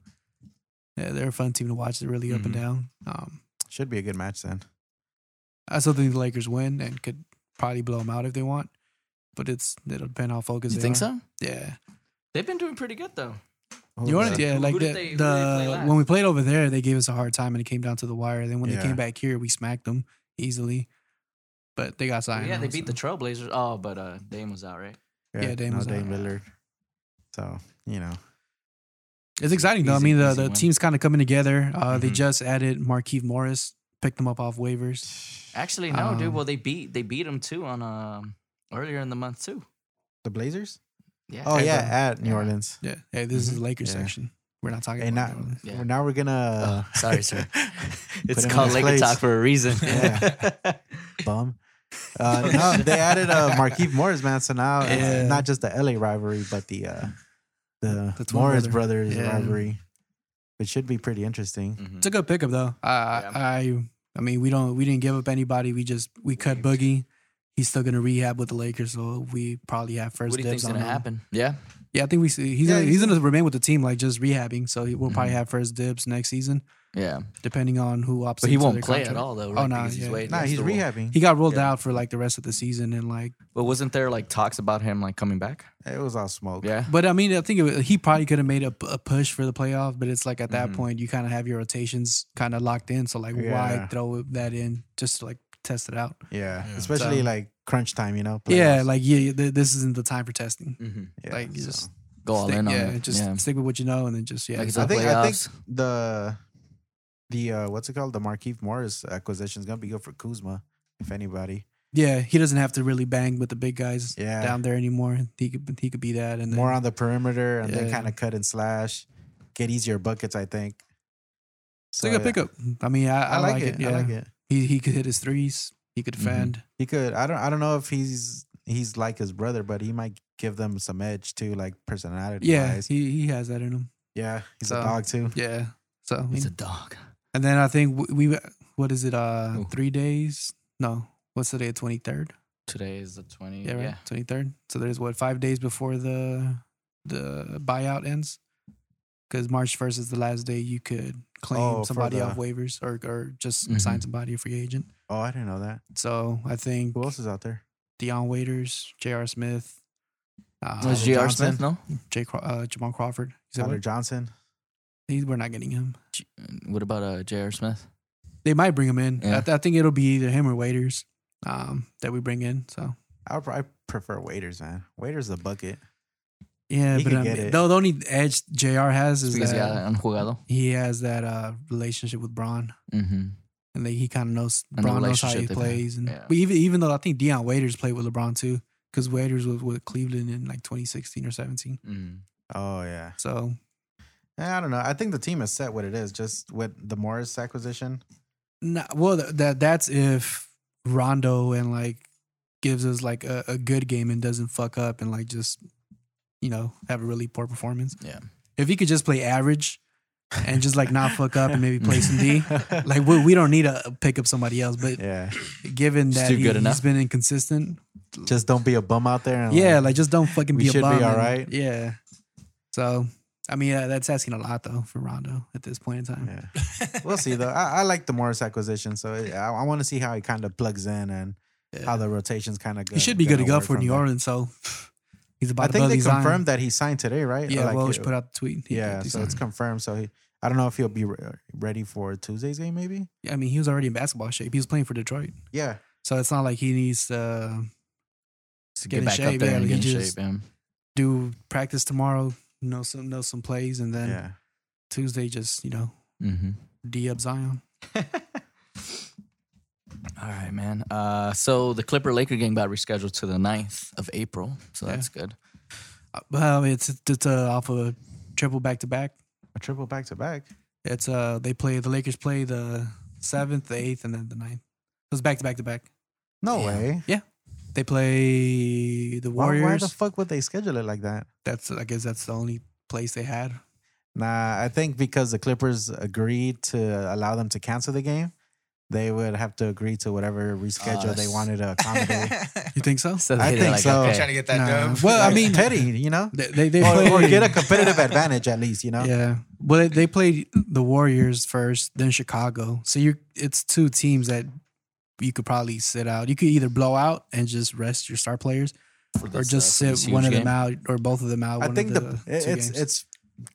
[SPEAKER 5] yeah, they're a fun team to watch. They're really up
[SPEAKER 2] Mm-hmm.
[SPEAKER 5] and down. Um,
[SPEAKER 3] Should be a good match then.
[SPEAKER 5] I still think the Lakers win and could probably blow them out if they want, but it's it'll depend how focused.
[SPEAKER 2] You
[SPEAKER 5] they
[SPEAKER 2] think so?
[SPEAKER 5] are. Yeah,
[SPEAKER 2] They've been doing pretty good though.
[SPEAKER 3] Who
[SPEAKER 5] New
[SPEAKER 3] was
[SPEAKER 5] Orleans.
[SPEAKER 3] that?
[SPEAKER 5] Yeah,
[SPEAKER 2] Who-
[SPEAKER 5] like
[SPEAKER 2] who
[SPEAKER 5] the,
[SPEAKER 2] did they- who did they play
[SPEAKER 5] the
[SPEAKER 2] last?
[SPEAKER 5] when we played over there, they gave us a hard time and it came down to the wire. Then when
[SPEAKER 3] Yeah.
[SPEAKER 5] they came back here, we smacked them easily, but they got Zion.
[SPEAKER 2] yeah, they
[SPEAKER 5] now,
[SPEAKER 2] beat the
[SPEAKER 5] so-
[SPEAKER 2] Trailblazers. Oh, but uh, Dame was out, right?
[SPEAKER 5] yeah, Dame
[SPEAKER 3] no,
[SPEAKER 5] was
[SPEAKER 3] Dame
[SPEAKER 5] out.
[SPEAKER 3] Lillard. So you know,
[SPEAKER 5] It's exciting though. I
[SPEAKER 2] Easy-
[SPEAKER 5] mean, the,
[SPEAKER 2] easy
[SPEAKER 5] the
[SPEAKER 2] win.
[SPEAKER 5] team's kind of coming together. Uh, They
[SPEAKER 2] Mhm.
[SPEAKER 5] just added Markeith Morris, picked him up off waivers.
[SPEAKER 2] Actually, no, dude.
[SPEAKER 5] Um,
[SPEAKER 2] Well, they beat they beat him too on um earlier in the month too.
[SPEAKER 3] the Blazers.
[SPEAKER 2] Yeah.
[SPEAKER 3] Oh
[SPEAKER 5] Hey,
[SPEAKER 3] yeah,
[SPEAKER 5] bro.
[SPEAKER 3] at
[SPEAKER 2] Yeah.
[SPEAKER 3] New
[SPEAKER 2] Mm-hmm.
[SPEAKER 3] Orleans.
[SPEAKER 5] Yeah. Hey, this is the Lakers
[SPEAKER 3] Yeah.
[SPEAKER 5] section. We're not talking
[SPEAKER 3] And
[SPEAKER 5] about
[SPEAKER 3] not-
[SPEAKER 5] New Orleans.
[SPEAKER 2] Yeah.
[SPEAKER 3] Well, now we're gonna
[SPEAKER 2] Oh, sorry, sir.
[SPEAKER 3] Put
[SPEAKER 2] it's
[SPEAKER 3] him in
[SPEAKER 2] called
[SPEAKER 3] his
[SPEAKER 2] Laker
[SPEAKER 3] place.
[SPEAKER 2] Talk for a reason.
[SPEAKER 3] Yeah. bum. Uh, no, they added uh, Markeith Morris, man. So now
[SPEAKER 5] Yeah.
[SPEAKER 3] it's not just the LA rivalry, but the uh, the,
[SPEAKER 5] The twin
[SPEAKER 3] Morris
[SPEAKER 5] brother.
[SPEAKER 3] brothers
[SPEAKER 5] Yeah. Mm,
[SPEAKER 3] rivalry. It should be pretty interesting.
[SPEAKER 2] Mhm.
[SPEAKER 5] It's a good pickup though. I,
[SPEAKER 2] Yeah.
[SPEAKER 5] I, I mean, we don't, we didn't give up anybody. We just, we cut Boogie. He's still going to rehab with the Lakers, so we probably have first
[SPEAKER 2] What do you
[SPEAKER 5] dibs
[SPEAKER 2] think's
[SPEAKER 5] on
[SPEAKER 2] gonna
[SPEAKER 5] him.
[SPEAKER 2] happen? Yeah.
[SPEAKER 5] Yeah, I think we see he's
[SPEAKER 3] Yeah,
[SPEAKER 5] gonna,
[SPEAKER 3] he's
[SPEAKER 5] he's going to remain with the team, like just rehabbing. So he- we'll probably
[SPEAKER 2] Mhm.
[SPEAKER 5] have first dibs next season,
[SPEAKER 2] Yeah.
[SPEAKER 5] depending on who opts.
[SPEAKER 2] But he
[SPEAKER 5] into
[SPEAKER 2] won't
[SPEAKER 5] their
[SPEAKER 2] play
[SPEAKER 5] contract.
[SPEAKER 2] at all though,
[SPEAKER 5] Oh,
[SPEAKER 2] right?
[SPEAKER 5] nah,
[SPEAKER 2] because he's
[SPEAKER 5] yeah.
[SPEAKER 2] waiting.
[SPEAKER 3] Nah,
[SPEAKER 2] That's
[SPEAKER 3] he's
[SPEAKER 2] the rule.
[SPEAKER 3] rehabbing.
[SPEAKER 5] He got rolled
[SPEAKER 2] Yeah.
[SPEAKER 5] out for like the rest of the season, and like
[SPEAKER 2] But wasn't there like talks about him like coming back?
[SPEAKER 3] It was all smoke.
[SPEAKER 2] Yeah.
[SPEAKER 5] But I mean, I think it, wa- he probably could have made a, a push for the playoff, but it's like at that
[SPEAKER 3] Mm-hmm.
[SPEAKER 2] Mhm.
[SPEAKER 5] point you kind of have your rotations kind of locked in. So like,
[SPEAKER 3] Yeah.
[SPEAKER 5] why throw that in just to like test it out?
[SPEAKER 3] Yeah,
[SPEAKER 4] Yeah.
[SPEAKER 3] especially
[SPEAKER 5] So-
[SPEAKER 3] like crunch time, you know.
[SPEAKER 5] Yeah,
[SPEAKER 3] playoffs.
[SPEAKER 5] like yeah, th- this isn't the time for testing.
[SPEAKER 2] Mm-hmm.
[SPEAKER 3] Yeah,
[SPEAKER 5] like, you just-
[SPEAKER 2] Go all
[SPEAKER 5] stick,
[SPEAKER 2] in on
[SPEAKER 5] yeah,
[SPEAKER 2] it.
[SPEAKER 5] just
[SPEAKER 2] yeah.
[SPEAKER 5] stick with what you know, and then just yeah,
[SPEAKER 2] Like it's
[SPEAKER 3] I
[SPEAKER 2] the
[SPEAKER 3] think I think
[SPEAKER 2] playoffs.
[SPEAKER 3] the the uh, what's it called the Markeith Morris acquisition is gonna be good for Kuzma, if anybody.
[SPEAKER 5] yeah. He doesn't have to really bang with the big guys
[SPEAKER 3] Yeah.
[SPEAKER 5] down there anymore. He could he could be that and then,
[SPEAKER 3] More on the perimeter and then
[SPEAKER 5] Yeah.
[SPEAKER 3] kind of cut and slash, get easier buckets. I think.
[SPEAKER 5] It's a good pickup. I mean, I,
[SPEAKER 3] I, like it.
[SPEAKER 5] Yeah,
[SPEAKER 3] I like it. Mm-hmm.
[SPEAKER 5] he he could hit his threes. He could
[SPEAKER 2] Mhm.
[SPEAKER 5] defend.
[SPEAKER 3] He could. I don't. I don't know if he's he's like his brother, but he might give them some edge too, like personality
[SPEAKER 5] Yeah,
[SPEAKER 3] wise.
[SPEAKER 5] he he has that in him.
[SPEAKER 3] yeah, he's
[SPEAKER 5] So-
[SPEAKER 3] a dog too.
[SPEAKER 5] Yeah. So I mean,
[SPEAKER 2] He's a dog.
[SPEAKER 5] And then I think w- we, what is it? Uh,
[SPEAKER 2] Ooh.
[SPEAKER 5] three days? No, what's the day? Twenty third.
[SPEAKER 2] Today is the 20th.
[SPEAKER 5] Yeah,
[SPEAKER 2] Yeah.
[SPEAKER 5] right. Twenty third. So there's what five days before the the buyout ends, because March first is the last day you could claim
[SPEAKER 3] Oh, for
[SPEAKER 5] somebody off
[SPEAKER 3] the-
[SPEAKER 5] waivers or or just sign somebody a free agent.
[SPEAKER 3] Oh, I didn't know that.
[SPEAKER 5] So I think
[SPEAKER 3] Who else is out there?
[SPEAKER 5] Deion Waiters, J.R. Smith, uh,
[SPEAKER 2] Was
[SPEAKER 3] Tyler
[SPEAKER 2] J.R.
[SPEAKER 3] Johnson?
[SPEAKER 2] Smith? No.
[SPEAKER 5] J. Craw- uh, Jamal Crawford. Is that
[SPEAKER 3] Tyler
[SPEAKER 5] what?
[SPEAKER 3] Johnson.
[SPEAKER 5] He- We're not getting him.
[SPEAKER 2] J- What about uh, J.R. Smith?
[SPEAKER 5] They might bring him in. I,
[SPEAKER 2] Yeah.
[SPEAKER 5] th- I think it'll be either him or Waiters um, that we bring in. So.
[SPEAKER 3] I, would- I prefer waiters, man. Waiters the bucket.
[SPEAKER 5] Yeah,
[SPEAKER 3] He
[SPEAKER 5] but
[SPEAKER 3] could
[SPEAKER 5] I
[SPEAKER 3] get
[SPEAKER 5] mean,
[SPEAKER 3] it.
[SPEAKER 5] the, the only edge JR has is uh,
[SPEAKER 2] Because
[SPEAKER 5] that
[SPEAKER 2] yeah, un jugado.
[SPEAKER 5] he has that uh, relationship with Braun,
[SPEAKER 2] Mm-hmm.
[SPEAKER 5] and they, he kind of knows
[SPEAKER 2] And the
[SPEAKER 5] Braun knows how he
[SPEAKER 2] relationship they've had,
[SPEAKER 5] plays. And
[SPEAKER 2] yeah.
[SPEAKER 5] but even even though I think Deion Waiters played with LeBron too, because Waiters was with Cleveland in like 2016 or 17.
[SPEAKER 2] Mm.
[SPEAKER 3] Oh yeah.
[SPEAKER 5] So
[SPEAKER 3] Eh, I don't know. I think the team is set what it is, just with the Morris acquisition.
[SPEAKER 5] nah, well, th- that that's if Rondo and like gives us like a, a good game and doesn't fuck up and like just you know have a really poor performance.
[SPEAKER 2] Yeah.
[SPEAKER 5] if he could just play average and just like not fuck up and maybe play some D. Like we, we don't need to pick up somebody else, but
[SPEAKER 3] yeah,
[SPEAKER 5] given
[SPEAKER 2] Just
[SPEAKER 5] that
[SPEAKER 2] do
[SPEAKER 5] he,
[SPEAKER 2] good
[SPEAKER 5] has
[SPEAKER 2] enough.
[SPEAKER 5] been inconsistent,
[SPEAKER 3] just don't be a bum out there. And
[SPEAKER 5] yeah,
[SPEAKER 3] like,
[SPEAKER 5] like just don't fucking
[SPEAKER 3] we
[SPEAKER 5] be a
[SPEAKER 3] should be
[SPEAKER 5] bum.
[SPEAKER 3] all
[SPEAKER 5] and-
[SPEAKER 3] right.
[SPEAKER 5] Yeah. So, I mean, uh, that's asking a lot though for Rondo at this point in time.
[SPEAKER 3] yeah. we'll see though. I, I like the Morris acquisition, so it, I, I want to see how he kind of plugs in and how the rotations kind of.
[SPEAKER 5] He should be good to go for New Orleans. So he's about
[SPEAKER 3] I
[SPEAKER 5] to
[SPEAKER 3] think
[SPEAKER 5] buzz
[SPEAKER 3] they
[SPEAKER 5] his iron.
[SPEAKER 3] confirmed that he signed today, right? Or
[SPEAKER 5] Yeah,
[SPEAKER 3] like,
[SPEAKER 5] Woj
[SPEAKER 3] it-
[SPEAKER 5] put out the tweet. He
[SPEAKER 3] yeah,
[SPEAKER 5] did
[SPEAKER 3] so
[SPEAKER 5] sign.
[SPEAKER 3] it's confirmed. So he, I don't know if he'll be re- ready for Tuesday's game. Maybe.
[SPEAKER 5] Yeah, I mean, he was already in basketball shape. He was playing for Detroit,
[SPEAKER 3] Yeah.
[SPEAKER 5] so it's not like he needs to
[SPEAKER 2] To
[SPEAKER 5] Get
[SPEAKER 2] get,
[SPEAKER 5] in
[SPEAKER 2] back
[SPEAKER 5] shape,
[SPEAKER 2] up there
[SPEAKER 5] yeah,
[SPEAKER 2] and
[SPEAKER 5] you
[SPEAKER 2] get in
[SPEAKER 5] just-
[SPEAKER 2] shape. Yeah.
[SPEAKER 5] do practice tomorrow. Know some know some plays, and then
[SPEAKER 3] yeah.
[SPEAKER 5] Tuesday just you know
[SPEAKER 2] Mm-hmm.
[SPEAKER 5] D up Zion.
[SPEAKER 2] All right, man. Uh, so the Clipper Laker game got rescheduled to the 9th of April, so
[SPEAKER 5] Yeah.
[SPEAKER 2] that's good.
[SPEAKER 5] Uh, Well, it's it's uh, off of a triple back to back.
[SPEAKER 3] A triple back to back.
[SPEAKER 5] It's uh they play the Lakers play the seventh, the eighth, and then the ninth. It's back to back to back.
[SPEAKER 3] No
[SPEAKER 2] Damn.
[SPEAKER 3] way.
[SPEAKER 5] They play the
[SPEAKER 3] Why,
[SPEAKER 5] Warriors.
[SPEAKER 3] why the fuck would they schedule it like that?
[SPEAKER 5] that's I guess that's the only place they had.
[SPEAKER 3] Nah, I think because the Clippers agreed to allow them to cancel the game, they would have to agree to
[SPEAKER 5] Ah,
[SPEAKER 3] whatever reschedule they
[SPEAKER 2] that's-
[SPEAKER 3] wanted to accommodate.
[SPEAKER 5] You think so?
[SPEAKER 2] So
[SPEAKER 3] I
[SPEAKER 2] they're
[SPEAKER 3] think so.
[SPEAKER 2] okay.
[SPEAKER 4] trying to get that
[SPEAKER 5] Nah.
[SPEAKER 4] dub.
[SPEAKER 5] Well, I
[SPEAKER 3] Like
[SPEAKER 5] mean-
[SPEAKER 3] Teddy, you know,
[SPEAKER 5] They they, they
[SPEAKER 3] or, or
[SPEAKER 5] played-
[SPEAKER 3] get a competitive advantage at least, you know.
[SPEAKER 5] Yeah. Well, they, they played the Warriors first, then Chicago. So you it's two teams that you could probably sit out. You could either blow out and just rest your star players,
[SPEAKER 2] For
[SPEAKER 5] or
[SPEAKER 2] this, uh,
[SPEAKER 5] just
[SPEAKER 2] for this
[SPEAKER 5] sit
[SPEAKER 2] huge
[SPEAKER 5] one of
[SPEAKER 2] game.
[SPEAKER 5] them out or both of them out.
[SPEAKER 3] I
[SPEAKER 5] one
[SPEAKER 3] think the,
[SPEAKER 5] of the,
[SPEAKER 3] it-
[SPEAKER 5] two
[SPEAKER 3] it's
[SPEAKER 5] games.
[SPEAKER 3] it's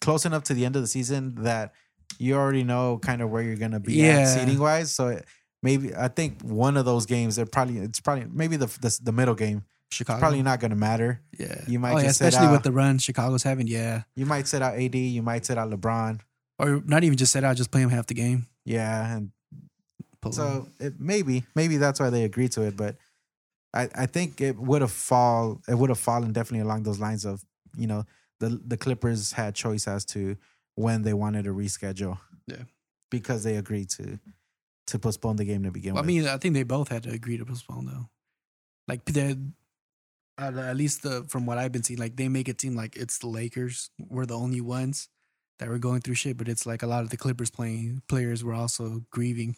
[SPEAKER 3] close enough to the end of the season that you already know kind of where you're gonna be at
[SPEAKER 5] Yeah.
[SPEAKER 3] seating wise. So it- maybe I think one of those games, they're probably it's probably maybe the the, the middle game
[SPEAKER 5] Chicago.
[SPEAKER 3] probably not gonna matter.
[SPEAKER 5] yeah.
[SPEAKER 3] you might
[SPEAKER 5] oh, yeah,
[SPEAKER 3] just sit
[SPEAKER 5] especially
[SPEAKER 3] out.
[SPEAKER 5] with the run Chicago's having. Yeah.
[SPEAKER 3] You might sit out AD, you might sit out LeBron,
[SPEAKER 5] Or not even just sit out, just play them half the game.
[SPEAKER 3] yeah, and
[SPEAKER 5] Pull them.
[SPEAKER 3] So it, maybe, maybe that's why they agreed to it. But I, I think it would have fall, it would have fallen definitely along those lines of, you know, the the Clippers had choice as to when they wanted to reschedule.
[SPEAKER 5] Yeah.
[SPEAKER 3] Because they agreed to to postpone the game to begin
[SPEAKER 5] Well, I
[SPEAKER 3] with.
[SPEAKER 5] mean, I think they both had to agree to postpone though. Like they, at at least the, from what I've been seeing, like they make it seem like it's the Lakers were the only ones that were going through shit, but it's like a lot of the Clippers playing players were also grieving,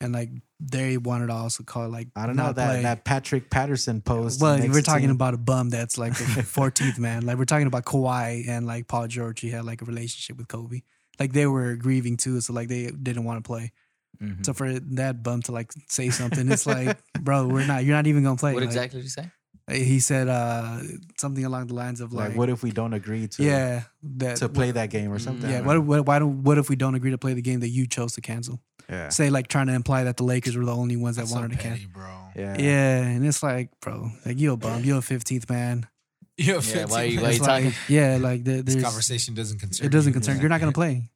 [SPEAKER 5] and like they wanted to also call like
[SPEAKER 3] I don't know
[SPEAKER 5] not
[SPEAKER 3] that
[SPEAKER 5] play.
[SPEAKER 3] that Patrick Patterson post.
[SPEAKER 5] Well,
[SPEAKER 3] makes
[SPEAKER 5] we're
[SPEAKER 3] it
[SPEAKER 5] talking
[SPEAKER 3] seem-
[SPEAKER 5] about a bum that's like the 14th man. Like we're talking about Kawhi and like Paul George. He had like a relationship with Kobe. Like they were grieving too, so like they didn't want to play.
[SPEAKER 2] Mhm.
[SPEAKER 3] Mm.
[SPEAKER 5] So for that bum to like say something, it's like, bro, we're not. You're not even gonna play.
[SPEAKER 2] What
[SPEAKER 5] Like,
[SPEAKER 2] exactly did you say?
[SPEAKER 5] He said uh, something along the lines of
[SPEAKER 3] like,
[SPEAKER 5] like,
[SPEAKER 3] what if we don't agree to
[SPEAKER 5] yeah, that
[SPEAKER 3] to play that game or something?
[SPEAKER 5] Yeah, what, what, why don't? What if we don't agree to play the game that you chose to cancel?
[SPEAKER 3] yeah.
[SPEAKER 5] Say like trying to imply that the Lakers were the only ones that
[SPEAKER 4] That's so
[SPEAKER 5] wanted to
[SPEAKER 4] petty,
[SPEAKER 5] cancel.
[SPEAKER 4] bro.
[SPEAKER 3] yeah.
[SPEAKER 5] Yeah, and it's like, bro, like you a bum, you a fifteenth man.
[SPEAKER 4] You're
[SPEAKER 2] Yeah,
[SPEAKER 4] 15
[SPEAKER 2] why are you- why are
[SPEAKER 5] It's
[SPEAKER 4] minutes.
[SPEAKER 2] you
[SPEAKER 5] like,
[SPEAKER 2] talking?
[SPEAKER 5] Yeah, like there,
[SPEAKER 4] This
[SPEAKER 5] there's,
[SPEAKER 4] conversation doesn't concern.
[SPEAKER 5] it doesn't
[SPEAKER 4] you.
[SPEAKER 5] concern.
[SPEAKER 4] Yeah.
[SPEAKER 5] You're not gonna play.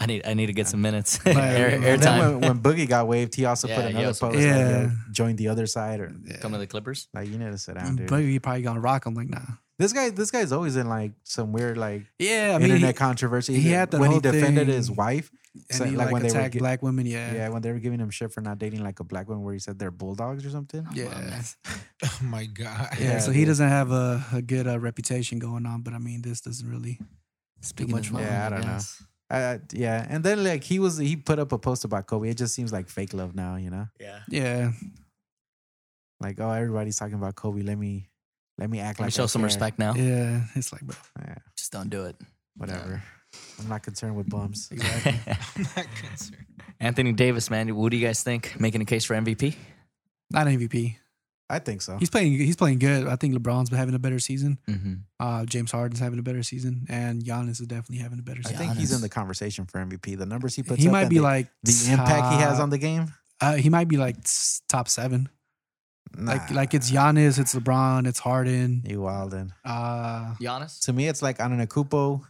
[SPEAKER 2] I need I need to get some minutes.
[SPEAKER 5] Like,
[SPEAKER 2] air, air
[SPEAKER 3] And then
[SPEAKER 2] time.
[SPEAKER 3] when, when Boogie got waived, he also
[SPEAKER 2] Yeah,
[SPEAKER 3] put
[SPEAKER 2] he
[SPEAKER 3] another
[SPEAKER 2] also-
[SPEAKER 3] post. like,
[SPEAKER 5] Yeah.
[SPEAKER 3] yo, join the other side or
[SPEAKER 2] Come to the Clippers.
[SPEAKER 3] like you need to sit down, dude.
[SPEAKER 5] Mm, But you probably gonna rock him like nah.
[SPEAKER 3] This guy, this guy's always in like some weird like
[SPEAKER 5] Yeah, I mean,
[SPEAKER 3] internet
[SPEAKER 5] he-
[SPEAKER 3] controversy.
[SPEAKER 5] he had that
[SPEAKER 3] when he
[SPEAKER 5] whole
[SPEAKER 3] defended
[SPEAKER 5] thing-
[SPEAKER 3] his wife.
[SPEAKER 5] and
[SPEAKER 3] so,
[SPEAKER 5] he
[SPEAKER 3] like,
[SPEAKER 5] like,
[SPEAKER 3] when they were
[SPEAKER 5] attacked
[SPEAKER 3] get-
[SPEAKER 5] black women.
[SPEAKER 3] Yeah. when they were giving him shit for not dating like a black woman, where he said they're bulldogs or something.
[SPEAKER 5] Yeah.
[SPEAKER 4] Oh my god.
[SPEAKER 5] Yeah,
[SPEAKER 3] Yeah,
[SPEAKER 5] so he
[SPEAKER 3] dude.
[SPEAKER 5] doesn't have a, a good uh, reputation going on, but I mean, this doesn't really.
[SPEAKER 2] Speaking
[SPEAKER 5] much
[SPEAKER 2] of
[SPEAKER 5] more.
[SPEAKER 2] love,
[SPEAKER 3] Yeah, I don't know.
[SPEAKER 2] guess.
[SPEAKER 3] I- I- yeah, and then like he was, he put up a post about Kobe. It just seems like fake love now, you know?
[SPEAKER 2] Yeah.
[SPEAKER 5] Yeah,
[SPEAKER 3] Like oh, everybody's talking about Kobe. Let me, let me act
[SPEAKER 2] Let me
[SPEAKER 3] like
[SPEAKER 2] show
[SPEAKER 3] I
[SPEAKER 2] some
[SPEAKER 3] care.
[SPEAKER 2] respect now.
[SPEAKER 5] yeah, it's like, bro,
[SPEAKER 3] Yeah,
[SPEAKER 2] Just don't do it.
[SPEAKER 3] whatever. I'm not concerned with
[SPEAKER 5] Mm-hmm.
[SPEAKER 3] bums.
[SPEAKER 5] exactly.
[SPEAKER 4] I'm not concerned.
[SPEAKER 2] Anthony Davis, man, what do you guys think? Making a case for MVP?
[SPEAKER 5] Not an MVP.
[SPEAKER 3] I think so.
[SPEAKER 5] He's playing. He's playing good. I think LeBron's been having a better season.
[SPEAKER 2] Mm-hmm.
[SPEAKER 5] Uh, James Harden's having a better season, and Giannis is definitely having a better
[SPEAKER 3] I
[SPEAKER 5] season.
[SPEAKER 3] think he's in
[SPEAKER 2] Giannis.
[SPEAKER 3] the conversation for MVP. The numbers he puts
[SPEAKER 5] he
[SPEAKER 3] up,
[SPEAKER 5] might
[SPEAKER 3] and
[SPEAKER 5] be
[SPEAKER 3] the,
[SPEAKER 5] like
[SPEAKER 3] the impact he has
[SPEAKER 5] top-
[SPEAKER 3] on the game.
[SPEAKER 5] Uh, he might be like s- top seven. Like
[SPEAKER 3] Nah,
[SPEAKER 5] like it's Giannis, it's LeBron, it's Harden,
[SPEAKER 3] you wildin'.
[SPEAKER 5] uh,
[SPEAKER 2] Giannis?
[SPEAKER 3] To me, it's like Ananakupo,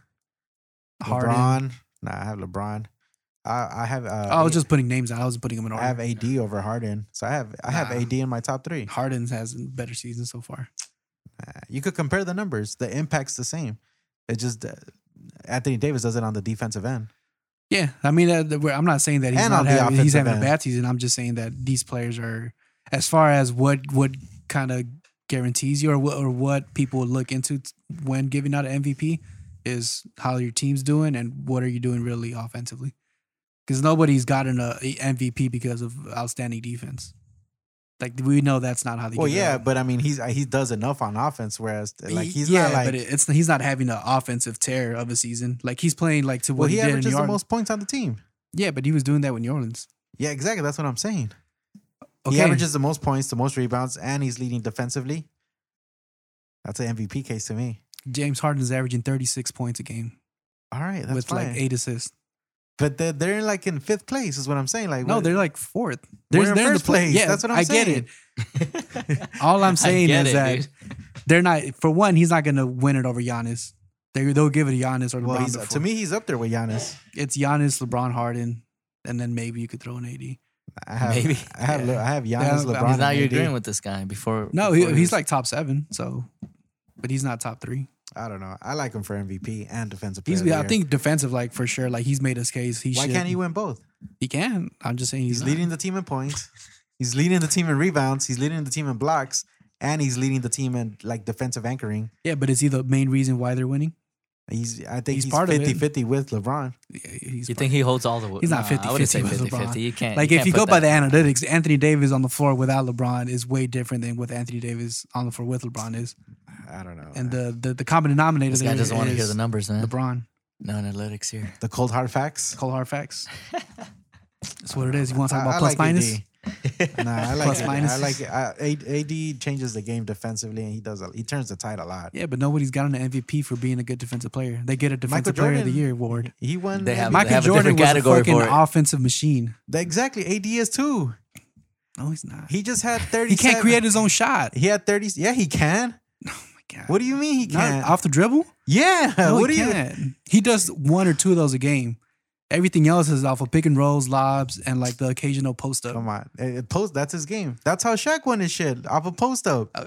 [SPEAKER 5] Harden.
[SPEAKER 3] LeBron. Nah, I have LeBron. I, I have. Uh,
[SPEAKER 5] I was just putting names out. I was putting him in
[SPEAKER 3] I
[SPEAKER 5] order.
[SPEAKER 3] have AD over Harden, so I have I have
[SPEAKER 5] Nah.
[SPEAKER 3] AD in my top three.
[SPEAKER 5] Harden's has a better season so far.
[SPEAKER 3] Uh, You could compare the numbers. The impact's the same. It just uh, Anthony Davis does it on the defensive end.
[SPEAKER 5] Yeah, I mean, uh, the- we're- I'm not saying that he's
[SPEAKER 3] And
[SPEAKER 5] not
[SPEAKER 3] on the
[SPEAKER 5] having, he's
[SPEAKER 3] offensive
[SPEAKER 5] having a
[SPEAKER 3] end.
[SPEAKER 5] bad season. I'm just saying that these players are, as far as what what kind of guarantees you or what or what people would look into t- when giving out an MVP is how your team's doing and what are you doing really offensively. Because nobody's gotten a a MVP because of outstanding defense. Like we know that's not how they.
[SPEAKER 3] Well,
[SPEAKER 5] give it
[SPEAKER 3] yeah,
[SPEAKER 5] out.
[SPEAKER 3] but I mean, he's he does enough on offense, whereas like he's
[SPEAKER 5] yeah,
[SPEAKER 3] not like.
[SPEAKER 5] but it- it's he's not having an offensive tear of a season. Like he's playing like to what
[SPEAKER 3] well,
[SPEAKER 5] he,
[SPEAKER 3] he
[SPEAKER 5] did in New
[SPEAKER 3] averages the
[SPEAKER 5] Orleans.
[SPEAKER 3] most points on the team.
[SPEAKER 5] Yeah, but he was doing that with New Orleans.
[SPEAKER 3] Yeah, exactly. That's what I'm saying.
[SPEAKER 5] Okay.
[SPEAKER 3] He averages the most points, the most rebounds, and he's leading defensively. That's an MVP case to me.
[SPEAKER 5] James Harden's averaging 36 points a game
[SPEAKER 3] All right, that's
[SPEAKER 5] with
[SPEAKER 3] fine.
[SPEAKER 5] like eight assists.
[SPEAKER 3] But they're, they're like in fifth place, is what I'm saying. Like
[SPEAKER 5] No,
[SPEAKER 3] what-
[SPEAKER 5] they're like fourth.
[SPEAKER 3] We're
[SPEAKER 5] They're,
[SPEAKER 3] in
[SPEAKER 5] they're in the
[SPEAKER 3] first
[SPEAKER 5] play.
[SPEAKER 3] place.
[SPEAKER 5] Yeah,
[SPEAKER 3] That's what I'm
[SPEAKER 5] I
[SPEAKER 3] saying.
[SPEAKER 5] get it. All I'm saying
[SPEAKER 2] get
[SPEAKER 5] is
[SPEAKER 2] it,
[SPEAKER 5] that
[SPEAKER 2] dude.
[SPEAKER 5] they're not. For one, he's not going to win it over Giannis. They they'll give it to Giannis or LeBron.
[SPEAKER 3] well, he's,
[SPEAKER 5] before.
[SPEAKER 3] to me, he's up there with Giannis.
[SPEAKER 5] it's Giannis, LeBron, Harden, and then maybe you could throw an AD.
[SPEAKER 3] I have,
[SPEAKER 2] Maybe.
[SPEAKER 3] I have,
[SPEAKER 5] Yeah.
[SPEAKER 3] I have Giannis,
[SPEAKER 5] Yeah, but-
[SPEAKER 3] LeBron.
[SPEAKER 5] He's
[SPEAKER 2] now
[SPEAKER 3] and
[SPEAKER 2] you're
[SPEAKER 3] AD.
[SPEAKER 2] agreeing with this guy before.
[SPEAKER 5] No,
[SPEAKER 2] before
[SPEAKER 5] he,
[SPEAKER 2] he was-
[SPEAKER 5] he's like top seven. So, but he's not top three.
[SPEAKER 3] I don't know. I like him for MVP and defensive player.
[SPEAKER 5] He's
[SPEAKER 3] of the
[SPEAKER 5] I
[SPEAKER 3] year.
[SPEAKER 5] think defensive like for sure. Like he's made his case. He
[SPEAKER 3] Why
[SPEAKER 5] should-
[SPEAKER 3] can't he win both?
[SPEAKER 5] He can. I'm just saying he's,
[SPEAKER 3] He's leading the team in points. He's leading the team in rebounds. He's leading the team in blocks, and he's leading the team in like defensive anchoring.
[SPEAKER 5] Yeah, but is he the main reason why they're winning?
[SPEAKER 3] He's I think
[SPEAKER 5] He's
[SPEAKER 3] he's,
[SPEAKER 5] part of it.
[SPEAKER 3] 50-50 with LeBron.
[SPEAKER 5] Yeah, He's
[SPEAKER 2] You think he holds all the?
[SPEAKER 5] He's not
[SPEAKER 2] I wouldn't say
[SPEAKER 5] 50-50 with
[SPEAKER 2] 50
[SPEAKER 5] LeBron.
[SPEAKER 2] 50. You can't.
[SPEAKER 5] like
[SPEAKER 2] you
[SPEAKER 5] if
[SPEAKER 2] can't
[SPEAKER 5] you
[SPEAKER 2] put
[SPEAKER 5] go by
[SPEAKER 2] that-
[SPEAKER 5] the analytics, Anthony Davis on the floor without LeBron is way different than what Anthony Davis on the floor with LeBron is.
[SPEAKER 3] I don't know.
[SPEAKER 5] And
[SPEAKER 3] man.
[SPEAKER 5] the the, the common denominator
[SPEAKER 2] This guy
[SPEAKER 5] there
[SPEAKER 2] doesn't want to hear
[SPEAKER 5] is
[SPEAKER 2] the numbers, man.
[SPEAKER 5] LeBron,
[SPEAKER 2] No analytics here.
[SPEAKER 3] the cold hard facts.
[SPEAKER 5] cold hard facts. That's what it is. You want to
[SPEAKER 3] I-
[SPEAKER 5] talk
[SPEAKER 3] I
[SPEAKER 5] about plus
[SPEAKER 3] like
[SPEAKER 5] minus?
[SPEAKER 3] AD. Nah, I like
[SPEAKER 5] Plus
[SPEAKER 3] it.
[SPEAKER 5] minus.
[SPEAKER 3] I like it. I, A- AD changes the game defensively, and he does. A, he turns the tide a lot.
[SPEAKER 5] Yeah, but nobody's got an MVP for being a good defensive player. They get a defensive player
[SPEAKER 3] Jordan-
[SPEAKER 5] of the year award.
[SPEAKER 3] He won.
[SPEAKER 2] They have-
[SPEAKER 3] MVP.
[SPEAKER 5] Michael
[SPEAKER 2] a
[SPEAKER 5] Jordan
[SPEAKER 2] different
[SPEAKER 5] was a
[SPEAKER 2] category
[SPEAKER 5] fucking
[SPEAKER 2] for it.
[SPEAKER 5] offensive machine.
[SPEAKER 3] exactly. AD is too.
[SPEAKER 5] No, he's not.
[SPEAKER 3] He just had thirty.
[SPEAKER 5] He can't create his own shot.
[SPEAKER 3] He had thirty. Yeah, he can.
[SPEAKER 5] God.
[SPEAKER 3] What do you mean he
[SPEAKER 5] Not
[SPEAKER 3] can't?
[SPEAKER 5] off the dribble?
[SPEAKER 3] yeah.
[SPEAKER 5] No,
[SPEAKER 3] what
[SPEAKER 5] he
[SPEAKER 3] do you?
[SPEAKER 5] can't. He does one or two of those a game. Everything else is off of pick and rolls, lobs, and like the occasional post up.
[SPEAKER 3] Come on, Eh, eh, post. That's his game. That's how Shaq won his shit off a post up.
[SPEAKER 5] Uh,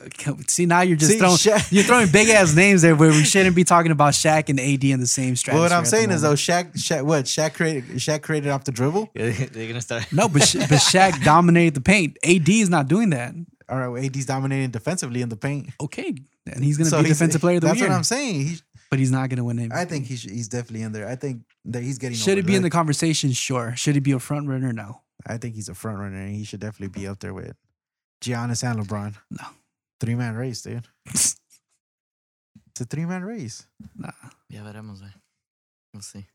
[SPEAKER 5] see now you're just
[SPEAKER 3] See,
[SPEAKER 5] throwing
[SPEAKER 3] Shaq-
[SPEAKER 5] you're throwing big ass names there where we shouldn't be talking about Shaq and AD in the same strategy.
[SPEAKER 3] But what I'm saying is though, Shaq, Shaq, what Shaq created, Shaq created off the dribble.
[SPEAKER 2] They're gonna start.
[SPEAKER 5] no, but Sha- but Shaq dominated the paint. AD is not doing that.
[SPEAKER 3] All right, well, AD's dominating defensively in the paint.
[SPEAKER 5] Okay, and he's going to
[SPEAKER 3] So
[SPEAKER 5] be
[SPEAKER 3] he's-
[SPEAKER 5] defensive player of the
[SPEAKER 3] That's
[SPEAKER 5] year.
[SPEAKER 3] what I'm saying. He,
[SPEAKER 5] But he's not going to win it.
[SPEAKER 3] I think he should, he's definitely in there. I think that he's getting.
[SPEAKER 5] should it be in the
[SPEAKER 3] overlooked.
[SPEAKER 5] conversation? Sure. Should he be a front runner? No.
[SPEAKER 3] I think he's a front runner, and he should definitely be up there with Giannis and LeBron.
[SPEAKER 5] No.
[SPEAKER 3] three man race, dude. it's a three man race.
[SPEAKER 5] Nah.
[SPEAKER 2] Yeah, but I'm gonna- We'll see.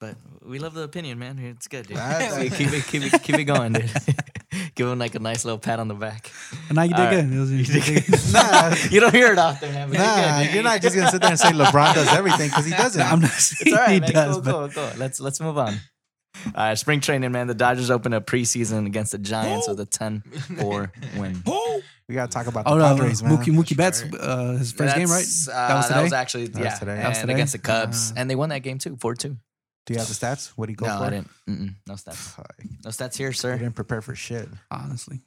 [SPEAKER 2] But we love the opinion, man. It's good, dude.
[SPEAKER 3] I-
[SPEAKER 2] We keep it, keep it, keep it going, dude. Give him like a nice little pat on the back.
[SPEAKER 5] And now you did
[SPEAKER 2] All right.
[SPEAKER 5] good. It was-
[SPEAKER 3] Nah.
[SPEAKER 2] you don't hear it often, man. but you
[SPEAKER 3] Nah,
[SPEAKER 2] good, dude.
[SPEAKER 3] you're not just gonna sit there and say LeBron does everything because he doesn't.
[SPEAKER 5] I'm not
[SPEAKER 2] It's
[SPEAKER 5] saying
[SPEAKER 2] all right,
[SPEAKER 5] he
[SPEAKER 2] man.
[SPEAKER 5] does,
[SPEAKER 2] cool,
[SPEAKER 5] but
[SPEAKER 2] cool, cool. Let's let's move on. All right, spring training, man. The Dodgers open up preseason against the Giants with a 10-4 win.
[SPEAKER 3] we gotta talk about the
[SPEAKER 5] Oh no,
[SPEAKER 3] Padres, man.
[SPEAKER 5] Mookie, Mookie Betts,
[SPEAKER 4] Right.
[SPEAKER 5] uh, his first game, right?
[SPEAKER 2] That's,
[SPEAKER 5] that was
[SPEAKER 2] uh,
[SPEAKER 5] today.
[SPEAKER 2] actually
[SPEAKER 3] was
[SPEAKER 2] yeah,
[SPEAKER 3] today.
[SPEAKER 2] And
[SPEAKER 5] That was today?
[SPEAKER 2] against the Cubs,
[SPEAKER 5] Uh,
[SPEAKER 2] and they won that game too, four two.
[SPEAKER 3] Do you have the stats? What do you go
[SPEAKER 2] No,
[SPEAKER 3] for?
[SPEAKER 2] I didn't. Mm-mm, no stats. No stats here,
[SPEAKER 3] I
[SPEAKER 2] sir.
[SPEAKER 3] didn't prepare for shit.
[SPEAKER 5] honestly,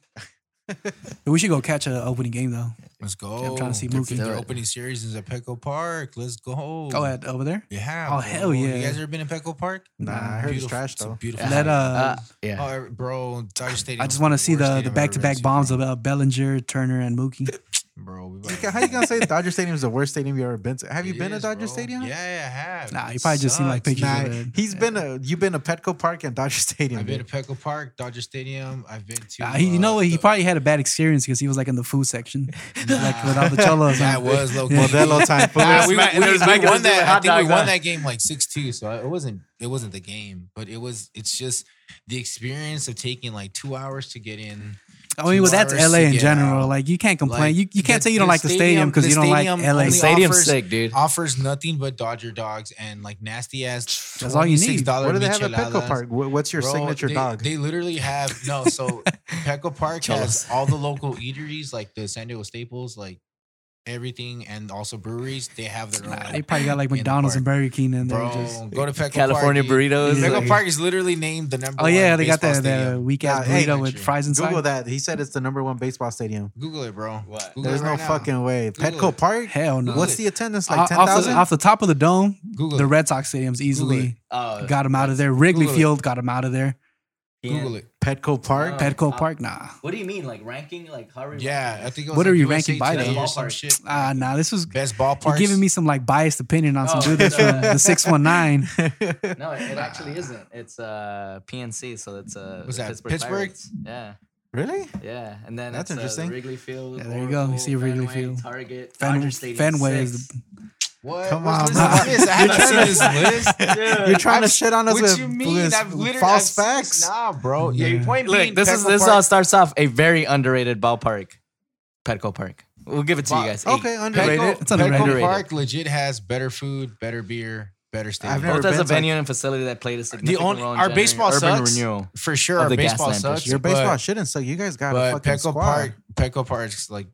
[SPEAKER 5] we should go catch an opening game though.
[SPEAKER 4] Let's go.
[SPEAKER 5] I'm trying to see
[SPEAKER 4] Oh, That's
[SPEAKER 5] Mookie.
[SPEAKER 4] Their opening series is at Petco Park. Let's go.
[SPEAKER 5] Oh, at over there.
[SPEAKER 4] Yeah.
[SPEAKER 5] Oh,
[SPEAKER 4] bro.
[SPEAKER 5] hell yeah.
[SPEAKER 4] You guys ever been in Petco Park?
[SPEAKER 3] Nah, I heard it's
[SPEAKER 4] Beautiful-
[SPEAKER 3] trash
[SPEAKER 4] a
[SPEAKER 3] though.
[SPEAKER 4] beautiful.
[SPEAKER 5] Let uh,
[SPEAKER 4] stadium.
[SPEAKER 2] yeah.
[SPEAKER 4] Oh, bro, Dodger Stadium.
[SPEAKER 5] I
[SPEAKER 4] is
[SPEAKER 5] just want to see
[SPEAKER 4] worst
[SPEAKER 5] the
[SPEAKER 4] stadium I've
[SPEAKER 5] the
[SPEAKER 4] ever been
[SPEAKER 5] back to back
[SPEAKER 4] to,
[SPEAKER 5] bombs of uh, Bellinger, Turner, and Mookie.
[SPEAKER 4] Bro, we
[SPEAKER 3] You
[SPEAKER 4] about
[SPEAKER 3] ca-
[SPEAKER 4] to-
[SPEAKER 3] How you gonna say Dodger Stadium is the worst stadium you ever been to? Have you
[SPEAKER 4] It
[SPEAKER 3] been to
[SPEAKER 4] is,
[SPEAKER 3] Dodger
[SPEAKER 4] bro.
[SPEAKER 3] Stadium?
[SPEAKER 4] Yeah, yeah, I have.
[SPEAKER 5] Nah,
[SPEAKER 4] It
[SPEAKER 5] you probably just seen, like,
[SPEAKER 4] sucks,
[SPEAKER 5] pictures
[SPEAKER 4] man.
[SPEAKER 5] of
[SPEAKER 3] Nah,
[SPEAKER 5] it.
[SPEAKER 3] he's been a you've been to Petco Park and Dodger Stadium.
[SPEAKER 4] I've been to
[SPEAKER 3] dude.
[SPEAKER 4] Petco Park, Dodger Stadium. I've been to.
[SPEAKER 5] Uh, he, you know
[SPEAKER 4] uh,
[SPEAKER 5] what? He
[SPEAKER 4] the-
[SPEAKER 5] probably had a bad experience because he was like in the food section, like with all the cholos.
[SPEAKER 4] That
[SPEAKER 5] on.
[SPEAKER 4] was low key.
[SPEAKER 3] Modelo time food.
[SPEAKER 4] Nah, we,
[SPEAKER 2] Smack-
[SPEAKER 4] we, we,
[SPEAKER 2] they was making us
[SPEAKER 4] won
[SPEAKER 2] do
[SPEAKER 4] that.
[SPEAKER 2] a
[SPEAKER 4] I
[SPEAKER 2] hot
[SPEAKER 4] think we
[SPEAKER 2] dog
[SPEAKER 4] won
[SPEAKER 2] run.
[SPEAKER 4] that game like six two. So it wasn't it wasn't the game, but it was. It's just the experience of taking like two hours to get in.
[SPEAKER 5] I mean, well, that's
[SPEAKER 4] Two hours
[SPEAKER 5] LA
[SPEAKER 4] to
[SPEAKER 5] in
[SPEAKER 4] get
[SPEAKER 5] general.
[SPEAKER 4] out.
[SPEAKER 5] Like, you can't complain.
[SPEAKER 4] Like,
[SPEAKER 5] you you can't
[SPEAKER 4] the-
[SPEAKER 5] say you don't
[SPEAKER 4] the
[SPEAKER 5] like the stadium because
[SPEAKER 4] the
[SPEAKER 5] you don't like
[SPEAKER 4] stadium
[SPEAKER 5] LA.
[SPEAKER 4] only
[SPEAKER 2] The stadium's
[SPEAKER 4] offers-
[SPEAKER 2] sick, dude.
[SPEAKER 4] Offers nothing but Dodger dogs and like nasty ass.
[SPEAKER 5] That's all you need.
[SPEAKER 4] $26
[SPEAKER 3] What do they have at Petco
[SPEAKER 4] micheladas.
[SPEAKER 3] Park? Wha- What's your
[SPEAKER 4] Bro,
[SPEAKER 3] signature
[SPEAKER 4] they,
[SPEAKER 3] dog?
[SPEAKER 4] They literally have no. So Petco Park has
[SPEAKER 2] Cholos.
[SPEAKER 4] all the local eateries, like the San Diego staples, like everything, and also breweries. They have their
[SPEAKER 5] Nah,
[SPEAKER 4] own.
[SPEAKER 5] they probably got like
[SPEAKER 4] in the
[SPEAKER 5] McDonald's
[SPEAKER 4] park.
[SPEAKER 5] and Burger King, and they're
[SPEAKER 4] Bro,
[SPEAKER 5] just.
[SPEAKER 4] go to Petco
[SPEAKER 2] California
[SPEAKER 4] Park.
[SPEAKER 2] burritos.
[SPEAKER 5] Yeah.
[SPEAKER 4] Petco
[SPEAKER 2] like-
[SPEAKER 4] Park is literally named the number.
[SPEAKER 5] Oh
[SPEAKER 4] Oh
[SPEAKER 5] yeah, they got that, that
[SPEAKER 4] Stadium.
[SPEAKER 5] weak ass
[SPEAKER 3] Nah, hey,
[SPEAKER 5] burrito with
[SPEAKER 4] country.
[SPEAKER 5] fries inside.
[SPEAKER 3] Google that. He said it's the number one baseball stadium.
[SPEAKER 5] uh,
[SPEAKER 4] Google it, bro.
[SPEAKER 2] What?
[SPEAKER 4] Google
[SPEAKER 3] There's
[SPEAKER 4] it
[SPEAKER 3] no
[SPEAKER 4] right now.
[SPEAKER 3] fucking way.
[SPEAKER 4] Google
[SPEAKER 3] Petco
[SPEAKER 4] it.
[SPEAKER 3] Park.
[SPEAKER 5] Hell no.
[SPEAKER 3] What's
[SPEAKER 4] it.
[SPEAKER 3] the attendance
[SPEAKER 5] Off-
[SPEAKER 3] like? Ten
[SPEAKER 5] off, the,
[SPEAKER 3] thousand.
[SPEAKER 5] off the top of the dome,
[SPEAKER 4] Google
[SPEAKER 5] the
[SPEAKER 4] it.
[SPEAKER 5] Red Sox stadiums easily
[SPEAKER 2] Oh,
[SPEAKER 5] got him out of there. Wrigley
[SPEAKER 4] Google it.
[SPEAKER 5] Field got him out of there.
[SPEAKER 2] yeah.
[SPEAKER 4] Google it.
[SPEAKER 3] Petco Park.
[SPEAKER 2] No.
[SPEAKER 5] Petco
[SPEAKER 2] Uh,
[SPEAKER 5] Park, nah.
[SPEAKER 2] What do you mean, like ranking, like how? are we
[SPEAKER 4] Yeah,
[SPEAKER 2] ranking
[SPEAKER 4] I
[SPEAKER 2] this?
[SPEAKER 4] think. It was
[SPEAKER 5] What
[SPEAKER 4] like
[SPEAKER 5] are you
[SPEAKER 4] USA
[SPEAKER 5] ranking by
[SPEAKER 4] today
[SPEAKER 5] then?
[SPEAKER 4] or some shit.
[SPEAKER 5] Ah, nah. This was
[SPEAKER 4] Best
[SPEAKER 5] you're
[SPEAKER 4] ballpark.
[SPEAKER 5] giving me some like biased opinion on some
[SPEAKER 2] Oh,
[SPEAKER 5] dude that's
[SPEAKER 2] no.
[SPEAKER 5] from the six one nine.
[SPEAKER 2] No, it, it actually isn't. It's uh PNC, so it's uh
[SPEAKER 4] What's that,
[SPEAKER 2] Pittsburgh.
[SPEAKER 4] Pittsburgh?
[SPEAKER 2] Pirates. Yeah,
[SPEAKER 3] really?
[SPEAKER 2] yeah, and then it's,
[SPEAKER 3] That's
[SPEAKER 2] uh, the
[SPEAKER 3] interesting.
[SPEAKER 2] Wrigley Field.
[SPEAKER 5] Yeah, there you go. You see Wrigley
[SPEAKER 2] Fenway,
[SPEAKER 5] Field.
[SPEAKER 2] Target,
[SPEAKER 5] Fen-
[SPEAKER 2] Dodger Stadium,
[SPEAKER 5] Fenway is
[SPEAKER 2] six.
[SPEAKER 5] the,
[SPEAKER 4] What?
[SPEAKER 3] Come
[SPEAKER 4] What's this
[SPEAKER 3] on, bro.
[SPEAKER 4] list? I haven't seen this list.
[SPEAKER 3] You're trying to
[SPEAKER 4] I've-
[SPEAKER 3] shit on us
[SPEAKER 4] What
[SPEAKER 3] with,
[SPEAKER 4] you mean?
[SPEAKER 3] with
[SPEAKER 4] I've literally
[SPEAKER 3] false
[SPEAKER 4] I've-
[SPEAKER 3] facts.
[SPEAKER 4] Nah, bro. Yeah, your point.
[SPEAKER 2] Look,
[SPEAKER 4] being
[SPEAKER 2] this is
[SPEAKER 4] Petco
[SPEAKER 2] this
[SPEAKER 4] Park-
[SPEAKER 2] all starts off a very underrated ballpark, Petco Park. We'll give it to you guys. Eight.
[SPEAKER 3] okay, underrated.
[SPEAKER 4] Petco,
[SPEAKER 5] It's
[SPEAKER 4] Petco
[SPEAKER 5] underrated.
[SPEAKER 4] Park legit has better food, better beer, better stadium.
[SPEAKER 3] I've never
[SPEAKER 2] Both as a
[SPEAKER 3] been to, like-
[SPEAKER 2] venue and facility that played a significant
[SPEAKER 4] only-
[SPEAKER 2] role in
[SPEAKER 4] our
[SPEAKER 2] generating
[SPEAKER 4] baseball
[SPEAKER 2] urban
[SPEAKER 4] sucks.
[SPEAKER 2] renewal.
[SPEAKER 4] For sure,
[SPEAKER 2] Of
[SPEAKER 4] our
[SPEAKER 2] the
[SPEAKER 4] baseball
[SPEAKER 2] Gaslamp
[SPEAKER 4] sucks.
[SPEAKER 2] district.
[SPEAKER 3] Your baseball
[SPEAKER 4] but,
[SPEAKER 3] shouldn't suck. You guys got a
[SPEAKER 4] but
[SPEAKER 3] fucking
[SPEAKER 4] Petco
[SPEAKER 3] squad.
[SPEAKER 4] Park, Petco Park's like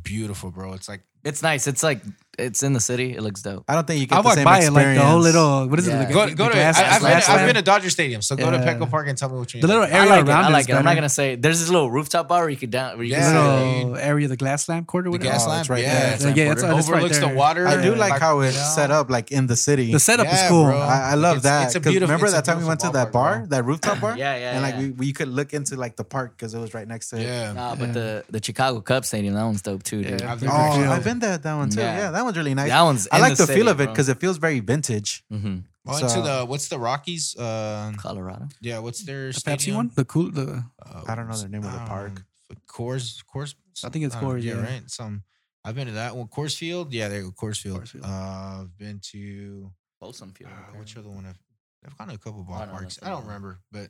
[SPEAKER 4] beautiful, bro. It's like
[SPEAKER 2] It's nice. It's like it's in the city. It looks dope.
[SPEAKER 3] I don't think you get
[SPEAKER 5] I
[SPEAKER 3] the
[SPEAKER 5] walked
[SPEAKER 3] same
[SPEAKER 5] by
[SPEAKER 3] experience.
[SPEAKER 5] it like the whole little what is
[SPEAKER 2] Yeah.
[SPEAKER 5] it? Like,
[SPEAKER 4] go
[SPEAKER 5] the
[SPEAKER 4] go to. I,
[SPEAKER 5] gas-
[SPEAKER 4] I've, been,
[SPEAKER 5] gas
[SPEAKER 4] I've
[SPEAKER 5] lamp?
[SPEAKER 4] been to Dodger Stadium, so go to
[SPEAKER 5] Yeah.
[SPEAKER 4] Petco Park and tell me what you.
[SPEAKER 5] the little
[SPEAKER 4] like.
[SPEAKER 2] I
[SPEAKER 5] area
[SPEAKER 2] like it.
[SPEAKER 5] around
[SPEAKER 2] I
[SPEAKER 5] it
[SPEAKER 2] like
[SPEAKER 5] is
[SPEAKER 2] it. I'm not
[SPEAKER 5] better.
[SPEAKER 2] gonna say there's this little rooftop bar where you could down where you
[SPEAKER 5] The
[SPEAKER 2] can
[SPEAKER 4] Yeah,
[SPEAKER 2] sit.
[SPEAKER 5] little area, the glass lamp
[SPEAKER 4] the
[SPEAKER 5] quarter, whatever.
[SPEAKER 4] gas
[SPEAKER 3] Oh,
[SPEAKER 4] lamp.
[SPEAKER 3] it's right
[SPEAKER 4] yeah,
[SPEAKER 3] there.
[SPEAKER 4] it's
[SPEAKER 5] Yeah,
[SPEAKER 4] like
[SPEAKER 5] yeah, it's, it's right
[SPEAKER 4] overlooks
[SPEAKER 5] there.
[SPEAKER 4] the water.
[SPEAKER 3] I do like how it's
[SPEAKER 4] you
[SPEAKER 3] set
[SPEAKER 4] know?
[SPEAKER 3] up like in the city.
[SPEAKER 5] The setup
[SPEAKER 4] Yeah,
[SPEAKER 5] is cool.
[SPEAKER 4] bro.
[SPEAKER 3] I, I love
[SPEAKER 4] It's-
[SPEAKER 3] that.
[SPEAKER 4] it's a
[SPEAKER 3] 'cause
[SPEAKER 4] beautiful-
[SPEAKER 3] Remember
[SPEAKER 4] it's a
[SPEAKER 3] that time we
[SPEAKER 4] beautiful
[SPEAKER 3] went to that
[SPEAKER 4] ballpark,
[SPEAKER 3] bar,
[SPEAKER 4] bro.
[SPEAKER 3] that rooftop bar,
[SPEAKER 2] Yeah, yeah.
[SPEAKER 3] and like
[SPEAKER 2] yeah.
[SPEAKER 3] we, we could look into like the park because it was right next to it.
[SPEAKER 4] Yeah.
[SPEAKER 2] Nah, but
[SPEAKER 5] Yeah.
[SPEAKER 2] the the Chicago Cub Stadium, that one's dope too, dude.
[SPEAKER 5] Yeah.
[SPEAKER 4] I've
[SPEAKER 5] Oh,
[SPEAKER 4] never
[SPEAKER 3] Oh,
[SPEAKER 4] been.
[SPEAKER 3] I've been there that one too.
[SPEAKER 2] Yeah.
[SPEAKER 3] Yeah, that one's really nice.
[SPEAKER 2] That one's.
[SPEAKER 3] I
[SPEAKER 2] in
[SPEAKER 3] like the,
[SPEAKER 2] city,
[SPEAKER 3] feel of it
[SPEAKER 2] bro.
[SPEAKER 3] because it feels very vintage.
[SPEAKER 2] Mhm.
[SPEAKER 4] I went
[SPEAKER 3] So-
[SPEAKER 4] to the what's the Rockies? Uh,
[SPEAKER 2] Colorado.
[SPEAKER 4] yeah, what's their
[SPEAKER 5] The Pepsi
[SPEAKER 4] stadium?
[SPEAKER 5] one, the cool, the
[SPEAKER 4] Uh,
[SPEAKER 3] I don't know the name of the
[SPEAKER 4] um,
[SPEAKER 3] park.
[SPEAKER 4] Coors, Coors.
[SPEAKER 5] I think it's
[SPEAKER 4] don't know.
[SPEAKER 5] Coors, yeah.
[SPEAKER 4] right. Some. I've been to that one. Coors Field. Yeah, there you go. Coors Field.
[SPEAKER 5] Coors Field.
[SPEAKER 4] Uh, I've been to.
[SPEAKER 2] Folsom Field.
[SPEAKER 4] Uh,
[SPEAKER 3] Oh,
[SPEAKER 4] which other one? I've, I've gone to a couple
[SPEAKER 2] I don't know
[SPEAKER 4] ballparks.
[SPEAKER 2] if
[SPEAKER 4] I don't
[SPEAKER 2] I-
[SPEAKER 4] remember, but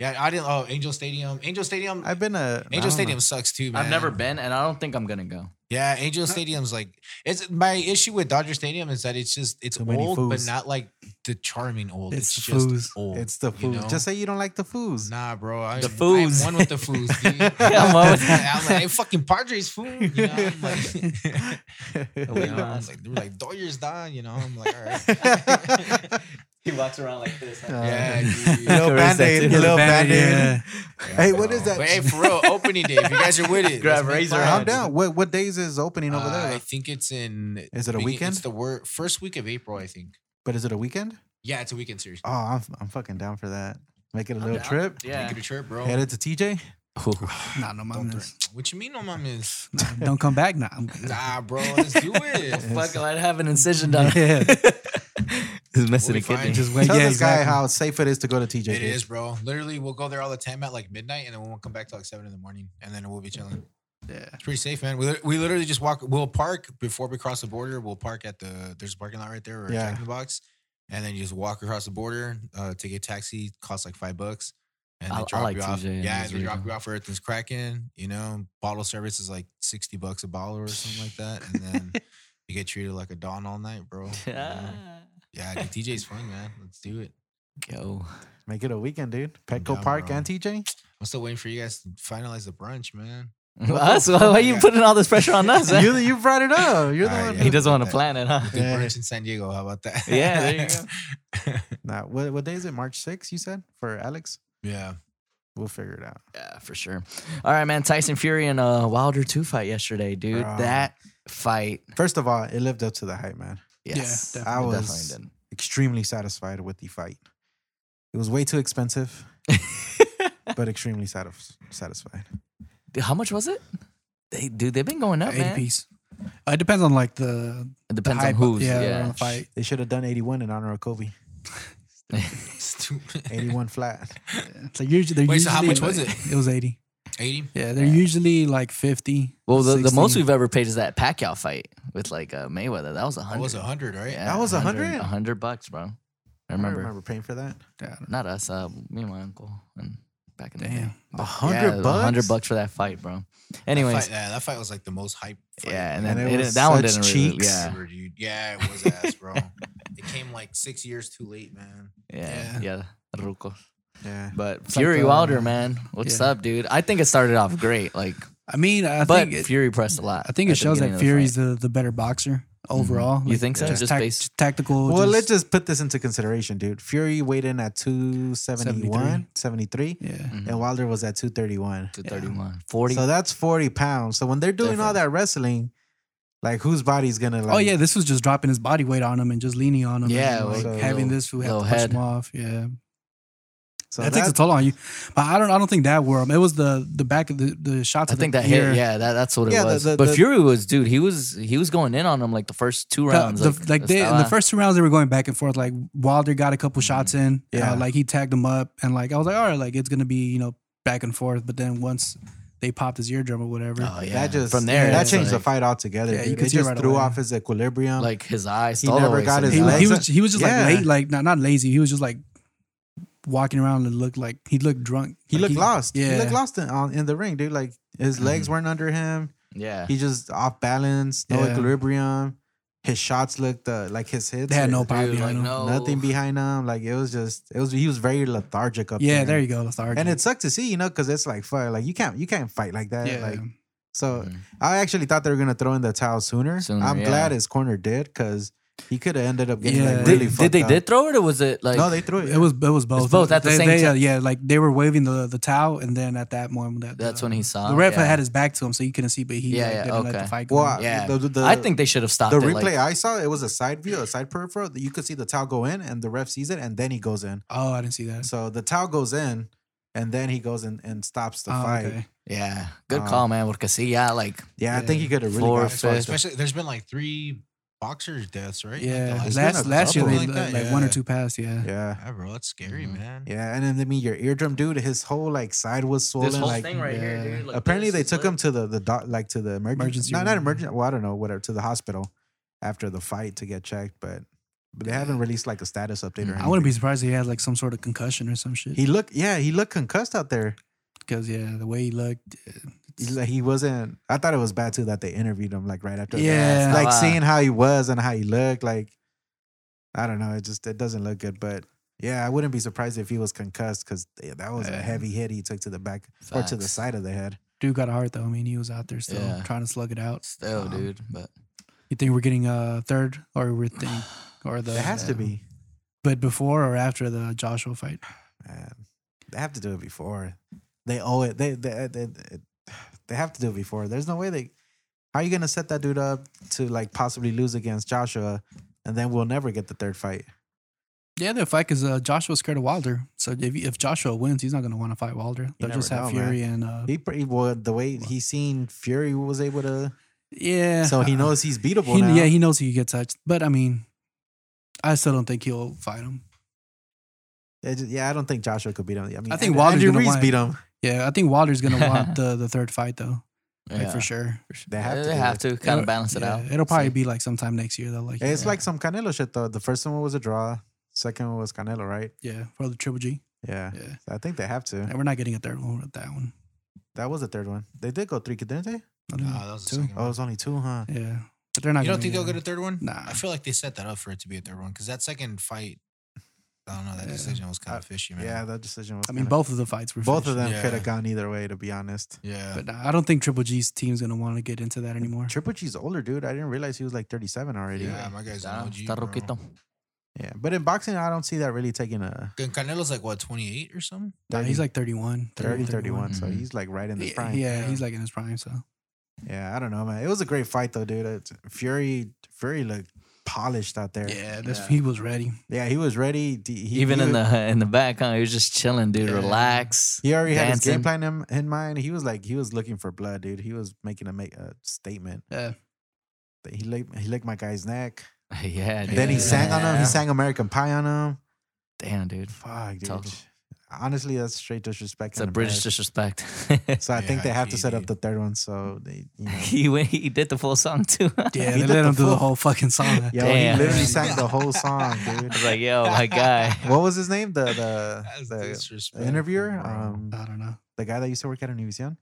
[SPEAKER 4] yeah, I didn't. Oh, Angel Stadium. Angel Stadium.
[SPEAKER 3] I've been a
[SPEAKER 4] Angel Stadium sucks too, man.
[SPEAKER 2] I've never been, and I don't think I'm gonna go.
[SPEAKER 4] Yeah, Angel Stadium's like it's my issue with Dodger Stadium is that it's just it's
[SPEAKER 3] Too many
[SPEAKER 4] old, but
[SPEAKER 3] foos.
[SPEAKER 4] not like the charming old.
[SPEAKER 5] It's
[SPEAKER 4] It's,
[SPEAKER 5] the
[SPEAKER 4] just
[SPEAKER 5] foos.
[SPEAKER 4] old.
[SPEAKER 3] It's the
[SPEAKER 4] you
[SPEAKER 3] food.
[SPEAKER 4] know?
[SPEAKER 3] Just say you don't like the foods.
[SPEAKER 4] Nah, bro. I,
[SPEAKER 2] The
[SPEAKER 4] I am
[SPEAKER 2] foos.
[SPEAKER 4] one with the foos, dude.
[SPEAKER 2] Yeah, I'm one with-
[SPEAKER 4] I'm like, hey, fucking Padres food. You know? I'm like,
[SPEAKER 2] Wait,
[SPEAKER 4] I'm
[SPEAKER 2] no, that's-
[SPEAKER 4] like, they're like, Dodgers done. You know, I'm like, all right.
[SPEAKER 2] He walks around like this.
[SPEAKER 4] yeah, dude.
[SPEAKER 3] Little
[SPEAKER 2] Correct,
[SPEAKER 3] band-aid,
[SPEAKER 2] that's it.
[SPEAKER 3] little
[SPEAKER 5] Band-Aid,
[SPEAKER 3] band-aid.
[SPEAKER 4] Yeah,
[SPEAKER 3] Hey, what
[SPEAKER 4] bro.
[SPEAKER 3] is that?
[SPEAKER 4] But hey, for real, opening day. If you guys are with it,
[SPEAKER 2] Grab
[SPEAKER 4] let's make
[SPEAKER 2] razor
[SPEAKER 4] plans.
[SPEAKER 2] hand.
[SPEAKER 3] I'm down. What what days is opening over
[SPEAKER 4] Uh, I
[SPEAKER 3] there?
[SPEAKER 4] think it's in.
[SPEAKER 3] Is it a
[SPEAKER 4] begin-
[SPEAKER 3] weekend?
[SPEAKER 4] It's the wor- first week of April, I think.
[SPEAKER 3] But is it a weekend?
[SPEAKER 4] Yeah, it's a weekend series.
[SPEAKER 3] Oh, I'm I'm fucking down for that. Make it a
[SPEAKER 2] I'm
[SPEAKER 3] little
[SPEAKER 2] down.
[SPEAKER 3] trip.
[SPEAKER 2] Yeah.
[SPEAKER 4] Make it a trip, bro.
[SPEAKER 3] Headed to TJ.
[SPEAKER 5] nah, no
[SPEAKER 4] Don't
[SPEAKER 5] mames.
[SPEAKER 4] threaten. What you mean, no mames?
[SPEAKER 5] Nah, don't come back now.
[SPEAKER 4] Nah, bro, let's do it.
[SPEAKER 2] Fuck, I'd have an incision done.
[SPEAKER 5] Yeah.
[SPEAKER 2] He's missing
[SPEAKER 4] We'll be
[SPEAKER 2] a kidney.
[SPEAKER 4] fine.
[SPEAKER 5] Just wait.
[SPEAKER 3] Tell
[SPEAKER 5] yeah,
[SPEAKER 3] this
[SPEAKER 5] exactly.
[SPEAKER 3] guy how safe it is to go to TJ.
[SPEAKER 4] It
[SPEAKER 3] dude.
[SPEAKER 4] is, bro. Literally, we'll go there all the time at like midnight, and then we won't come back till like seven in the morning, and then we'll be chilling.
[SPEAKER 5] Yeah.
[SPEAKER 4] It's pretty safe, man. We, lit- we literally just walk. We'll park before we cross the border. We'll park at the there's a parking lot right there or
[SPEAKER 3] Yeah.
[SPEAKER 4] Jack in the Box, and then you just walk across the border, uh, take a taxi, costs like five bucks, and
[SPEAKER 2] I-
[SPEAKER 4] they
[SPEAKER 2] I
[SPEAKER 4] drop
[SPEAKER 2] like
[SPEAKER 4] you off.
[SPEAKER 2] TJ,
[SPEAKER 4] yeah,
[SPEAKER 2] it's
[SPEAKER 4] they
[SPEAKER 2] really
[SPEAKER 4] drop
[SPEAKER 2] cool.
[SPEAKER 4] you off. where Everything's cracking. You know, bottle service is like sixty bucks a bottle or something like that, and then you get treated like a don all night, bro. You know? Yeah, dude, TJ's fun, man. Let's do it.
[SPEAKER 2] Go.
[SPEAKER 3] Make it a weekend, dude.
[SPEAKER 4] I'm
[SPEAKER 3] Petco
[SPEAKER 4] down,
[SPEAKER 3] Park
[SPEAKER 4] bro.
[SPEAKER 3] and TJ.
[SPEAKER 4] I'm still waiting for you guys to finalize the brunch, man.
[SPEAKER 2] Us? Why are you
[SPEAKER 4] Yeah.
[SPEAKER 2] putting all this pressure on us? huh?
[SPEAKER 3] you you brought it up. You're the
[SPEAKER 4] Alright,
[SPEAKER 3] one.
[SPEAKER 4] yeah.
[SPEAKER 2] he
[SPEAKER 3] who-
[SPEAKER 2] doesn't want to
[SPEAKER 4] Yeah.
[SPEAKER 2] plan it, huh?
[SPEAKER 4] The
[SPEAKER 3] Yeah.
[SPEAKER 4] brunch in San Diego. How about that?
[SPEAKER 2] Yeah, there you go.
[SPEAKER 3] Nah, what what day is it? March 6th, You said for Alex.
[SPEAKER 4] yeah.
[SPEAKER 3] We'll figure it out.
[SPEAKER 2] Yeah, for sure. All right, man. Tyson Fury and uh, Wilder 2 fight yesterday, dude.
[SPEAKER 3] Bro.
[SPEAKER 2] That fight,
[SPEAKER 3] First of all, it lived up to the hype, man.
[SPEAKER 5] Yeah,
[SPEAKER 2] yes.
[SPEAKER 5] definitely.
[SPEAKER 3] I
[SPEAKER 2] it
[SPEAKER 3] was extremely satisfied with the fight. It was way too expensive,
[SPEAKER 2] definitely
[SPEAKER 3] but extremely satis- satisfied.
[SPEAKER 2] did. How much was it? They, dude, they've been going up,
[SPEAKER 5] Eight
[SPEAKER 2] man.
[SPEAKER 5] piece. Uh, it depends on like the,
[SPEAKER 2] It
[SPEAKER 5] the
[SPEAKER 2] depends
[SPEAKER 5] hype.
[SPEAKER 2] on who's.
[SPEAKER 5] yeah,
[SPEAKER 2] Yeah.
[SPEAKER 5] around the fight.
[SPEAKER 3] They should have done 81 in honor of Kobe.
[SPEAKER 4] Stupid.
[SPEAKER 3] 81 flat.
[SPEAKER 5] It's like usually they're
[SPEAKER 4] Wait, so
[SPEAKER 5] usually
[SPEAKER 4] how much was
[SPEAKER 5] like-
[SPEAKER 4] it?
[SPEAKER 5] It was eighty.
[SPEAKER 4] 80?
[SPEAKER 5] Yeah, they're usually like fifty.
[SPEAKER 2] Well, the, the
[SPEAKER 5] 60.
[SPEAKER 2] most we've ever paid is that Pacquiao fight with like uh, Mayweather. That was a
[SPEAKER 4] That was
[SPEAKER 2] 100.
[SPEAKER 4] 100, right?
[SPEAKER 2] Yeah,
[SPEAKER 3] That was 100?
[SPEAKER 2] 100 bucks, bro. I
[SPEAKER 3] I
[SPEAKER 2] remember.
[SPEAKER 3] remember paying for that.
[SPEAKER 5] Yeah, I don't know.
[SPEAKER 2] Not us, uh, me and my uncle. And back in the day.
[SPEAKER 5] Damn.
[SPEAKER 3] A hundred
[SPEAKER 2] Yeah,
[SPEAKER 3] bucks.
[SPEAKER 2] 100 bucks for that fight, bro. Anyways,
[SPEAKER 4] That fight, yeah, that fight was like the most hype. Fight
[SPEAKER 2] yeah, and
[SPEAKER 4] I've
[SPEAKER 2] then
[SPEAKER 3] And
[SPEAKER 2] it
[SPEAKER 3] it
[SPEAKER 2] didn't-
[SPEAKER 3] was
[SPEAKER 2] that one
[SPEAKER 3] such
[SPEAKER 2] didn't really.
[SPEAKER 3] cheeks.
[SPEAKER 2] Yeah,
[SPEAKER 4] ever, dude. Yeah, it was ass, bro. it came like six years too late, man.
[SPEAKER 2] yeah, yeah. Ruco.
[SPEAKER 3] Yeah.
[SPEAKER 2] But
[SPEAKER 5] like
[SPEAKER 2] Fury
[SPEAKER 5] the-
[SPEAKER 2] Wilder, man, what's
[SPEAKER 5] yeah.
[SPEAKER 2] up, dude? I think it started off great, like,
[SPEAKER 5] I mean, I
[SPEAKER 2] but
[SPEAKER 5] think it,
[SPEAKER 2] Fury pressed a lot.
[SPEAKER 5] I think it
[SPEAKER 2] at the
[SPEAKER 5] shows
[SPEAKER 2] beginning
[SPEAKER 5] that
[SPEAKER 2] of the
[SPEAKER 5] Fury's
[SPEAKER 2] fight. Mm-hmm.
[SPEAKER 5] the, the better boxer overall.
[SPEAKER 2] You think so? Just based-
[SPEAKER 5] tactical.
[SPEAKER 3] Well,
[SPEAKER 5] just-
[SPEAKER 3] let's just put this into consideration, dude. Fury weighed in at 271, 73,
[SPEAKER 5] yeah.
[SPEAKER 2] Mm.
[SPEAKER 3] and Wilder was at 231.
[SPEAKER 2] to 31, 40.
[SPEAKER 3] So that's 40 pounds. So when they're doing all
[SPEAKER 2] Difference.
[SPEAKER 3] that wrestling, like whose body's going to like
[SPEAKER 5] oh yeah, this was just dropping his body weight on him and just leaning on him.
[SPEAKER 2] Yeah,
[SPEAKER 5] and, like
[SPEAKER 3] so-
[SPEAKER 5] having this who had to
[SPEAKER 2] little
[SPEAKER 5] push
[SPEAKER 2] head.
[SPEAKER 5] him off. Yeah,
[SPEAKER 3] So
[SPEAKER 5] that takes a
[SPEAKER 3] that's-
[SPEAKER 5] toll on you. But I don't. I don't think that wore him. It was the the back of the the shots.
[SPEAKER 2] I
[SPEAKER 5] of
[SPEAKER 2] think
[SPEAKER 5] the
[SPEAKER 2] that
[SPEAKER 5] ear.
[SPEAKER 2] hit, yeah, that, that's what it
[SPEAKER 3] Yeah, the-
[SPEAKER 2] was.
[SPEAKER 3] the-
[SPEAKER 2] but
[SPEAKER 3] the-
[SPEAKER 2] Fury was, dude, he was he was going in on him like the first two
[SPEAKER 5] The-
[SPEAKER 2] rounds,
[SPEAKER 5] the-
[SPEAKER 2] like,
[SPEAKER 5] like they in the
[SPEAKER 2] Estella.
[SPEAKER 5] first two rounds they were going back and forth. Like Wilder got a couple shots
[SPEAKER 2] Mm-hmm.
[SPEAKER 5] in. Yeah,
[SPEAKER 3] Yeah.
[SPEAKER 5] like he tagged him up, and like I was like, all right, like it's gonna be you know back and forth. But then once they popped his eardrum or whatever,
[SPEAKER 2] Oh yeah,
[SPEAKER 3] That just
[SPEAKER 2] from there
[SPEAKER 3] that
[SPEAKER 2] it's
[SPEAKER 3] changed the
[SPEAKER 2] like-
[SPEAKER 3] fight altogether.
[SPEAKER 5] Yeah, you
[SPEAKER 3] dude.
[SPEAKER 5] could
[SPEAKER 3] it
[SPEAKER 5] see it
[SPEAKER 3] just
[SPEAKER 5] right
[SPEAKER 3] threw
[SPEAKER 5] away.
[SPEAKER 3] off his equilibrium.
[SPEAKER 2] Like his eyes,
[SPEAKER 3] He never got his
[SPEAKER 5] he, was- he
[SPEAKER 3] legs
[SPEAKER 5] was he was just
[SPEAKER 3] Yeah.
[SPEAKER 5] like late, like not not lazy. He was just like walking around and looked like he looked drunk.
[SPEAKER 3] he
[SPEAKER 5] Like,
[SPEAKER 3] looked lost.
[SPEAKER 5] Yeah, Mm.
[SPEAKER 3] He looked lost in, on, in the ring, dude. Like his legs weren't under him.
[SPEAKER 2] Yeah,
[SPEAKER 3] He just off balance, no
[SPEAKER 5] Yeah.
[SPEAKER 3] equilibrium. his shots looked uh, like his hits.
[SPEAKER 5] They had no Oh.
[SPEAKER 3] were
[SPEAKER 5] power
[SPEAKER 2] Dude, like,
[SPEAKER 5] behind them.
[SPEAKER 2] no.
[SPEAKER 3] nothing behind him. Like it was just it was he was very lethargic up
[SPEAKER 5] Yeah,
[SPEAKER 3] there.
[SPEAKER 5] there you go. Lethargy.
[SPEAKER 3] And it sucked to see, you know, because it's like fuck, like you can't you can't fight like that.
[SPEAKER 5] yeah.
[SPEAKER 3] Like so,
[SPEAKER 2] Mhm.
[SPEAKER 3] I actually thought they were gonna throw in the towel sooner.
[SPEAKER 2] Sooner,
[SPEAKER 3] I'm
[SPEAKER 2] yeah.
[SPEAKER 3] glad his corner did because he could have ended up getting
[SPEAKER 5] Yeah.
[SPEAKER 3] like
[SPEAKER 5] Did-
[SPEAKER 3] really
[SPEAKER 2] did,
[SPEAKER 3] fucked
[SPEAKER 2] they
[SPEAKER 3] up.
[SPEAKER 2] did throw it or was it like
[SPEAKER 3] no, they threw it.
[SPEAKER 5] it was it was both.
[SPEAKER 2] both at the
[SPEAKER 5] They-
[SPEAKER 2] same
[SPEAKER 5] they, uh,
[SPEAKER 2] time.
[SPEAKER 5] yeah, like they were waving the the towel, and then at that moment, that
[SPEAKER 2] that's
[SPEAKER 5] the,
[SPEAKER 2] when he saw
[SPEAKER 5] the
[SPEAKER 2] it?
[SPEAKER 5] ref
[SPEAKER 2] yeah.
[SPEAKER 5] had his back to him, so you couldn't see. But he
[SPEAKER 2] Yeah,
[SPEAKER 5] like,
[SPEAKER 2] yeah,
[SPEAKER 5] didn't let
[SPEAKER 2] okay.
[SPEAKER 5] the fight go.
[SPEAKER 3] Well,
[SPEAKER 5] on.
[SPEAKER 3] I-
[SPEAKER 2] Yeah.
[SPEAKER 3] the, the-
[SPEAKER 2] I think they should have stopped
[SPEAKER 3] uh, the
[SPEAKER 2] it, like-
[SPEAKER 3] replay I saw it was a side view, a side peripheral. that You could see the towel go in, and the ref sees it, and then he goes in.
[SPEAKER 5] oh, I didn't see that.
[SPEAKER 3] So the towel goes in, and then he goes in and stops the
[SPEAKER 5] Oh,
[SPEAKER 3] fight.
[SPEAKER 5] okay.
[SPEAKER 2] yeah, good
[SPEAKER 3] Uh,
[SPEAKER 2] call, man. Porque see, yeah, like
[SPEAKER 3] Yeah, I think he could have really.
[SPEAKER 2] Four
[SPEAKER 3] got
[SPEAKER 2] fifths.
[SPEAKER 3] fucked up.
[SPEAKER 4] Especially, there's been like three boxers deaths, right? Like, the
[SPEAKER 5] Yeah,
[SPEAKER 3] There's been
[SPEAKER 5] last
[SPEAKER 3] a
[SPEAKER 5] last year they
[SPEAKER 4] couple. Like
[SPEAKER 5] like,
[SPEAKER 4] that,
[SPEAKER 5] one or
[SPEAKER 4] yeah.
[SPEAKER 5] two passed. Yeah,
[SPEAKER 3] Yeah,
[SPEAKER 4] Yeah, bro, that's scary,
[SPEAKER 2] Mhm.
[SPEAKER 4] man.
[SPEAKER 3] yeah, and then I mean your eardrum, dude. His whole like side was swollen.
[SPEAKER 2] this whole
[SPEAKER 3] like,
[SPEAKER 2] thing right
[SPEAKER 5] yeah.
[SPEAKER 2] here, dude. Like
[SPEAKER 3] apparently
[SPEAKER 2] this,
[SPEAKER 3] they took
[SPEAKER 2] look.
[SPEAKER 3] him to the the doc, like to the emergency,
[SPEAKER 5] Emergency
[SPEAKER 3] no, not
[SPEAKER 5] room.
[SPEAKER 3] emergency. Well, I don't know, whatever, to the hospital after the fight to get checked, but but they haven't released like a status update or anything.
[SPEAKER 5] Mm, I wouldn't be surprised if he had like some sort of concussion or some shit.
[SPEAKER 3] He looked, yeah, he looked concussed out there.
[SPEAKER 5] Because yeah, the way he looked. uh,
[SPEAKER 3] He, like, he wasn't. I thought it was bad too that they interviewed him like right after. the-
[SPEAKER 5] Yeah,
[SPEAKER 2] it's
[SPEAKER 3] like
[SPEAKER 2] Ah.
[SPEAKER 3] seeing how he was and how he looked. Like I don't know, it just it doesn't look good, but. Yeah, I wouldn't be surprised if he was concussed because that was a
[SPEAKER 5] Yeah.
[SPEAKER 3] heavy hit he took to the back or to the
[SPEAKER 2] Facts.
[SPEAKER 3] side of the head.
[SPEAKER 5] Dude got a heart though. I mean, he was out there still
[SPEAKER 2] Yeah.
[SPEAKER 5] trying to slug it out.
[SPEAKER 2] Still,
[SPEAKER 5] Um,
[SPEAKER 2] dude, but
[SPEAKER 5] You think we're getting a third, or we're think, or the
[SPEAKER 3] It has to be.
[SPEAKER 5] but before or after the Joshua fight?
[SPEAKER 3] Man, they have to do it before. They owe it. They they they, they have to do it before. There's no way they. How are you gonna set that dude up to like possibly lose against Joshua, and then we'll never get the third fight?
[SPEAKER 5] Yeah, the fight because uh, Joshua's scared of Wilder. So if, if Joshua wins, he's not going to want to fight Wilder. They'll
[SPEAKER 3] never
[SPEAKER 5] just have
[SPEAKER 3] know, man.
[SPEAKER 5] Fury and uh,
[SPEAKER 3] He pretty well the way he seen Fury was able to,
[SPEAKER 5] yeah.
[SPEAKER 3] so he knows he's beatable
[SPEAKER 5] He,
[SPEAKER 3] now.
[SPEAKER 5] yeah, he knows he could get touched, but I mean, I still don't think he'll fight him.
[SPEAKER 3] It just- yeah, I don't think Joshua could beat him. I mean,
[SPEAKER 5] I think
[SPEAKER 3] And-
[SPEAKER 5] Wilder's
[SPEAKER 3] Andy
[SPEAKER 5] gonna
[SPEAKER 3] Reese
[SPEAKER 5] win.
[SPEAKER 3] beat him.
[SPEAKER 5] Yeah, I think Wilder's going to want the the third fight though, like,
[SPEAKER 2] yeah.
[SPEAKER 5] for sure.
[SPEAKER 3] They have to.
[SPEAKER 2] they
[SPEAKER 3] do
[SPEAKER 2] have
[SPEAKER 3] it.
[SPEAKER 2] to kind
[SPEAKER 5] It'll-
[SPEAKER 2] of balance it
[SPEAKER 5] yeah,
[SPEAKER 2] out.
[SPEAKER 5] It'll probably
[SPEAKER 2] See.
[SPEAKER 5] be like sometime next year though. Like
[SPEAKER 3] It's
[SPEAKER 5] yeah,
[SPEAKER 3] like some Canelo shit though. The first one was a draw. Second one was Canelo, right?
[SPEAKER 5] yeah for the triple G.
[SPEAKER 3] Yeah.
[SPEAKER 5] Yeah,
[SPEAKER 3] I think they have to.
[SPEAKER 5] and we're not getting a third one with that one.
[SPEAKER 3] That was the third one. They did go three, didn't they?
[SPEAKER 5] I don't know.
[SPEAKER 4] Nah, that was the
[SPEAKER 5] Two.
[SPEAKER 4] second
[SPEAKER 3] Oh, it
[SPEAKER 4] one.
[SPEAKER 3] was only two, huh?
[SPEAKER 5] Yeah, but they're not.
[SPEAKER 4] You don't
[SPEAKER 5] gonna
[SPEAKER 4] think they'll
[SPEAKER 5] get
[SPEAKER 4] get a third one?
[SPEAKER 5] Nah.
[SPEAKER 4] I feel like they set that up for it to be a third one because that second fight, I don't know, that
[SPEAKER 5] Yeah.
[SPEAKER 4] decision was kind of fishy, man.
[SPEAKER 3] Yeah, that decision was.
[SPEAKER 5] I mean,
[SPEAKER 3] kinda-
[SPEAKER 5] both of the fights were
[SPEAKER 3] both of
[SPEAKER 5] finished.
[SPEAKER 3] them
[SPEAKER 4] Yeah.
[SPEAKER 3] could have gone either way. To be honest,
[SPEAKER 4] Yeah.
[SPEAKER 5] But nah, I don't think Triple G's team's gonna want to get into that anymore.
[SPEAKER 3] Triple G's older, dude. I didn't realize he was like 37 already.
[SPEAKER 4] yeah,
[SPEAKER 3] Yeah.
[SPEAKER 4] my guy's an
[SPEAKER 2] Está-
[SPEAKER 4] OG.
[SPEAKER 2] está
[SPEAKER 4] bro.
[SPEAKER 2] roquito.
[SPEAKER 3] but in boxing, I don't see that really taking a
[SPEAKER 4] Can- Canelo's like what, 28 or something?
[SPEAKER 5] Nah,
[SPEAKER 3] 30,
[SPEAKER 5] he's like 31,
[SPEAKER 3] 30, 31. So
[SPEAKER 2] Mhm.
[SPEAKER 3] he's like right in his
[SPEAKER 5] Yeah,
[SPEAKER 3] prime.
[SPEAKER 5] Yeah,
[SPEAKER 4] Yeah.
[SPEAKER 5] he's like in his prime. So
[SPEAKER 3] Yeah, I don't know, man. It was a great fight though, dude. It's, Fury, Fury looked polished out there.
[SPEAKER 5] yeah, this,
[SPEAKER 2] Yeah.
[SPEAKER 5] he was ready.
[SPEAKER 3] Yeah, he was ready. D- He,
[SPEAKER 2] Even
[SPEAKER 3] he
[SPEAKER 2] in
[SPEAKER 3] was-
[SPEAKER 2] the in the back, huh? He was just chilling, dude.
[SPEAKER 5] Yeah.
[SPEAKER 2] Relax.
[SPEAKER 3] He already had his
[SPEAKER 2] dancing.
[SPEAKER 3] game plan in, in mind. He was like, he was looking for blood, dude. He was making a make a statement.
[SPEAKER 5] Yeah.
[SPEAKER 3] He licked, he licked my guy's neck.
[SPEAKER 2] yeah.
[SPEAKER 3] Then he
[SPEAKER 4] Yeah.
[SPEAKER 3] sang on him. He
[SPEAKER 2] Yeah.
[SPEAKER 3] sang American Pie on him.
[SPEAKER 2] Damn, dude.
[SPEAKER 3] Fuck, dude.
[SPEAKER 2] Total.
[SPEAKER 3] Honestly, that's straight disrespect.
[SPEAKER 2] It's
[SPEAKER 3] and
[SPEAKER 2] a British
[SPEAKER 3] embarrassment.
[SPEAKER 2] disrespect.
[SPEAKER 3] So I think
[SPEAKER 4] Yeah,
[SPEAKER 3] they have to set up
[SPEAKER 4] GG.
[SPEAKER 3] the third one. So they, you know.
[SPEAKER 2] he went, he did the full song too.
[SPEAKER 5] Yeah,
[SPEAKER 3] He
[SPEAKER 5] they
[SPEAKER 3] did
[SPEAKER 5] let
[SPEAKER 3] the
[SPEAKER 5] him do the
[SPEAKER 3] full-
[SPEAKER 5] whole fucking song.
[SPEAKER 3] Yo,
[SPEAKER 2] Damn.
[SPEAKER 3] he literally sang the whole song, dude.
[SPEAKER 2] It's like, yo, my guy.
[SPEAKER 3] What was his name? The the,
[SPEAKER 4] That's
[SPEAKER 3] the
[SPEAKER 4] disrespectful,
[SPEAKER 3] interviewer,
[SPEAKER 4] bro.
[SPEAKER 3] um,
[SPEAKER 5] I don't know.
[SPEAKER 3] the guy that used to work at Univision.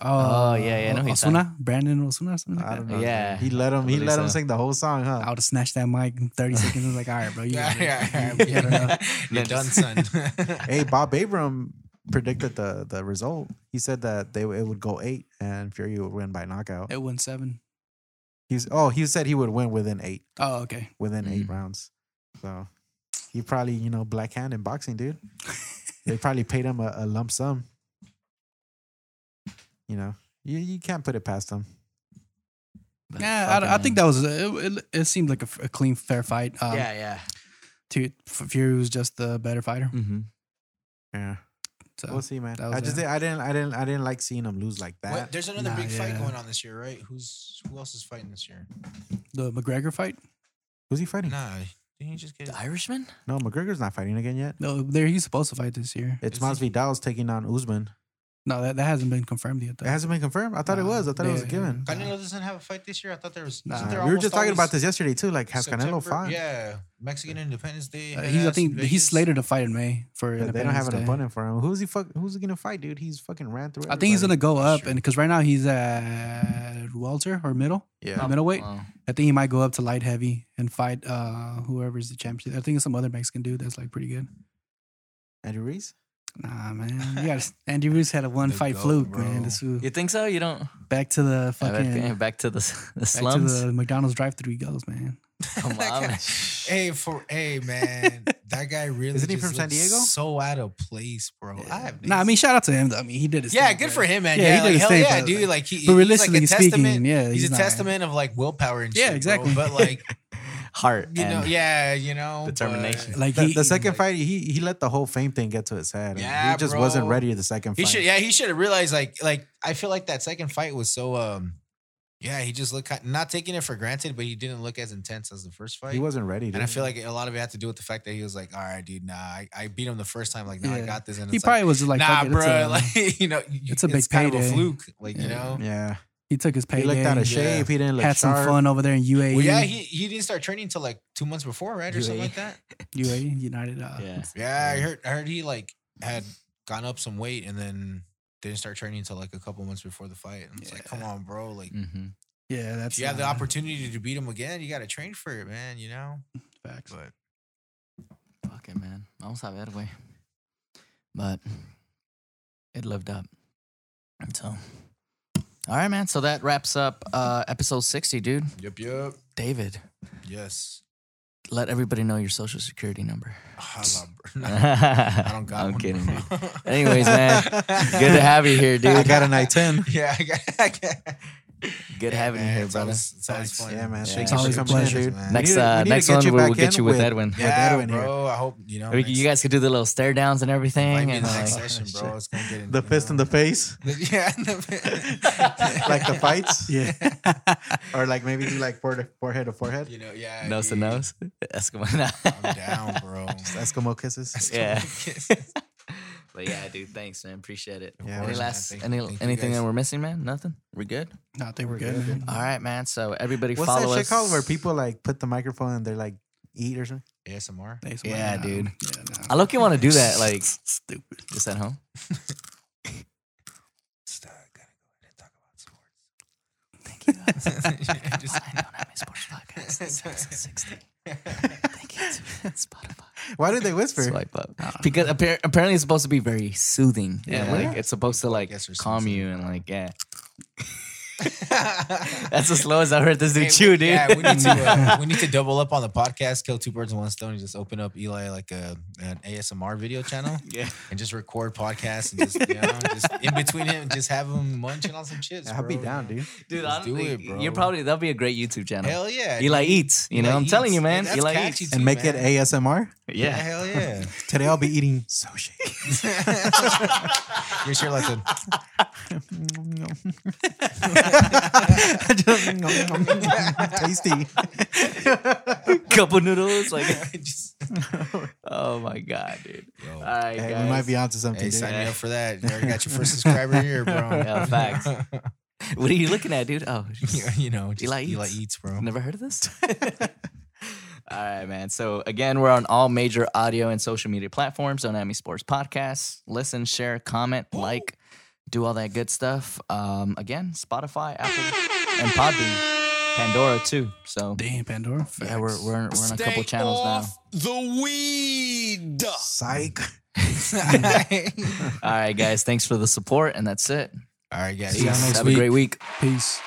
[SPEAKER 5] Oh,
[SPEAKER 2] yeah, yeah, I know who you're talking-
[SPEAKER 5] Osuna, Brandon Osuna, something like
[SPEAKER 3] I
[SPEAKER 5] that.
[SPEAKER 3] don't know.
[SPEAKER 2] Yeah,
[SPEAKER 3] he let him.
[SPEAKER 2] I
[SPEAKER 3] He
[SPEAKER 2] believe
[SPEAKER 3] let him
[SPEAKER 2] so.
[SPEAKER 3] sing the whole song,
[SPEAKER 5] I
[SPEAKER 3] huh?
[SPEAKER 5] would have snatched that mic in 30 seconds. I was like, all right, bro, you
[SPEAKER 4] yeah,
[SPEAKER 5] got it.
[SPEAKER 4] yeah,
[SPEAKER 5] You got
[SPEAKER 4] yeah.
[SPEAKER 5] it.
[SPEAKER 4] You're done,
[SPEAKER 2] Then just-
[SPEAKER 4] son.
[SPEAKER 3] Hey, Bob Abram predicted the the result. He said that they it would go eight and Fury would win by knockout.
[SPEAKER 5] It won seven.
[SPEAKER 3] He's oh he said he would win within eight
[SPEAKER 5] Oh, okay.
[SPEAKER 3] within eight
[SPEAKER 2] Mhm.
[SPEAKER 3] rounds. So he probably you know black hand in boxing, dude. they probably paid him a, a lump sum. You know, you you can't put it past him.
[SPEAKER 5] Yeah, I, I think that was it. It, it seemed like a, f- a clean, fair fight. Um,
[SPEAKER 2] yeah, yeah.
[SPEAKER 5] to, F- Fury was just the better fighter.
[SPEAKER 2] Mm-hmm.
[SPEAKER 3] Yeah,
[SPEAKER 5] So
[SPEAKER 3] we'll see, man.
[SPEAKER 5] that
[SPEAKER 3] I
[SPEAKER 5] was
[SPEAKER 3] just
[SPEAKER 5] it.
[SPEAKER 3] did, I didn't I didn't I didn't like seeing him lose like
[SPEAKER 4] What,
[SPEAKER 3] that.
[SPEAKER 4] there's another
[SPEAKER 5] Nah,
[SPEAKER 4] big fight
[SPEAKER 5] yeah.
[SPEAKER 4] going on this year, right? Who's who else is fighting this year?
[SPEAKER 5] the McGregor fight.
[SPEAKER 3] Who's he fighting?
[SPEAKER 4] Nah, didn't you just get?
[SPEAKER 2] The Irishman?
[SPEAKER 3] No, McGregor's not fighting again yet.
[SPEAKER 5] No, there he's supposed to fight this year.
[SPEAKER 3] It's
[SPEAKER 4] Is he-
[SPEAKER 3] Masvidal's taking on Usman.
[SPEAKER 5] No, that, that hasn't been confirmed yet.
[SPEAKER 3] It
[SPEAKER 5] Though.
[SPEAKER 3] hasn't been confirmed. I thought it
[SPEAKER 5] Nah,
[SPEAKER 3] was. I thought it was a
[SPEAKER 5] yeah.
[SPEAKER 3] given.
[SPEAKER 4] Canelo doesn't have a fight this year. I thought there was.
[SPEAKER 5] Nah.
[SPEAKER 4] isn't there
[SPEAKER 3] We were
[SPEAKER 4] almost
[SPEAKER 3] just talking
[SPEAKER 4] always
[SPEAKER 3] about this yesterday too. Like, has
[SPEAKER 4] September-
[SPEAKER 3] Canelo fought?
[SPEAKER 4] Yeah, Mexican Independence Day.
[SPEAKER 5] Uh,
[SPEAKER 4] head
[SPEAKER 5] he's, I
[SPEAKER 4] ass in
[SPEAKER 5] think he's
[SPEAKER 4] Vegas.
[SPEAKER 5] slated to fight in May for.
[SPEAKER 3] But they don't have an
[SPEAKER 5] Independence Day.
[SPEAKER 3] opponent for him. Who's he? Fuck, who's he gonna fight, dude? He's fucking ran through.
[SPEAKER 5] I think he's
[SPEAKER 3] everybody.
[SPEAKER 5] gonna go
[SPEAKER 4] That's
[SPEAKER 5] up,
[SPEAKER 4] true.
[SPEAKER 5] and because right now he's at welter or middle,
[SPEAKER 4] Yeah.
[SPEAKER 5] middleweight.
[SPEAKER 2] Wow.
[SPEAKER 5] I think he might go up to light heavy and fight uh whoever's the champion. I think it's some other Mexican dude that's like pretty good.
[SPEAKER 3] Andy Reese?
[SPEAKER 5] Nah, man, you got Andy Ruiz had a one
[SPEAKER 4] The
[SPEAKER 5] fight
[SPEAKER 4] goat,
[SPEAKER 5] fluke,
[SPEAKER 4] bro.
[SPEAKER 5] man. This was
[SPEAKER 2] You think so? You don't?
[SPEAKER 5] back to the fucking
[SPEAKER 2] Okay, back to the, s- the
[SPEAKER 5] back to
[SPEAKER 2] slums.
[SPEAKER 5] the McDonald's drive-through he goes, man.
[SPEAKER 2] Come
[SPEAKER 4] That
[SPEAKER 2] on.
[SPEAKER 4] guy- Hey, for hey, man, that guy really
[SPEAKER 3] Isn't he
[SPEAKER 4] just
[SPEAKER 3] from San
[SPEAKER 4] looks
[SPEAKER 3] Diego?
[SPEAKER 4] So out of place, bro. I have
[SPEAKER 5] Nah, I mean, shout out to him. though. I mean, he did his
[SPEAKER 4] yeah,
[SPEAKER 5] thing,
[SPEAKER 4] good
[SPEAKER 5] bro.
[SPEAKER 4] for him, man.
[SPEAKER 5] Yeah,
[SPEAKER 4] Yeah,
[SPEAKER 5] he did
[SPEAKER 4] like,
[SPEAKER 5] his
[SPEAKER 4] hell
[SPEAKER 5] thing,
[SPEAKER 4] yeah,
[SPEAKER 5] but,
[SPEAKER 4] dude.
[SPEAKER 5] like-
[SPEAKER 4] Like he,
[SPEAKER 5] but
[SPEAKER 4] he's like
[SPEAKER 5] realistically
[SPEAKER 4] a
[SPEAKER 5] speaking,
[SPEAKER 4] testament.
[SPEAKER 5] yeah,
[SPEAKER 4] he's,
[SPEAKER 5] he's
[SPEAKER 4] a
[SPEAKER 5] not-
[SPEAKER 4] testament of like willpower and
[SPEAKER 5] Yeah,
[SPEAKER 4] shit, bro.
[SPEAKER 5] exactly.
[SPEAKER 4] But like
[SPEAKER 2] Heart.
[SPEAKER 4] you know,
[SPEAKER 2] and-
[SPEAKER 4] yeah, you know, but-
[SPEAKER 2] Determination.
[SPEAKER 5] Like
[SPEAKER 3] The,
[SPEAKER 5] he,
[SPEAKER 3] the second
[SPEAKER 4] like-
[SPEAKER 3] fight, he he let the whole fame thing get to his head. and
[SPEAKER 4] Yeah,
[SPEAKER 3] he just wasn't
[SPEAKER 4] bro.
[SPEAKER 3] ready the second
[SPEAKER 4] He
[SPEAKER 3] fight.
[SPEAKER 4] should, yeah, he should have realized. Like, like I feel like that second fight was so, um, yeah, he just looked kind- not taking it for granted, but he didn't look as intense as the first fight.
[SPEAKER 3] He wasn't ready.
[SPEAKER 4] and
[SPEAKER 3] dude.
[SPEAKER 4] I feel like a lot of it had to do with the fact that he was like, "All right, dude, nah, I, I beat him the first time. Like, nah, I
[SPEAKER 5] Yeah.
[SPEAKER 4] got this." And
[SPEAKER 5] he
[SPEAKER 4] it's
[SPEAKER 5] probably was
[SPEAKER 4] like,
[SPEAKER 5] like,
[SPEAKER 4] nah,
[SPEAKER 5] fuck it, it's
[SPEAKER 4] bro,
[SPEAKER 5] a-
[SPEAKER 4] like you know,
[SPEAKER 5] it's a big
[SPEAKER 4] kind of a
[SPEAKER 5] payday.
[SPEAKER 4] fluke, like you
[SPEAKER 5] Yeah.
[SPEAKER 4] know.
[SPEAKER 3] yeah,
[SPEAKER 5] he took his payday.
[SPEAKER 3] he looked out of
[SPEAKER 4] yeah.
[SPEAKER 3] shape. He didn't look
[SPEAKER 5] had some
[SPEAKER 3] sharp.
[SPEAKER 5] fun over there in E. UAE.
[SPEAKER 4] Well, yeah, he, he didn't start training until like two months before, right, or something like that.
[SPEAKER 5] UAE United. Uh,
[SPEAKER 2] Yeah.
[SPEAKER 4] Yeah, I heard I heard he like had gone up some weight and then didn't start training until like a couple months before the fight. And it's like, come on, bro, like.
[SPEAKER 2] hmm
[SPEAKER 5] yeah, that's
[SPEAKER 4] If you have the
[SPEAKER 5] uh,
[SPEAKER 4] opportunity to beat him again, you got to train for it, man. You know.
[SPEAKER 5] facts.
[SPEAKER 4] But
[SPEAKER 2] Fuck it, man. Vamos a ver, güey. But it lived up. So, all right, man. So that wraps up uh, episode 60, dude.
[SPEAKER 4] yep, yep,
[SPEAKER 2] David,
[SPEAKER 4] yes.
[SPEAKER 2] let everybody know your social security number.
[SPEAKER 4] Holla, bro. I
[SPEAKER 2] I
[SPEAKER 4] don't got
[SPEAKER 2] I'm
[SPEAKER 4] one,
[SPEAKER 2] kidding,
[SPEAKER 4] bro.
[SPEAKER 2] dude. Anyways, man, Good to have you here,
[SPEAKER 3] I
[SPEAKER 2] dude.
[SPEAKER 3] got an I ten.
[SPEAKER 4] yeah, I got. I got-
[SPEAKER 2] Good having you
[SPEAKER 4] man,
[SPEAKER 2] here,
[SPEAKER 4] it's
[SPEAKER 2] brother.
[SPEAKER 4] always- it's always fun.
[SPEAKER 3] Yeah, man.
[SPEAKER 2] Yeah.
[SPEAKER 3] Thank
[SPEAKER 5] It's
[SPEAKER 3] you for
[SPEAKER 5] always a
[SPEAKER 3] coming in,
[SPEAKER 5] pleasure.
[SPEAKER 3] dude. We
[SPEAKER 2] Next,
[SPEAKER 3] need to- we
[SPEAKER 2] uh,
[SPEAKER 3] need to
[SPEAKER 2] next
[SPEAKER 3] get
[SPEAKER 2] one,
[SPEAKER 3] you
[SPEAKER 2] we'll
[SPEAKER 3] back
[SPEAKER 2] get
[SPEAKER 3] in
[SPEAKER 2] you with Edwin.
[SPEAKER 3] Yeah,
[SPEAKER 4] Yeah,
[SPEAKER 3] Edwin here.
[SPEAKER 4] bro. I hope you know.
[SPEAKER 2] We-
[SPEAKER 4] next-
[SPEAKER 2] you guys could do the little stare downs and
[SPEAKER 4] might
[SPEAKER 2] everything.
[SPEAKER 4] be in
[SPEAKER 2] And
[SPEAKER 4] the
[SPEAKER 2] like,
[SPEAKER 4] next session, bro. It's gonna get in,
[SPEAKER 3] The
[SPEAKER 4] you
[SPEAKER 3] fist in
[SPEAKER 4] know.
[SPEAKER 3] the face,
[SPEAKER 4] yeah, the-
[SPEAKER 3] like the fights,
[SPEAKER 5] Yeah,
[SPEAKER 3] or like maybe do like fore- forehead to forehead,
[SPEAKER 4] You know, yeah.
[SPEAKER 2] nose to
[SPEAKER 4] dude.
[SPEAKER 2] nose. Eskimo.
[SPEAKER 4] I'm down, bro.
[SPEAKER 3] Eskimo kisses.
[SPEAKER 2] Yeah.
[SPEAKER 4] Kisses.
[SPEAKER 2] But yeah, dude, thanks, man. Appreciate it.
[SPEAKER 3] Yeah,
[SPEAKER 2] any
[SPEAKER 3] man.
[SPEAKER 2] last,
[SPEAKER 4] Thank-
[SPEAKER 2] any,
[SPEAKER 4] thank you
[SPEAKER 2] anything
[SPEAKER 4] guys. Mm-hmm.
[SPEAKER 2] that we're missing, man? Nothing. We're good.
[SPEAKER 5] no, I think we're
[SPEAKER 3] We're
[SPEAKER 5] good.
[SPEAKER 3] good,
[SPEAKER 5] man.
[SPEAKER 2] All right, man. So everybody
[SPEAKER 3] What's
[SPEAKER 2] follow
[SPEAKER 3] that shit
[SPEAKER 2] us.
[SPEAKER 3] called where people like put the microphone and they're like eat or something?
[SPEAKER 4] ASMR.
[SPEAKER 5] Thanks,
[SPEAKER 2] Yeah,
[SPEAKER 5] man.
[SPEAKER 2] dude.
[SPEAKER 5] Yeah, nah.
[SPEAKER 2] I look you want to do that, like
[SPEAKER 5] stupid.
[SPEAKER 2] just at home.
[SPEAKER 4] Just, uh, gotta go ahead and talk about sports. Thank you. Just,
[SPEAKER 2] I don't have my sports podcast. This is episode 60. Thank you to Spotify.
[SPEAKER 3] Why did they whisper?
[SPEAKER 2] Swipe up. Because appar- apparently it's supposed to be very soothing. Yeah.
[SPEAKER 5] Yeah.
[SPEAKER 2] like it's supposed to like
[SPEAKER 4] Yes, or
[SPEAKER 2] calm
[SPEAKER 4] something.
[SPEAKER 2] you and like yeah. That's the slowest I've heard this dude chew, dude.
[SPEAKER 4] Yeah, we need to uh, we need to double up on the podcast, kill two birds with one stone, and just open up Eli like a an ASMR video channel,
[SPEAKER 2] Yeah.
[SPEAKER 4] and just record podcasts and just you know just in between him, just have him munching on some chips.
[SPEAKER 3] I'll be
[SPEAKER 4] bro.
[SPEAKER 3] down, dude.
[SPEAKER 2] dude.
[SPEAKER 4] Let's do
[SPEAKER 2] Honestly,
[SPEAKER 4] it, bro.
[SPEAKER 2] you're probably that'll be a great YouTube channel.
[SPEAKER 4] Hell yeah,
[SPEAKER 2] Eli eats. You know,
[SPEAKER 4] Eli
[SPEAKER 2] I'm telling
[SPEAKER 4] Eats.
[SPEAKER 2] you, man.
[SPEAKER 4] That's
[SPEAKER 2] Eli
[SPEAKER 4] catchy
[SPEAKER 2] eats.
[SPEAKER 4] too.
[SPEAKER 3] And make
[SPEAKER 4] man.
[SPEAKER 3] it ASMR.
[SPEAKER 4] Yeah,
[SPEAKER 2] Yeah.
[SPEAKER 4] hell yeah.
[SPEAKER 3] Today I'll be eating sushi.
[SPEAKER 4] You're sure like
[SPEAKER 3] Tasty.
[SPEAKER 2] Couple noodles. Like,
[SPEAKER 4] just,
[SPEAKER 2] oh my god, dude.
[SPEAKER 4] Yo.
[SPEAKER 2] All right,
[SPEAKER 3] Hey,
[SPEAKER 2] guys.
[SPEAKER 3] we might be onto
[SPEAKER 4] hey,
[SPEAKER 3] something. dude.
[SPEAKER 4] sign me up for that. You already got your first subscriber here, bro.
[SPEAKER 2] Yeah, facts. What are you looking at, dude? Oh,
[SPEAKER 4] you know, just
[SPEAKER 2] Eli
[SPEAKER 4] Eli,
[SPEAKER 2] eats.
[SPEAKER 4] eats. bro.
[SPEAKER 2] never heard of this. All right, man. So again, we're on all major audio and social media platforms. Onami Sports Podcast. Listen, share, comment, like, do all that good stuff. Um, again, Spotify, Apple, and Podbean, Pandora too. So
[SPEAKER 5] Damn, Pandora.
[SPEAKER 2] yeah, we're we're, we're on a couple
[SPEAKER 1] Stay
[SPEAKER 2] channels now.
[SPEAKER 1] off The weed.
[SPEAKER 3] Psych.
[SPEAKER 2] All right, guys. Thanks for the support, and that's it.
[SPEAKER 4] All right, guys.
[SPEAKER 2] Peace.
[SPEAKER 5] next
[SPEAKER 2] Have a great week.
[SPEAKER 5] Peace.